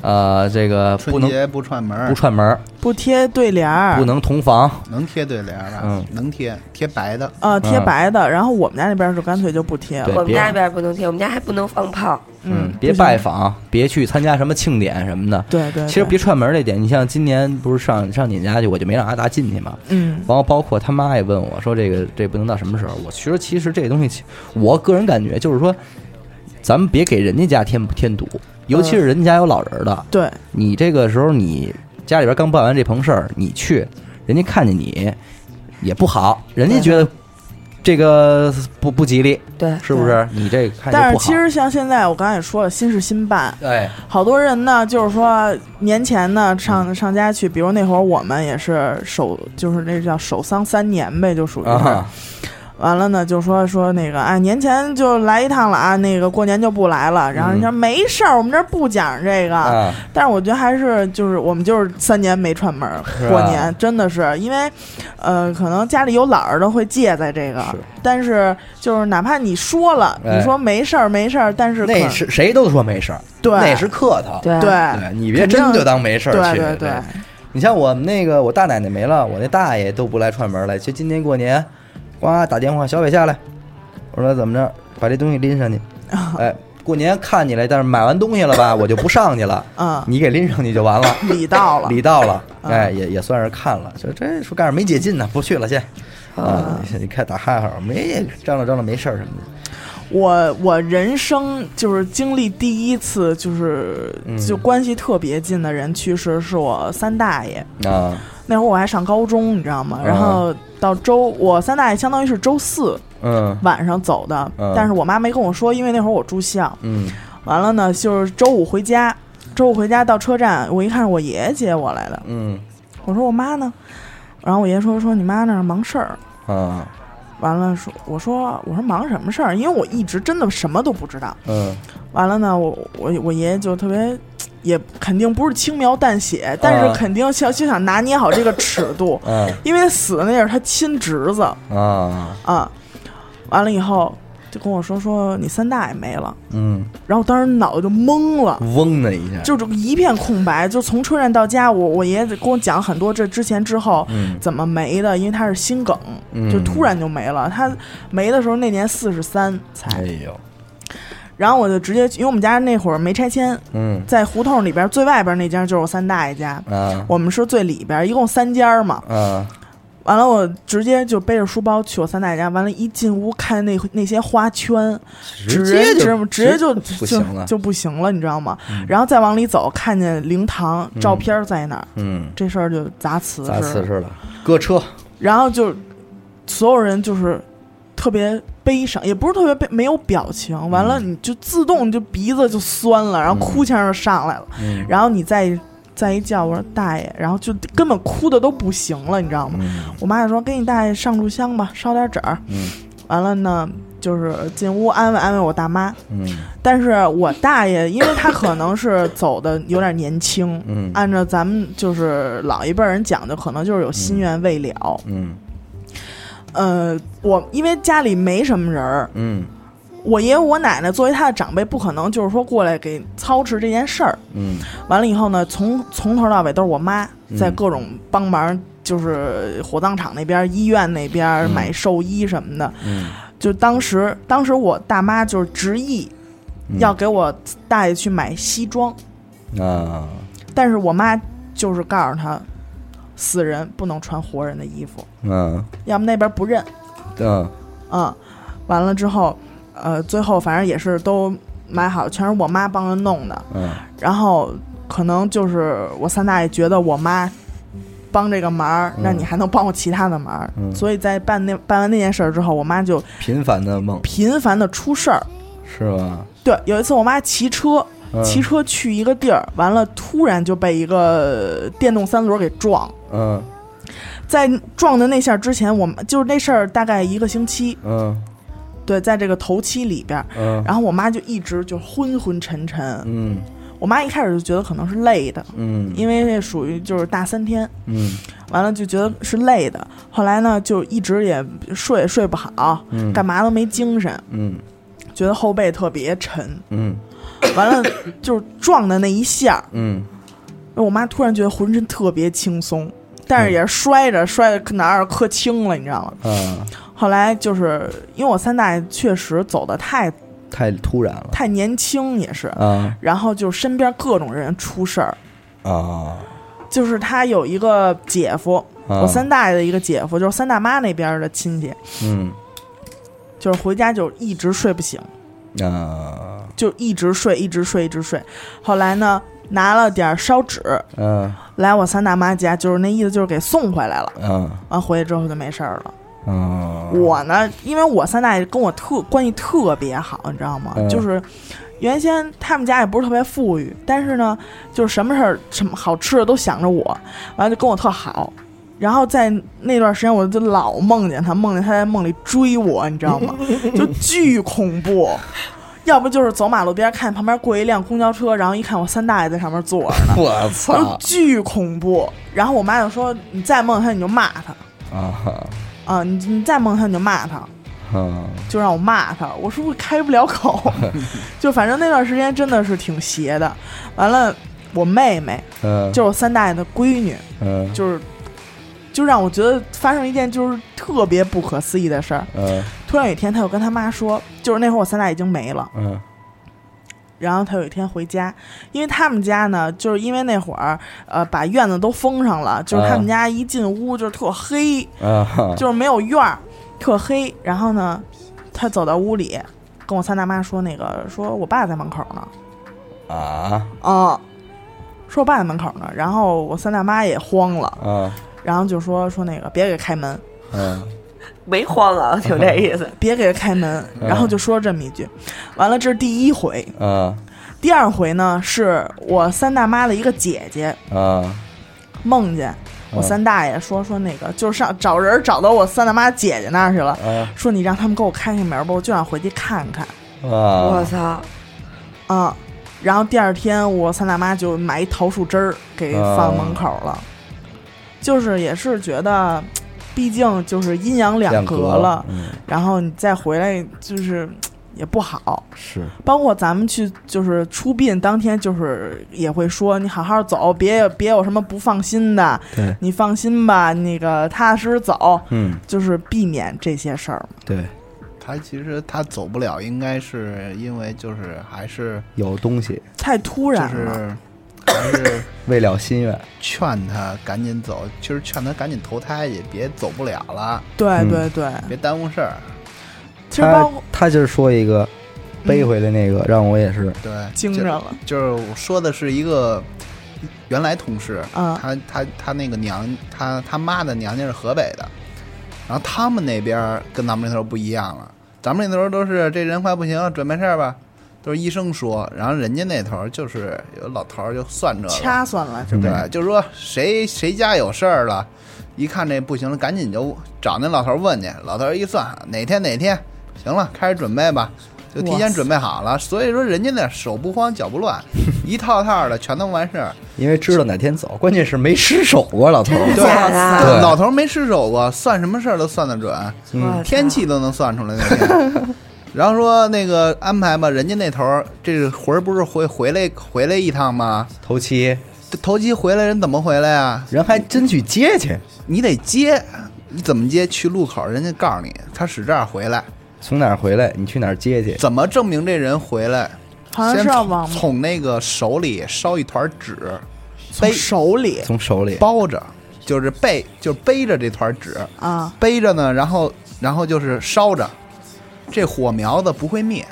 D: 呃，这个不
E: 春
D: 能
E: 节不串门儿，
D: 不串门儿，
C: 不贴对联儿，
D: 不能同房，
E: 能贴对联儿吧？
D: 嗯
E: 能贴，贴白的。
C: 呃贴
D: 嗯
C: 白的。然后我们家那边儿就干脆就不贴了
D: 对，
B: 我们
D: 别
B: 家那边不能贴，我们家还不能放炮。
D: 嗯
C: 嗯，，
D: 别
C: 不行
D: 拜访，别去参加什么庆典什么的。
C: 对对，
D: 其实
C: 对
D: 别串门儿这点，你像今年不是上上你家去，我就没让阿达进去嘛。
C: 嗯
D: 然后包括他妈也问我说：“这个这不能到什么时候？”我其实其实这个东西其，我个人感觉就是说，咱们别给人家家添添堵，尤其
C: 嗯
D: 是人家有老人儿的，
C: 对
D: 你这个时候你家里边刚办完这棚事儿，你去，人家看见你也不好，人家
C: 对
D: 觉得这个不不吉利，
B: 对，
D: 是不是？你这看着
C: 但
D: 不
C: 是
D: 好
C: 其实像现在我刚才也说了，新事新办，
D: 对
C: 好多人呢，就是说年前呢上上家去，比如那会儿我们也是守，就是那叫守丧三年呗，就属于是。
D: 啊，
C: 完了呢，就说说那个啊，年前就来一趟了啊，那个过年就不来了。然后人家说没事儿，我们这儿不讲这个。
D: 嗯啊
C: 但是我觉得还是就是我们就是三年没串门儿
D: 是，吧啊
C: 过年真的是因为，呃，可能家里有老儿的会借在这个
D: 是，
C: 但是就是哪怕你说了，
D: 哎
C: 你说没事儿没事儿，但是可
D: 那是谁都说没事儿，
C: 对
D: 那是客套，
B: 对
C: 对
D: 对你别真就当没事儿
C: 对
D: 去。
C: 对对，
D: 你像我们那个我大奶奶没了，我那大爷都不来串门儿来，就今年过年，呱打电话，小伟下来，我说怎么着，把这东西拎上去，
C: 哦
D: 哎，过年看你来，但是买完东西了吧，我就不上去了，
C: 嗯
D: 你给拎上去就完了。
C: 礼 *laughs* 到了，
D: 礼到了，
C: 嗯
D: 哎，也也算是看了，就这说干什么没解禁呢，不去了先，
C: 嗯
D: 啊，你看打哈哈，没张罗张罗没事儿什么的，
C: 我我人生就是经历第一次就是、
D: 嗯
C: 就关系特别近的人去世，是我三大爷。
D: 啊，
C: 那会儿我还上高中，你知道吗？
D: 啊
C: 然后到周我三大爷相当于是周四
D: 嗯
C: 晚上走的，
D: 嗯
C: 但是我妈没跟我说，因为那会儿我住校。
D: 嗯，
C: 完了呢，就是周五回家，周五回家到车站，我一看是我爷爷接我来的，
D: 嗯
C: 我说我妈呢？然后我爷说说你妈那儿忙事儿。
D: 啊
C: 完了说我说我说忙什么事儿？因为我一直真的什么都不知道。
D: 嗯
C: 完了呢，我我我爷爷就特别，也肯定不是轻描淡写，但
D: 啊，
C: 是肯定想就想拿捏好这个尺度
D: 嗯
C: 因为死的那是他亲侄子
D: 啊
C: 啊。完了以后就跟我说说你三大爷没了，
D: 嗯，
C: 然后我当时脑袋就懵了。
D: 嗡的一下，
C: 就这个一片空白，就从车站到家，我我爷爷跟我讲很多这之前之后
D: 嗯
C: 怎么没的，因为他是心梗，
D: 嗯
C: 就突然就没了。他没的时候那年四十三
D: 哎
C: 才，
D: 呦，
C: 然后我就直接，因为我们家那会儿没拆迁，
D: 嗯
C: 在胡同里边最外边那家就是我三大爷家，
D: 啊
C: 我们是最里边，一共三家嘛。
D: 啊
C: 完了，我直接就背着书包去我三大爷家，完了，一进屋看那那些花圈，
D: 直接就
C: 直直接就
D: 不行了嗯
C: 就就不行了，你知道吗？然后再往里走，看见灵堂照片在那儿，
D: 嗯，
C: 这事儿就砸瓷
D: 砸
C: 实
D: 瓷
C: 了，
D: 实了，搁车，
C: 然后就所有人就是特别悲伤，也不是特别悲，没有表情。完了，你就自动就鼻子就酸了，然后哭腔就上来了，
D: 嗯
C: 然后你再再一叫我说大爷，然后就根本哭的都不行了，你知道吗？
D: 嗯
C: 我妈就说给你大爷上炷香吧，烧点纸儿。
D: 嗯
C: 完了呢，就是进屋安慰安慰我大妈。
D: 嗯
C: 但是我大爷，因为他可能是走的有点年轻，
D: 嗯
C: 按照咱们就是老一辈人讲的，可能就是有心愿未了。
D: 嗯
C: 呃，我因为家里没什么人儿，
D: 嗯
C: 我爷爷我奶奶作为他的长辈，不可能就是说过来给操持这件事儿。
D: 嗯
C: 完了以后呢，从从头到尾都是我妈
D: 嗯
C: 在各种帮忙，就是火葬场那边、医院那边
D: 嗯
C: 买寿衣什么的。
D: 嗯，
C: 就当时，当时我大妈就是执意
D: 嗯
C: 要给我大爷去买西装，
D: 啊
C: 但是我妈就是告诉他，死人不能穿活人的衣服，
D: 嗯
C: 要么那边不认。
D: 嗯
C: 嗯，完了之后，呃，最后反正也是都买好，全是我妈帮着弄的。
D: 嗯
C: 然后可能就是我三大爷觉得我妈帮这个忙儿，
D: 嗯
C: 那你还能帮我其他的忙儿，
D: 嗯
C: 所以在办那办完那件事儿之后，我妈就
D: 频繁的梦
C: 频繁的出事儿。
D: 是吧？
C: 对，有一次我妈骑车，
D: 嗯
C: 骑车去一个地儿，完了突然就被一个电动三轮给撞。
D: 嗯
C: 在撞的那下之前，我们就是那事儿大概一个星期，
D: 嗯
C: 对，在这个头七里边儿，
D: 嗯
C: 然后我妈就一直就昏昏沉沉。
D: 嗯
C: 我妈一开始就觉得可能是累的，
D: 嗯
C: 因为这属于就是大三天，
D: 嗯
C: 完了就觉得是累的。后来呢，就一直也睡也睡不好，
D: 嗯
C: 干嘛都没精神，
D: 嗯
C: 觉觉得后背特别沉，
D: 嗯
C: 完
D: *coughs*
C: 了就是撞的那一下儿，
D: 嗯
C: 我妈突然觉得浑身特别轻松，但
D: 嗯
C: 是也是摔着摔着哪儿磕青了，你知道吗？
D: 啊，
C: 后来就是因为我三大爷确实走的太
D: 太突然了
C: 太年轻也是，
D: 啊
C: 然后就身边各种人出事儿，
D: 啊！
C: 就是他有一个姐夫，
D: 我
C: 我三大爷的一个姐夫，就是三大妈那边的亲戚，
D: 嗯
C: 就是回家就一直睡不醒，
D: 啊
C: 就一直睡，一直睡，一直睡。后来呢，拿了点烧纸
D: 嗯
C: 来我三大妈家，就是那意思就是给送回来了。
D: 嗯
C: 完回去之后就没事儿了。
D: 嗯，
C: 我呢，因为我三大爷跟我特关系特别好，你知道吗？
D: 嗯
C: 就是原先他们家也不是特别富裕，但是呢，就是什么事儿、什么好吃的都想着我，完了就跟我特好。然后在那段时间，我就老梦见他，梦见他在梦里追我，你知道吗？就巨恐怖。要不就是走马路边看旁边过一辆公交车，然后一看我三大爷在上面坐着呢，
D: 我
C: 就
D: 操
C: 巨恐怖。然后我妈就说：“你再梦见他，你就骂他
D: 啊
C: 啊、你你再梦见他你就骂他。”
D: 嗯
C: 就让我骂他，我说我开不了口，就反正那段时间真的是挺邪的。完了，我妹妹
D: 嗯，
C: 就是我三大爷的闺女，
D: 嗯
C: 就是就让我觉得发生一件就是特别不可思议的事儿。
D: 嗯
C: 突然有一天，她就跟她妈说，就是那会儿我三大爷已经没了，
D: 嗯
C: 然后她有一天回家，因为他们家呢，就是因为那会儿呃把院子都封上了，就是他们家一进屋就是特黑，
D: 啊
C: 就是没有院儿，特黑。然后呢，他走到屋里，跟我三大妈说那个，说我爸在门口呢，
D: 啊
C: 啊、说我爸在门口呢。然后我三大妈也慌了，
D: 啊
C: 然后就说说那个别给开门，
D: 嗯
B: 没慌啊，就这意思。
C: 别给开门，
D: 嗯
C: 然后就说这么一句。完了，这是第一回，
D: 啊
C: 第二回呢是我三大妈的一个姐姐
D: 啊，
C: 梦见。
D: 嗯
C: 我三大爷说说那个，就是上找人找到我三大妈姐姐那儿去了，
D: 啊
C: 说你让他们给我开开门吧，我就想回去看看。
B: 我
D: 啊
B: 操！
C: 啊，然后第二天我三大妈就买一桃树枝儿给放门口了，就是也是觉得，毕竟就是阴阳两隔了，
D: 了，嗯
C: 然后你再回来就是也不好。
D: 是
C: 包括咱们去就是出殡当天，就是也会说你好好走，别别有什么不放心的，
D: 对
C: 你放心吧，那个踏踏实实走，
D: 嗯
C: 就是避免这些事儿。
D: 对，
E: 他其实他走不了，应该是因为就是还是
D: 有东西
C: 太突
E: 就
C: 然了，
E: 是还是
D: 为了心愿，
E: 劝他赶紧走，其实劝他赶紧投胎去，别走不了了，
C: 对
D: 嗯
C: 对对，
E: 别耽误事儿。
C: 其实包
D: 他
C: 括
D: 他就是说一个背回来那个，让我也是
E: 对，
C: 惊
E: 就
C: 着了，
E: 就是我说的是一个原来同事，
C: 嗯
E: 他他他那个娘，他他妈的娘家是河北的，然后他们那边儿跟咱们那头不一样了，咱们那头都是这人快不行了，准备事儿吧，都是医生说，然后人家那头就是有老头儿就算这个，
C: 掐算了，
D: 嗯
E: 对，就是说谁谁家有事儿了，一看这不行了，赶紧就找那老头儿问去，老头儿一算哪天哪天行了，开始准备吧。就提
C: 哇
E: 前
C: 塞
E: 准备好了，所以说人家那手不慌脚不乱，
C: *laughs*
E: 一套套的全都完事儿。
D: 因为知道哪天走，关键是没失手过，老头儿。
B: 真的
E: 对
B: 假的？
D: 对
E: 老头儿没失手过，算什么事儿都算得准，
B: 我操
E: 天气都能算出来那天。然后说那个安排吧，人家那头儿这个魂儿不是回回来回来一趟吗？
D: 头七
E: 这头七回来人怎么回来啊？
D: 人还真去接去，
E: 你得接，你怎么接？去路口，人家告诉你他使这儿回来，
D: 从哪儿回来你去哪儿接去。
E: 怎么证明这人回来？
C: 好像
E: 先
C: 是要
E: 从
C: 往
E: 从那个手里烧一团纸，
C: 从
E: 背
C: 手里
D: 从手里
E: 包着，就是背就是背着这团纸，
C: 啊，
E: 背着呢，然后然后就是烧着，这火苗子不会灭，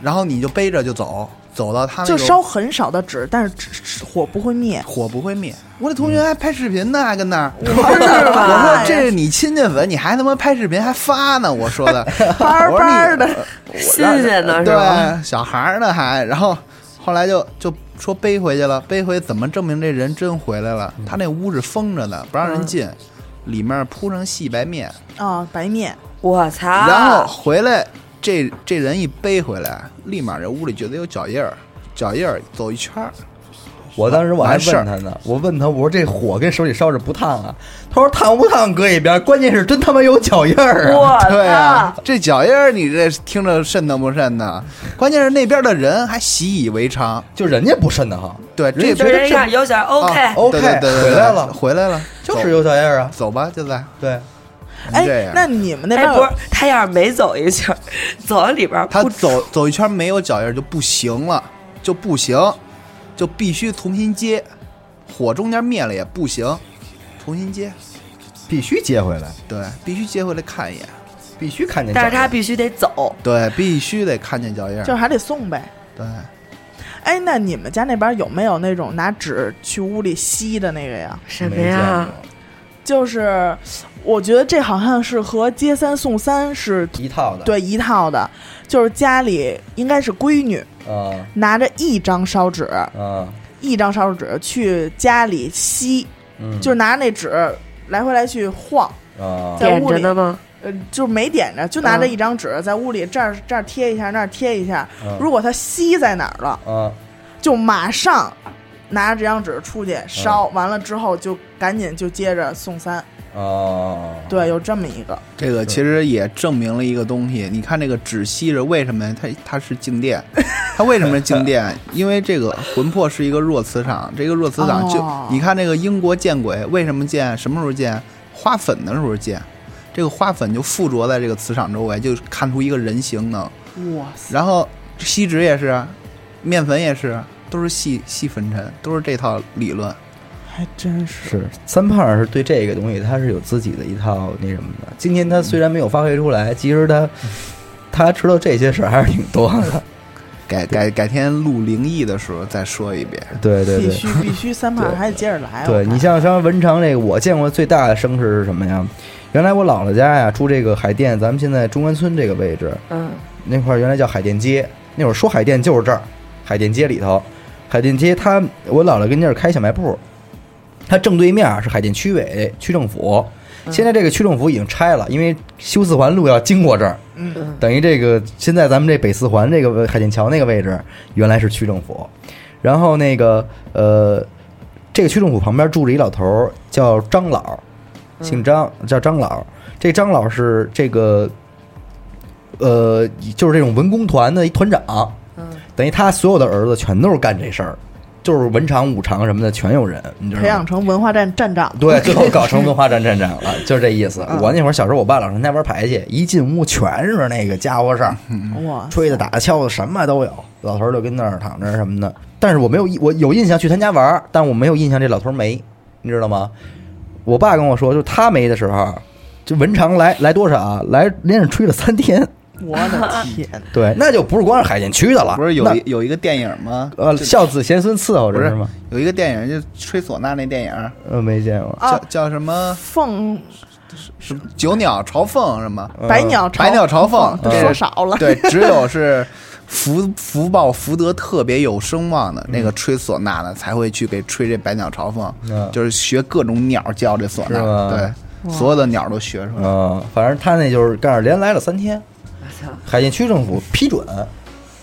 E: 然后你就背着就走，走到他那
C: 就
E: 个
C: 烧很少的纸，但是纸纸火不会灭。
E: 火不会灭。我那同学还拍视频呢，还跟
C: *laughs*
E: 那儿。我
C: 是
E: 说这是你亲家粉，你还他妈拍视频还发呢？我说的，
C: *laughs* 巴
E: 我说
C: 巴
E: 你
C: 的，
B: 新鲜呢是吧？
E: 对，小孩儿呢还，然后后来就就说背回去了，背回怎么证明这人真回来了？他那屋是封着的，不让人
C: 嗯
E: 进，里面铺上细白面，
C: 啊，白面
B: 我操！
E: 然后回来，这这人一背回来，立马这屋里觉得有脚印儿，脚印儿走一圈儿，
D: 我当时我还
E: 完事儿
D: 问他呢，我问他，我说这火跟手里烧着不烫啊？他说烫不烫搁一边，关键是真他妈有脚印儿啊！
C: 我
E: 对呀
C: 操！，
E: 这脚印儿你这听着瘆得不瘆呢？关键是那边的人还习以为常，
D: 就人家不瘆得慌，
E: 对，这
B: 就
D: 人家觉
B: 是
D: 得
B: 人一看有点
D: 哦
B: OK，、
E: 啊对
D: OK，
E: 对对对对
D: 回来了
E: 回来了，
D: 就是有脚印儿啊。
E: 走吧，就在
D: 对，
E: 这
C: 哎
E: 样，
C: 那你们那
B: 哎，
C: 边
B: 不
C: 有
B: 是，他要是每走一圈，走到里边儿
E: 他
B: 不
E: 走走一圈没有脚印儿就不行了，就不行，就必须重新接，火中间灭了也不行，重新接，
D: 必须接回来，
E: 对，必须接回来看一眼，
D: 必须看见脚
B: 但
D: 印儿。
B: 是他必须得走。
E: 对，必须得看见脚印儿，
C: 就是还得送呗。
E: 对，
C: 哎，那你们家那边有没有那种拿纸去屋里吸的那个呀？
B: 什么
D: 没见
B: 呀？
D: 过
C: 就是我觉得这好像是和接三送三是
D: 一套的，，
C: 对一套的，就是家里应该是闺女
D: 啊
C: 拿着一张烧纸，
D: 啊，
C: 一张烧纸去家里吸，
D: 嗯，
C: 就是拿那纸来回来去晃，
D: 啊，
C: 在
B: 点
C: 屋
B: 着
C: 里
B: 呢吗？
C: 呃，就没点着，就拿着
B: 嗯
C: 一张纸在屋里这儿这儿贴一下，那儿贴一下。
D: 嗯
C: 如果它吸在哪儿了，
D: 啊，
C: 就马上拿着这张纸出去烧，完了之后就赶紧就接着送三。
D: 哦，
C: 对，有这么一个，
E: 这个其实也证明了一个东西。你看这个纸吸着，为什么它它是静电？ *laughs* 它为什么是静
C: *laughs*
E: 电？因为这个魂魄是一个弱磁场，这个弱磁场就、
C: 哦
E: 你看那个英国见鬼为什么见？什么时候见？花粉的时候见，这个花粉就附着在这个磁场周围，就看出一个人形能。
C: 哇塞！
E: 然后锡纸也是，面粉也是，都是细细粉尘，都是这套理论。
C: 还真是。
D: 是三胖是对这个东西，他是有自己的一套那什么的。今天他虽然没有发挥出来，其实他他知道这些事儿还是挺多
C: *laughs*
D: 的。
E: 改改改天录灵异的时候再说一遍。
D: 对对
C: 必
D: 对
C: 须必须，三胖还得接着来。我
D: 对，
C: 看
D: 你像像文昌这个，我见过最大的声势是什么呀？原来我姥姥家呀住这个海淀，咱们现在中关村这个位置
B: 嗯，
D: 那块儿原来叫海淀街，那会儿说海淀就是这儿，海淀街里头，海淀街他我姥姥跟这儿开小卖部，他正对面儿是海淀区委区政府，现在这个区政府已经拆了，因为修四环路要经过这儿，
C: 嗯，
D: 等于这个现在咱们这北四环这个海淀桥那个位置，原来是区政府。然后那个呃，这个区政府旁边住着一老头儿，叫张老，姓张，叫张老。这张老是这个呃，就是这种文工团的一团长，等于他所有的儿子全都是干这事儿，就是文场、武场什么的全有人，你知道
C: 培
D: 吗
C: 养？成文化站站长。
D: 对，最后搞成文化站站长了，就是这意思。
C: 嗯
D: 我那会儿小时候，我爸老上家玩牌去，一进屋全是那个家伙事儿，
E: 嗯
C: 哇，
D: 吹的、打的、敲的，什么都有。老头儿就跟那儿躺着什么的，但是我没有印，我有印象去他家玩儿，但我没有印象这老头儿没，你知道吗？我爸跟我说，就他没的时候，这文长来来多少啊？来连着吹了三天。
C: 我的天！
D: 对，那就不是光是海淀区的了，
E: 不是有
D: 啊那
E: 一有一个电影吗？
D: 呃
E: 就
D: 孝子贤孙伺候着
E: 不是
D: 吗？
E: 有一个电影，就吹唢呐那电影，
D: 呃，没见过。
E: 叫
C: 啊
E: 叫什么
C: 凤
E: 什么九鸟朝凤什么？
D: 呃
C: 百鸟朝
E: 百鸟朝凤
C: 都
E: 对
C: 说少了。
E: 对，只有是福福报福德特别有声望的那个吹唢呐的，才会去给吹这百鸟朝凤，
D: 嗯
E: 就是学各种鸟叫这唢
D: 是
E: 呐，
D: 吗
E: 对，所有的鸟都学出来。
D: 嗯，反正他那就是告诉连来了三天，
B: 我操，
D: 海淀区政府批准，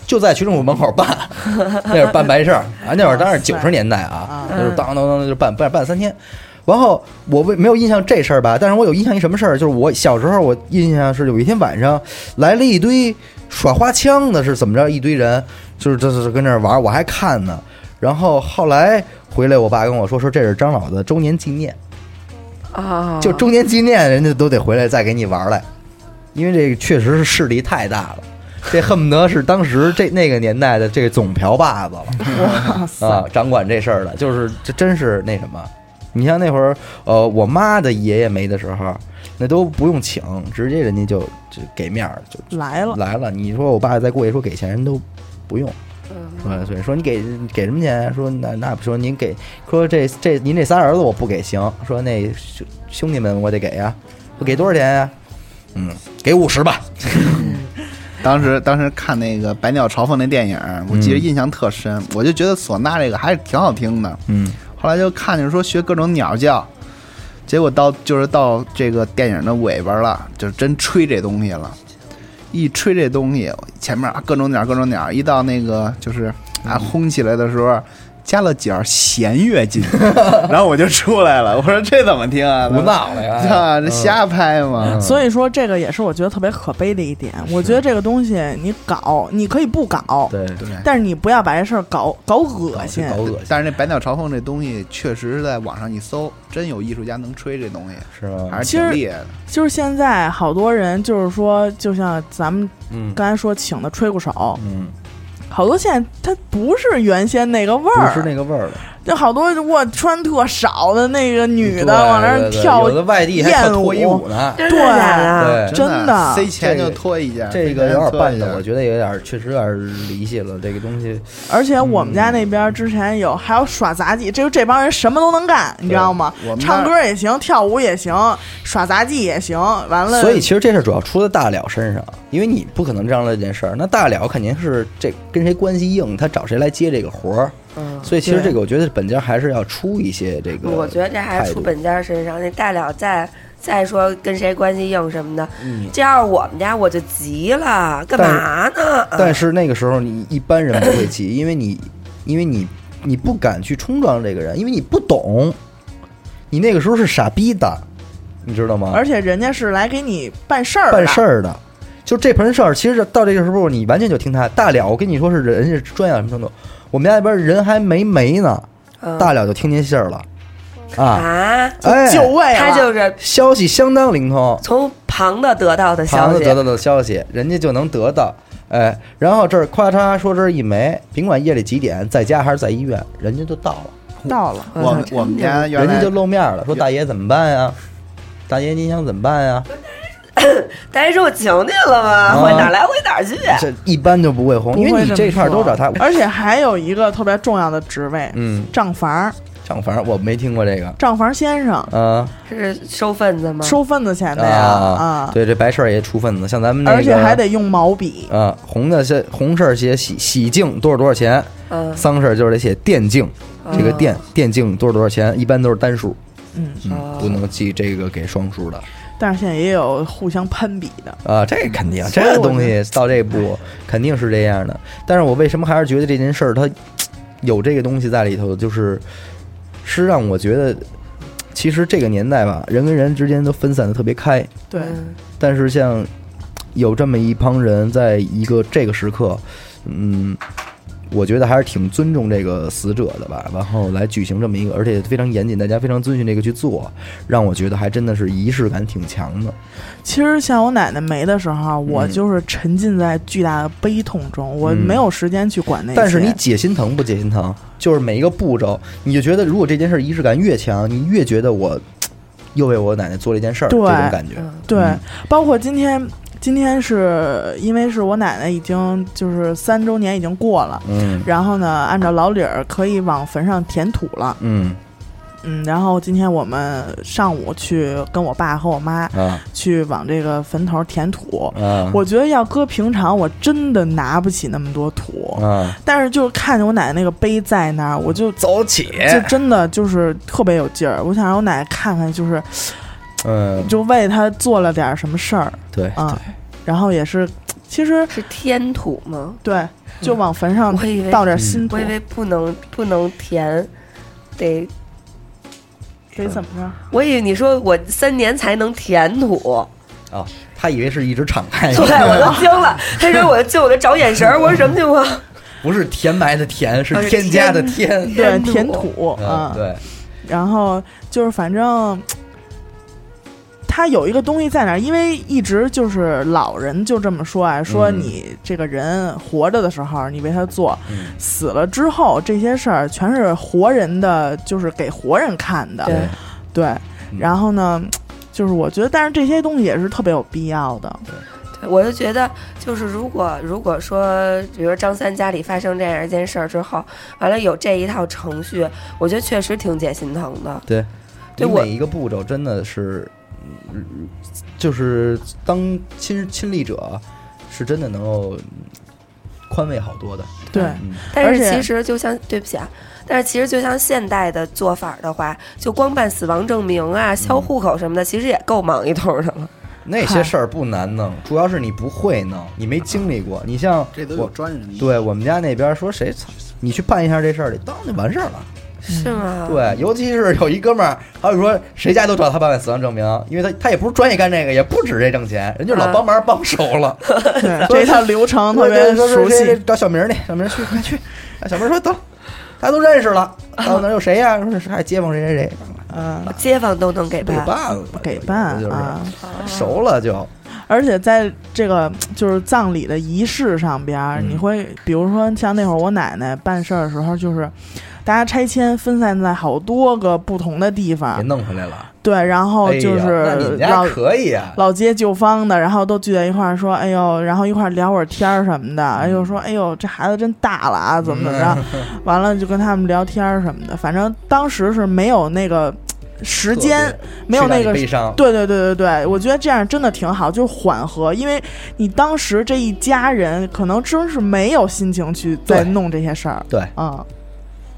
D: 就在区政府门口办，那会儿办白事儿啊，那会儿当
C: 哇
D: 然
C: 塞
D: 九十年代
C: 啊，
D: 啊就是当当当就办办办三天。然后我为没有印象这事儿吧，但是我有印象一什么事儿，就是我小时候我印象是有一天晚上来了一堆耍花枪的，是怎么着？一堆人就是这这这跟那儿玩儿，我还看呢。然后后来回来，我爸跟我说说这是张老的周年纪念，
B: 啊，
D: 就周年纪念，人家都得回来再给你玩儿来，因为这个确实是势力太大了，这恨不得是当时这那个年代的这个总瓢把子了
C: 哇塞！
D: 啊，掌管这事儿的，就是这真是那什么。你像那会儿，呃，我妈的爷爷没的时候，那都不用请，直接人家就就给面儿就
C: 来了，
D: 来了。你说我爸再过去说给钱，人都不用。对对，说你给给什么钱？说那那不说您给，说这这您这仨儿子我不给行，说那兄兄弟们我得给呀、我给多少钱呀、嗯，给五十吧。
E: 当时当时看那个《百鸟朝凤》那电影，我记得印象特深，我就觉得唢呐这个还是挺好听的。
D: 嗯，
E: 后来就看见说学各种鸟叫，结果到就是到这个电影的尾巴了，就是真吹这东西了。一吹这东西，前面啊各种鸟各种鸟，一到那个就是啊轰起来的时候，加了几儿弦乐进去，然后我就出来了。我说这怎么听啊？
D: 胡闹了
C: *laughs*
D: 呀！
E: 啊，这瞎拍
D: 嗯
E: 嘛。
C: 所以说，这个也是我觉得特别可悲的一点。我觉得这个东西你搞，你可以不搞，
D: 对，
E: 对，
C: 但是你不要把这事儿搞搞恶心。
D: 搞恶心
E: 但是那百鸟朝凤这东西，确实在网上一搜，真有艺术家能吹这东西，
D: 是吧？
E: 还是挺厉害的。
C: 就是现在好多人就是说，就像咱们
D: 嗯
C: 刚才说请的吹鼓手，
D: 嗯，
C: 好多现在它不是原先那个味
D: 不
C: 儿，
D: 是那个味儿了。
C: 就好多我穿特少的那个女
D: 对
C: 的往那
D: 对
C: 儿
D: 对
C: 跳
D: 有，的外地还
C: 艳
D: 特脱衣
C: 舞
D: 舞呢。
B: 真的假的？
D: 对，
C: 真的
E: 塞钱就脱一件，
D: 这
E: 塞
D: 个
E: 钱
D: 有点
E: 脱
D: 办
E: 一
D: 的，
E: 件
D: 我觉得有点，确实有点离奇了。这个东西，
C: 而且我们家那边之前
D: 嗯
C: 有还有耍杂技，这这帮人什么都能干，你知道吗
E: 我？们那儿
C: 唱歌也行，跳舞也行，耍杂技也行，完了，
D: 所以其实这事儿主要出在大了身上，因为你不可能让了这件事儿。那大了肯定是这跟谁关系硬，他找谁来接这个活儿。
C: 嗯
D: 所以其实这
C: 对
D: 个，我觉得本家还是要出一些这个态度。
B: 我觉得这还是出本家身上。那大了再再说跟谁关系硬什么的，
D: 嗯
B: 这要是我们家我就急了，干嘛呢？啊
D: 但是那个时候你一般人不会急，因为你因为你你不敢去冲撞这个人，因为你不懂，你那个时候是傻逼的，你知道吗？
C: 而且人家是来给你办事儿的，
D: 办事儿的。就这盆事儿，其实到这个时候，你完全就听他大了。我跟你说是人家专业到什么程度，我们家那边人还没没呢，
B: 嗯
D: 大了就听见信儿了，啊，
B: 啊，
D: 哎，
C: 就位了，
B: 他就是
D: 消息相当灵通，
B: 从旁的得到的
D: 旁
B: 消
D: 子
B: 息
D: 得，到的消息，人家就能得到，哎，然后这儿咔嚓说这儿一没，甭管夜里几点，在家还是在医院，人家就到了，
C: 到了，
E: 我们
D: 嗯
E: 我们家原
D: 人
E: 来
D: 家就露面了，说大爷怎么办呀？大爷您想怎么办呀？
B: 大家说我请你了吗？
D: 啊
B: 我哪来回哪儿去？
D: 这一般就不会红，
C: 不会
D: 因为你
C: 这么
D: 这事儿都找他
C: 说，而且还有一个特别重要的职位，
D: 嗯，
C: 账房儿，
D: 唱反正我没听过这个。
C: 账房先生，
D: 啊
B: 是收份子吗？
C: 收份子钱的呀啊，
D: 对，这白事儿也出份子，像咱们那个，
C: 而且还得用毛笔，
D: 啊，红的是红事儿写喜喜庆多少多少钱，
B: 嗯，
D: 丧事儿就是得写奠敬，这个
B: 哦
D: 奠奠敬多少多少钱，一般都是单数，
C: 嗯，
B: 哦
D: 嗯，不能记这个给双数的
C: 但是现在也有互相攀比的，
D: 啊，这肯定，
C: 所以我哎
D: 这
C: 就
D: 东西到这步肯定是这样的。但是我为什么还是觉得这件事儿它有这个东西在里头，就是是让我觉得，其实这个年代吧，人跟人之间都分散的特别开，
C: 对，
B: 嗯
D: 但是像有这么一帮人，在一个这个时刻，嗯，我觉得还是挺尊重这个死者的吧，然后来举行这么一个，而且非常严谨，大家非常遵循这个去做，让我觉得还真的是仪式感挺强的。
C: 其实像我奶奶没的时
D: 嗯
C: 候，啊我就是沉浸在巨大的悲痛中，我没有时间去管那些。
D: 但是你解心疼不解心疼？就是每一个步骤，你就觉得如果这件事儿仪式感越强，你越觉得我又为我奶奶做了一件事儿，这
C: 对
D: 种感觉。
B: 嗯
C: 对，
D: 嗯
C: 包括今天，今天是因为是我奶奶已经就是三周年已经过了，
D: 嗯
C: 然后呢，按照老理儿可以往坟上填土了，
D: 嗯
C: 嗯，然后今天我们上午去跟我爸和我妈
D: 啊
C: 去往这个坟头填土。
D: 啊
C: 我觉得要搁平常，我真的拿不起那么多土，
D: 啊！
C: 但是就是看见我奶奶那个碑在那儿，我就
D: 走起！
C: 就真的就是特别有劲儿。我想让我奶奶看看，就是
D: 嗯，
C: 就为她做了点什么事儿
D: 对
C: 啊、然后也是，其实
B: 是天土吗？
D: 嗯
C: 对，就往坟上
B: 我以为
C: 倒点新土
B: 我，以为不能不能填，得
C: 可以怎么着？
B: 我以为你说我三年才能填土，
D: 啊，他以为是一直敞开
B: 对，我都惊了。他说我就我就找眼神儿，我说什么情况？
D: 不是填埋的填，是
B: 啊是
D: 添加的
B: 添
D: 添。
C: 对，
B: 填土
C: 填土
D: 嗯
C: 啊、
D: 对，
C: 然后就是反正。他有一个东西在那儿，因为一直就是老人就这么说啊，说
D: 嗯
C: 你这个人活着的时候你为他做，
D: 嗯
C: 死了之后这些事儿全是活人的，就是给活人看的。
B: 对
C: 对，
D: 嗯
C: 然后呢，就是我觉得，但是这些东西也是特别有必要的。
B: 我就觉得，就是如果如果说，比如张三家里发生这样一件事儿之后，完了有这一套程序，我觉得确实挺解心疼的。
D: 对，
B: 对
D: 你
B: 我
D: 每一个步骤真的是，嗯就是当亲亲历者，是真的能够宽慰好多的。
C: 对，
D: 嗯，
B: 但
C: 而
B: 是
C: 且
B: 其实就像对不起啊，但是其实就像现代的做法的话，就光办死亡证明啊、
D: 嗯
B: 销户口什么的，其实也够忙一通的了。
D: 那些事儿不难弄，主要是你不会弄，你没经历过。你像
E: 这都有
D: 我，
E: 专人的，
D: 对我们家那边说谁操你去办一下这事儿，你当就完事儿了。
B: 是
C: 嗯
B: 吗？
D: 对，尤其是有一哥们儿，还有说谁家都找他办死亡证明，因为他他也不是专业干这个，也不指这挣钱，人家
C: 嗯
D: 老帮忙帮熟了。
C: *laughs* 对，
D: *laughs*
C: 这一套流程特
D: 对对
C: 别
D: 对说
C: 熟
D: 谁谁
C: 悉。
D: 找小明儿去，小明儿去快去。小明儿说走，大家都认识了。到那儿有谁呀、说是还街坊谁谁谁，
C: 嗯，
B: 街坊都能给
D: 给
B: 办，
D: 办了，
C: 给办
D: 啊就是、
C: 啊！
D: 熟了就
C: 而且在这个就是葬礼的仪式上边儿，
D: 嗯
C: 你会比如说像那会儿我奶奶办事儿的时候，就是大家拆迁分散在好多个不同的地
D: 给
C: 方，
D: 弄回来了。
C: 对，然后
D: 哎呀
C: 啊
D: 那你
C: 哦就是
D: 们家
C: 老
D: 可以啊，
C: 老街旧坊的，然后都聚在一块儿说，哎呦，然后一块儿聊会儿天儿什么的，哎
D: 嗯
C: 呦，说，哎呦，这孩子真大了啊，怎么怎么着， *laughs* 完了就跟他们聊天儿什么的，反正当时是没有那个嘖时间，没有那
D: 谁让
C: 个
D: 你。悲伤。
C: 对对对对对，我觉得这样真的挺好，就是缓和，因为你当时这一家人可能真是没有心情去再
D: 对
C: 弄这些事儿
D: 对，
C: 啊、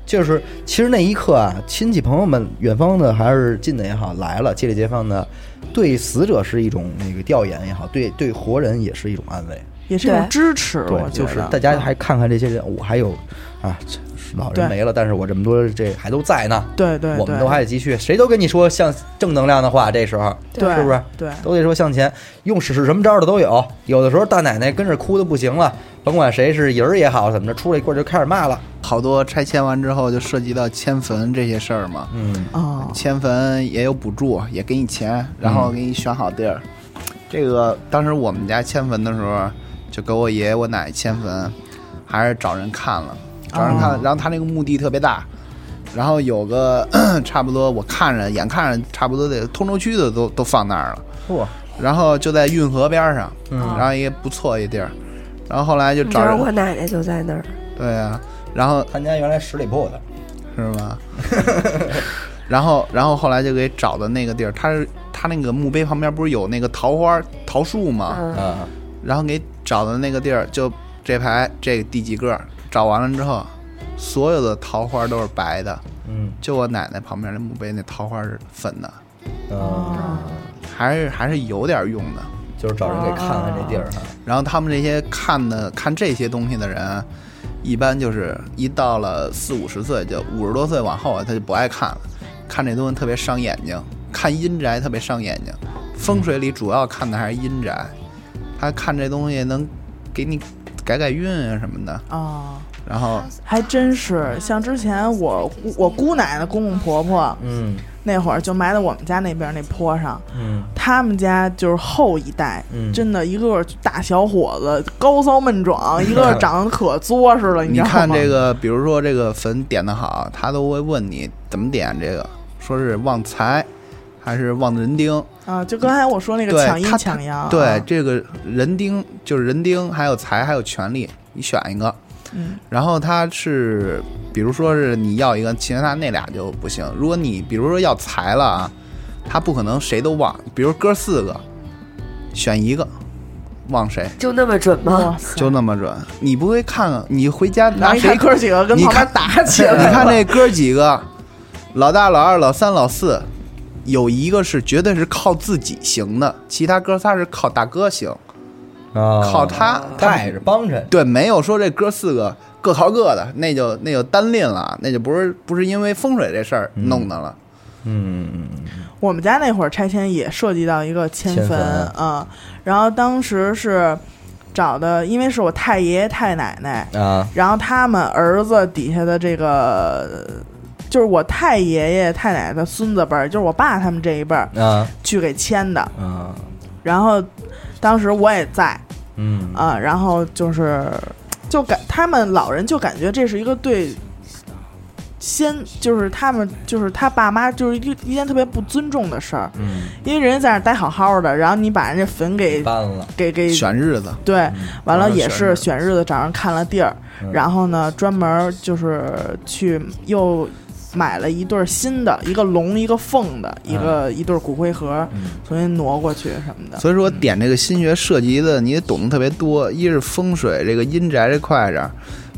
D: 就是其实那一刻啊，亲戚朋友们，远方的还是近的也好，来了，街里街坊的，对死者是一种那个调研也好，对对活人也是一种安慰。
C: 也是一种
B: 对
C: 支持，我觉
D: 就
C: 得啊
D: 是大家还看看这些人，我还有啊，这老人
C: 对
D: 没了，但是我这么多这还都在呢，
C: 对对对，
D: 我们都还得继续。谁都跟你说像正能量的话，这时候
C: 对
D: 是不是？
C: 对
D: 都得说向前，用使使什么招儿的都有。有的时候大奶奶跟着哭的不行了，甭管谁是人儿也好怎么着，出来一会儿就开始骂了。
E: 好多拆迁完之后就涉及到迁坟这些事儿嘛。
D: 嗯，
C: 啊、
E: 迁坟也有补助，也给你钱，然后给你选好地儿。这个当时我们家迁坟的时候，就给我爷爷我奶奶迁坟，还是找人看了，找人看，然后他那个墓地特别大，然后有个 *coughs* 差不多我看着眼看着差不多得通州区的都都放那儿了，
D: 嚯，
E: 然后就在运河边上，
D: 嗯
E: 然后一个不错一地儿，然后后来就
B: 你知
E: 找
B: 道
E: 人，
B: 我奶奶就在那儿，
E: 对啊，然后
D: 他家原来十里铺的，
E: 是吗？ *laughs* 然后，然后后来就给找的那个地儿，他是他那个墓碑旁边不是有那个桃花桃树吗？
B: 嗯，
D: 啊，
E: 然后给找的那个地儿，就这排这个第几个，找完了之后，所有的桃花都是白的，
D: 嗯
E: 就我奶奶旁边那墓碑那桃花是粉的，
D: 嗯，
E: 还是还是有点用的。
D: 就是找人给看看这地儿啊。
E: 然后他们这些看的看这些东西的人，一般就是一到了四五十岁，就五十多岁往后，他就不爱看了，看这东西特别伤眼睛，看阴宅特别伤眼睛。风水里主要看的还是阴宅，他看这东西能给你改改运啊什么的。
C: 啊。
E: 然后
C: 还真是，像之前我姑我姑奶奶、公公婆婆
D: 嗯
C: 那会儿就埋在我们家那边那坡上，
D: 嗯
C: 他们家就是后一代，
D: 嗯
C: 真的一个个大小伙子，高骚
E: *laughs*
C: 闷壮，一个个长得可作实了，你
E: 你
C: 知道吗？
E: 看这个，比如说这个坟点的好，他都会问你怎么点这个，说是旺财还是旺人丁。
C: 啊，就刚才我说那个
E: 对
C: 抢阴
E: 他
C: 抢阳，
E: 对
C: 啊，
E: 这个人丁就是人丁，还有财，还有权利，你选一个。
C: 嗯，
E: 然后他是，比如说是你要一个，其他那俩就不行。如果你比如说要财了啊，他不可能谁都忘，比如哥四个，选一个，忘谁
B: 就那么准吗？
C: 哇塞，
E: 就那么准。你不会看看，你回家
C: 然后
E: 拿
C: 一看
E: 谁
C: 哥几个跟
E: 你
C: 旁边
E: 看
C: 打起
E: 你
C: 来
E: 看
C: 了，
E: 那哥几个，老大、老二、老三、老四，有一个是绝对是靠自己行的，其他哥仨是靠大哥行，
D: 啊，
E: 靠他
D: 带着帮衬。
E: 对，没有说这哥四个各逃各的，那就那就单拎了，那就不是不是因为风水这事儿弄的了。
D: 嗯
C: 我们家那会儿拆迁也涉及到一个迁
D: 迁
C: 坟
D: 坟
C: 啊、然后当时是找的，因为是我太爷爷太奶奶，
D: 啊，
C: 然后他们儿子底下的这个，就是我太爷爷太奶奶的孙子辈儿，就是我爸他们这一辈儿
D: 啊
C: 去给迁的。
D: 啊，
C: 然后当时我也在
D: 嗯
C: 啊、然后就是就感他们老人就感觉这是一个对。先就是他们，就是他爸妈，就是一一件特别不尊重的事儿，
D: 嗯，
C: 因为人家在那儿待好好的，然后你把人家坟给
D: 搬了，
C: 给给
E: 选日子，
C: 对，完了
E: 嗯
C: 也是
E: 选日
C: 选日子找人看了地儿，
D: 嗯
C: 然后呢专门就是去又买了一对儿新的，一个龙一个凤的，一
D: 嗯
C: 个一对儿骨灰盒，重新挪过去什么的。嗯
E: 所以说点这个新学涉及的你也懂得特别多，一是风水这个阴宅这块这儿，啊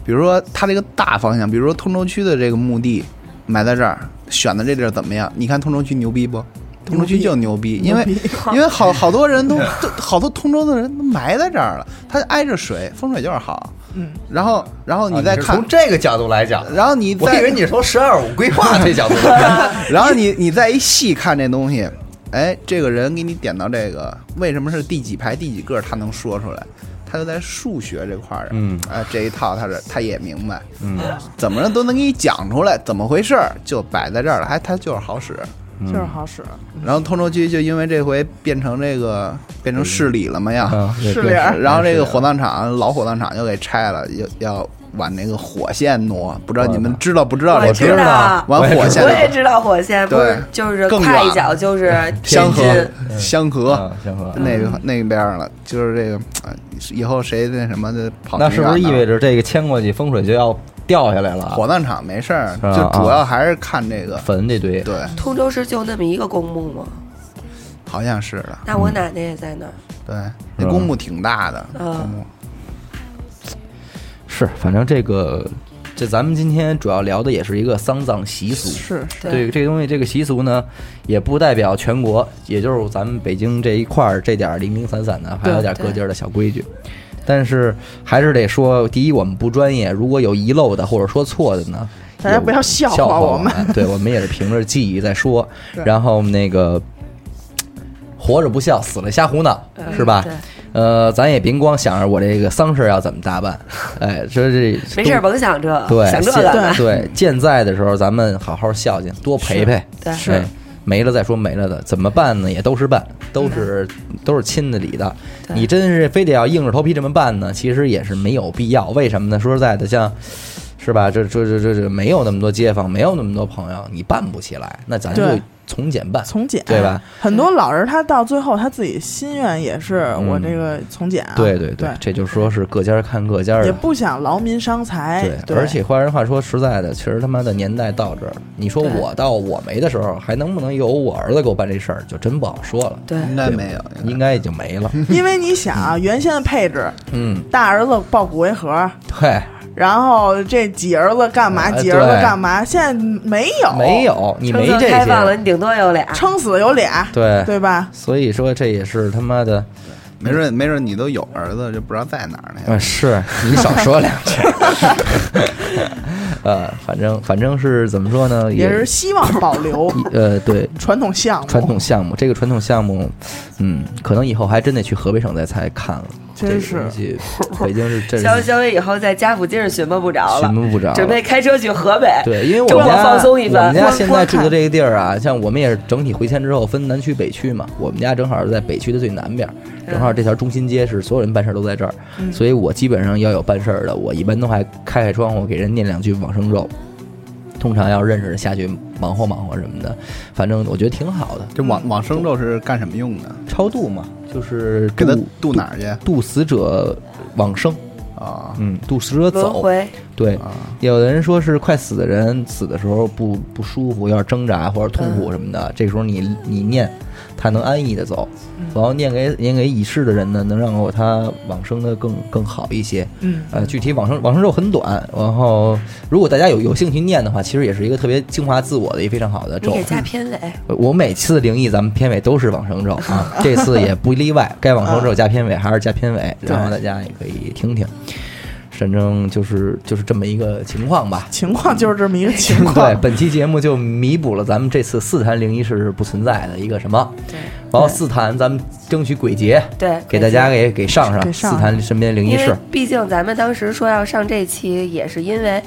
E: 比如说它这个大方向，比如说通州区的这个墓地埋在这儿，选的这地儿怎么样？你看通州区牛逼不？通州区就牛逼，因为
C: 牛逼
E: *laughs* 因为好好多人都都好多通州的人都埋在这儿了，它挨着水，风水就是好。
C: 嗯，
E: 然后然后
D: 啊
E: 你再
D: 是
E: 看，
D: 从这个角度来讲，
E: 然后你
D: 我
E: 再
D: 以为你是从十二五规划这角度来看，
E: *laughs*
B: *laughs*
E: 然后你你再一细看这东西，哎，这个人给你点到这个，为什么是第几排第几个，他能说出来，他就在数学这块儿，
D: 嗯
E: 哎，这一套他是他也明白，
D: 嗯，
E: 怎么着都能给你讲出来，怎么回事儿就摆在这儿了，还他就是好使。
D: 嗯
C: 就是好使。
E: 然后通州区就因为这回变成这个变成市里了嘛呀，
B: 嗯
D: 啊对
C: 是
D: 对
C: 这样
E: 然后这个火葬场老火葬场又给拆了，要要往那个火线挪，不知道你们知道不知道
B: 我
E: 这
B: 知
E: 事儿？
B: 道，
E: 往火线
B: 我也知道火线不
E: 对
B: 是就是
E: 更
B: 跨一
E: 远
B: 脚就是
E: 香
B: 天津
E: 河，香河。
D: 啊行了。
E: 那个那边儿了，就是这个，呃以后谁那什么的跑
D: 那是不是意味
E: 着
D: 着这个迁过去风水就要掉下来了啊？
E: 火葬场没事儿，
D: 啊
E: 就主要还是看这个，
D: 坟这堆，
E: 对，
B: 通州市就那么一个公墓吗？
E: 好像是的，
B: 那我
D: 嗯
B: 奶奶也在那儿，
E: 对，那公墓挺大的，
B: 嗯
E: 公墓，
D: 是，反正这个，这咱们今天主要聊的也是一个丧葬习俗。
C: 是，
D: 对这个东西，这个习俗呢，也不代表全国，也就是咱们北京这一块儿这点儿零零散散的，还有点儿各地儿的小规矩。但是还是得说，第一，我们不专业，如果有遗漏的或者说错的呢，
C: 大家
D: 也
C: 不要笑话
D: 话
C: 我们
D: 们，对我们也是凭着记忆在说。
C: *laughs* 对
D: 然后那个活着不笑，死了瞎胡闹，
C: 嗯
D: 是吧？
B: 对
D: 呃，咱也别光想着我这个丧事儿要怎么打扮，哎，说这
B: 没事儿
D: 东
B: 甭想
A: 啊
B: 这，
D: 对，
B: 想这
D: 现
B: 干嘛？
D: 对，健在的时候咱们好好孝敬，多陪陪。
B: 对
D: 是没了再说没了的，怎么办呢？也都是办，都是都是亲的理的。
B: 对
D: 你真是非得要硬着头皮这么办呢，其实也是没有必要。为什么呢？说实在的，像。是吧？这这这这这没有那么多街坊，没有那么多朋友，你办不起来，那咱就
C: 对
D: 从简办。
C: 从简啊
D: 对吧？
C: 很多老人他到最后他自己心愿也是
D: 嗯
C: 我这个从简啊，
D: 对
C: 对
D: 对，这就说是各家看各家的，
C: 也不想劳民伤财，哎对，
D: 而且话人话说实在的，其实他妈的年代到这儿，你说我到我没的时候，还能不能有我儿子给我办这事儿，就真不好说了。
B: 对
E: 应该没有，
D: 应该已经没了。
C: 因为你想啊，原先的配置，
D: 嗯，
C: 大儿子抱骨灰盒，
D: 对，
C: 然后这几儿子干嘛，
D: 哎
C: 几儿子
D: 对
C: 干嘛，现在没有
D: 没，有，你没
B: 政策
D: 这
B: 开放了，
D: 些，
B: 你顶多有俩。
C: 撑死有俩，
D: 对
C: 对吧？
D: 所以说这也是他妈的，
E: 没准没准你都有儿子就不知道在哪儿呢。
D: 呃，是你少说两句。 *laughs* 呃，反正反正是怎么说呢，
C: 也
D: 也
C: 是希望保留
D: *laughs* 呃，对，
C: 传统项目，
D: 传统项目，这个传统项目，嗯，可能以后还真得去河北省再才看了。
C: 真
D: 这个
C: 是
D: 东西，北京是真
B: 消
D: 是
B: 消以后在家附近是寻摸不着了，
D: 寻摸不着了
B: 准备开车去河北。
D: 对，因为我
B: 周
D: 们
B: 末
D: 家
B: 放松一
D: 我
B: 番。
D: 们家现在住的这个地儿啊，像我们也是整体回迁之后分南区北区嘛，我们家正好是在北区的最南边儿，
B: 嗯
D: 正好这条中心街是所有人办事儿都在这儿，所以我基本上要有办事儿的，我一般都还开开窗户给人念两句往生咒。通常要认识的下去忙活忙活什么的，反正我觉得挺好的，
E: 这往往生咒是干什么用的？
D: 超度嘛，就是
E: 给他
D: 渡
E: 渡哪儿去
D: 渡死者往生，
E: 啊？
D: 嗯，渡死者
B: 轮
D: 走，
B: 回，
D: 对，
B: 啊
D: 有的人说是快死的人死的时候不不舒服，要是挣扎或者痛苦什么
B: 嗯
D: 的，这时候你你念，他能安逸的走，然后念给念给已逝的人呢，能让我他往生的更更好一些。
C: 嗯，
D: 呃，具体往生往生咒很短，然后如果大家有有兴趣念的话，其实也是一个特别净化自我的一个非常好的
B: 你
D: 咒
B: 给。加片尾，
D: 我每次灵异，咱们片尾都是往生咒啊，这次也不例外，该往生咒加片尾还是加片尾，然后大家也可以听听。反正就是就是这么一个情况吧。
C: 情况就是这么一个情
D: *laughs* 对，
C: 况，
D: 本期节目就弥补了咱们这次四坛灵异事是不存在的一个什么，
B: 对
D: 然后四坛咱们争取鬼节，
B: 对
D: 给大家给给上
C: 给
D: 上四
C: 上
D: 坛身边灵异
B: 因为
D: 事，
B: 毕竟咱们当时说要上这期，也是因为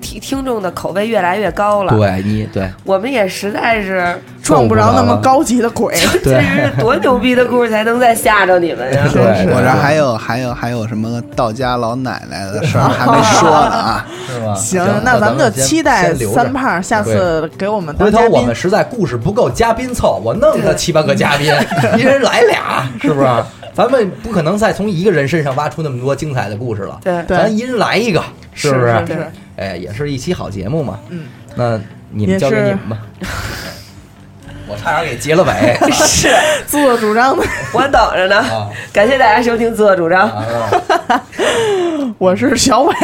B: 听听众的口味越来越高了，
D: 对你对
B: 我们也实在是
C: 撞不着那么高级的鬼，
B: *laughs* 这是多牛逼的故事才能再吓着你
C: 哎
B: 们呀！
D: 嗯对，对
E: 我这还有还有还有什么道家老奶奶的事
D: *laughs*
E: 儿还没说呢啊？
D: 是
C: *laughs*
D: 吧？
C: 行，那
D: 那
C: 咱们就
D: 先
C: 期待
D: 先留着
C: 三胖下次给我们
D: 回
C: 当
D: 头
C: 嘉
D: 我
C: 宾
D: 们。实在故事不够，嘉宾凑，我弄他七八个嘉
C: *laughs*
D: 宾，一人来俩，是不是？咱们不可能再从一个人身上挖出那么多精彩的故事了，
B: 对
D: 咱一人来一个，是不
C: 是是是
D: 哎，也是一期好节目嘛。
C: 嗯，
D: 那你们
C: 也
D: 交给
C: 是
D: 你们吧。我差点给结
C: *laughs*
D: 了尾。
B: 是
C: 自作主张的， *laughs*
B: 我等着呢
D: 啊。
B: 感谢大家收听《自作主张》，
D: 啊
B: *laughs*
C: 我是
D: *laughs*
C: 小伟。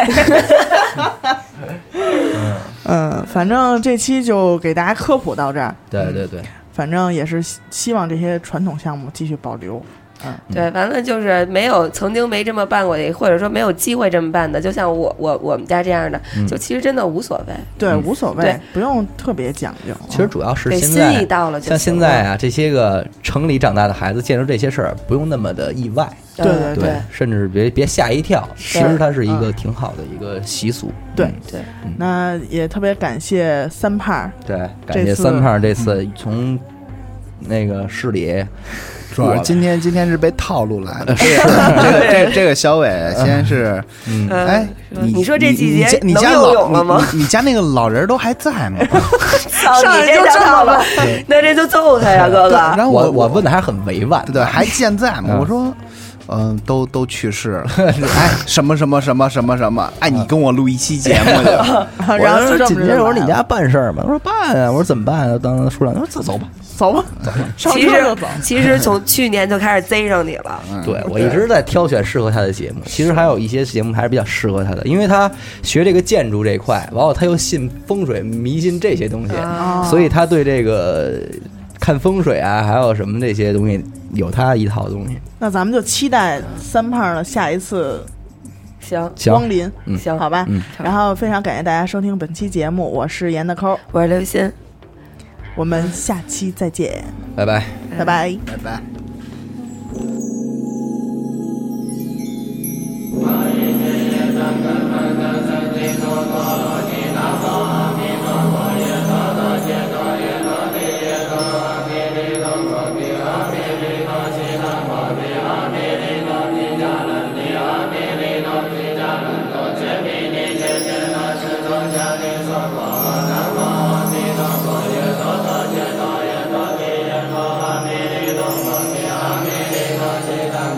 C: 嗯，反正这期就给大家科普到这儿。
D: 对对对，
C: 反正也是希希望这些传统项目继续保留。嗯
B: 对，完了就是没有曾经没这么办过的，或者说没有机会这么办的，就像我我我们家这样的，
D: 嗯
B: 就其实真的无所谓，
C: 对，
D: 嗯
C: 无所谓
B: 对，
C: 不用特别讲究。
D: 其实主要是
B: 对，
D: 现
B: 心意
D: 在，
B: 到了就
D: 像
B: 行
D: 现
B: 了
D: 在啊，这些个城里长大的孩子见着这些事儿，不用那么的意外，
C: 对对嗯
D: 对，甚至别别吓一跳，其实它是一个挺好的一个习俗。
C: 对
D: 嗯
B: 对
D: 嗯
C: 那也特别感谢三胖
D: *laughs*
C: 儿，
D: 对，感谢
C: 这次
D: 三胖这次
E: 嗯
D: 从那个市里
E: 主要
D: 过
E: 是
D: 来
E: 今天今天是被套路来的。呃 *laughs* 这个这个这 *laughs* 个小伟先是，
D: 嗯
B: 嗯
E: 哎，你
B: 你说这季节
E: 你你
B: 能
E: 家
B: 游泳
E: 老
B: 了吗？
E: 你你你家那个老人都还在
B: *laughs*
E: 吗？
B: 上
A: 上
B: 来
A: 来
B: 就
A: 就
B: 哦这
A: 这么
B: 么了
A: 了，
B: *laughs* 那这就揍他呀，哥
E: 对
B: 哥。
E: 然后
D: 我
E: 我
D: 我问的还是很委婉的，
E: 对，还健在吗？
D: 嗯
E: 我说，嗯，都都去世了。 *laughs* 哎，什么什么什么什么什么？哎，你跟我录一期节目
B: *laughs*
E: 去。
D: 我
C: 然后
D: 说
C: 就这
D: 紧
C: 么
D: 接着我说
C: 来
D: 你
C: 了
D: 家办事儿吗？我说办啊，我说怎么办啊？当时说了，他说 *laughs* 自走吧。
C: 走吧，上
B: 其
C: 车
B: 实
C: 就走。
B: 其实从去年就开始贼上你了，
D: 对我一直在挑选适合他的节目，其实还有一些节目还是比较适合他的，因为他学这个建筑这一块，完后他又信风水、迷信这些东西，
C: 哦
D: 所以他对这个看风水啊，还有什么这些东西，有他一套东西。
C: 那咱们就期待三胖儿的下一次
B: 行
C: 光
D: 行，
C: 临，
D: 嗯
B: 行
C: 好吧
D: 嗯？
C: 然后非常感谢大家收听本期节目，我是严的抠儿，
B: 我是刘鑫。
C: 我们下期再见，
D: 拜拜。
C: 拜拜。
E: 拜拜。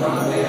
F: Amen.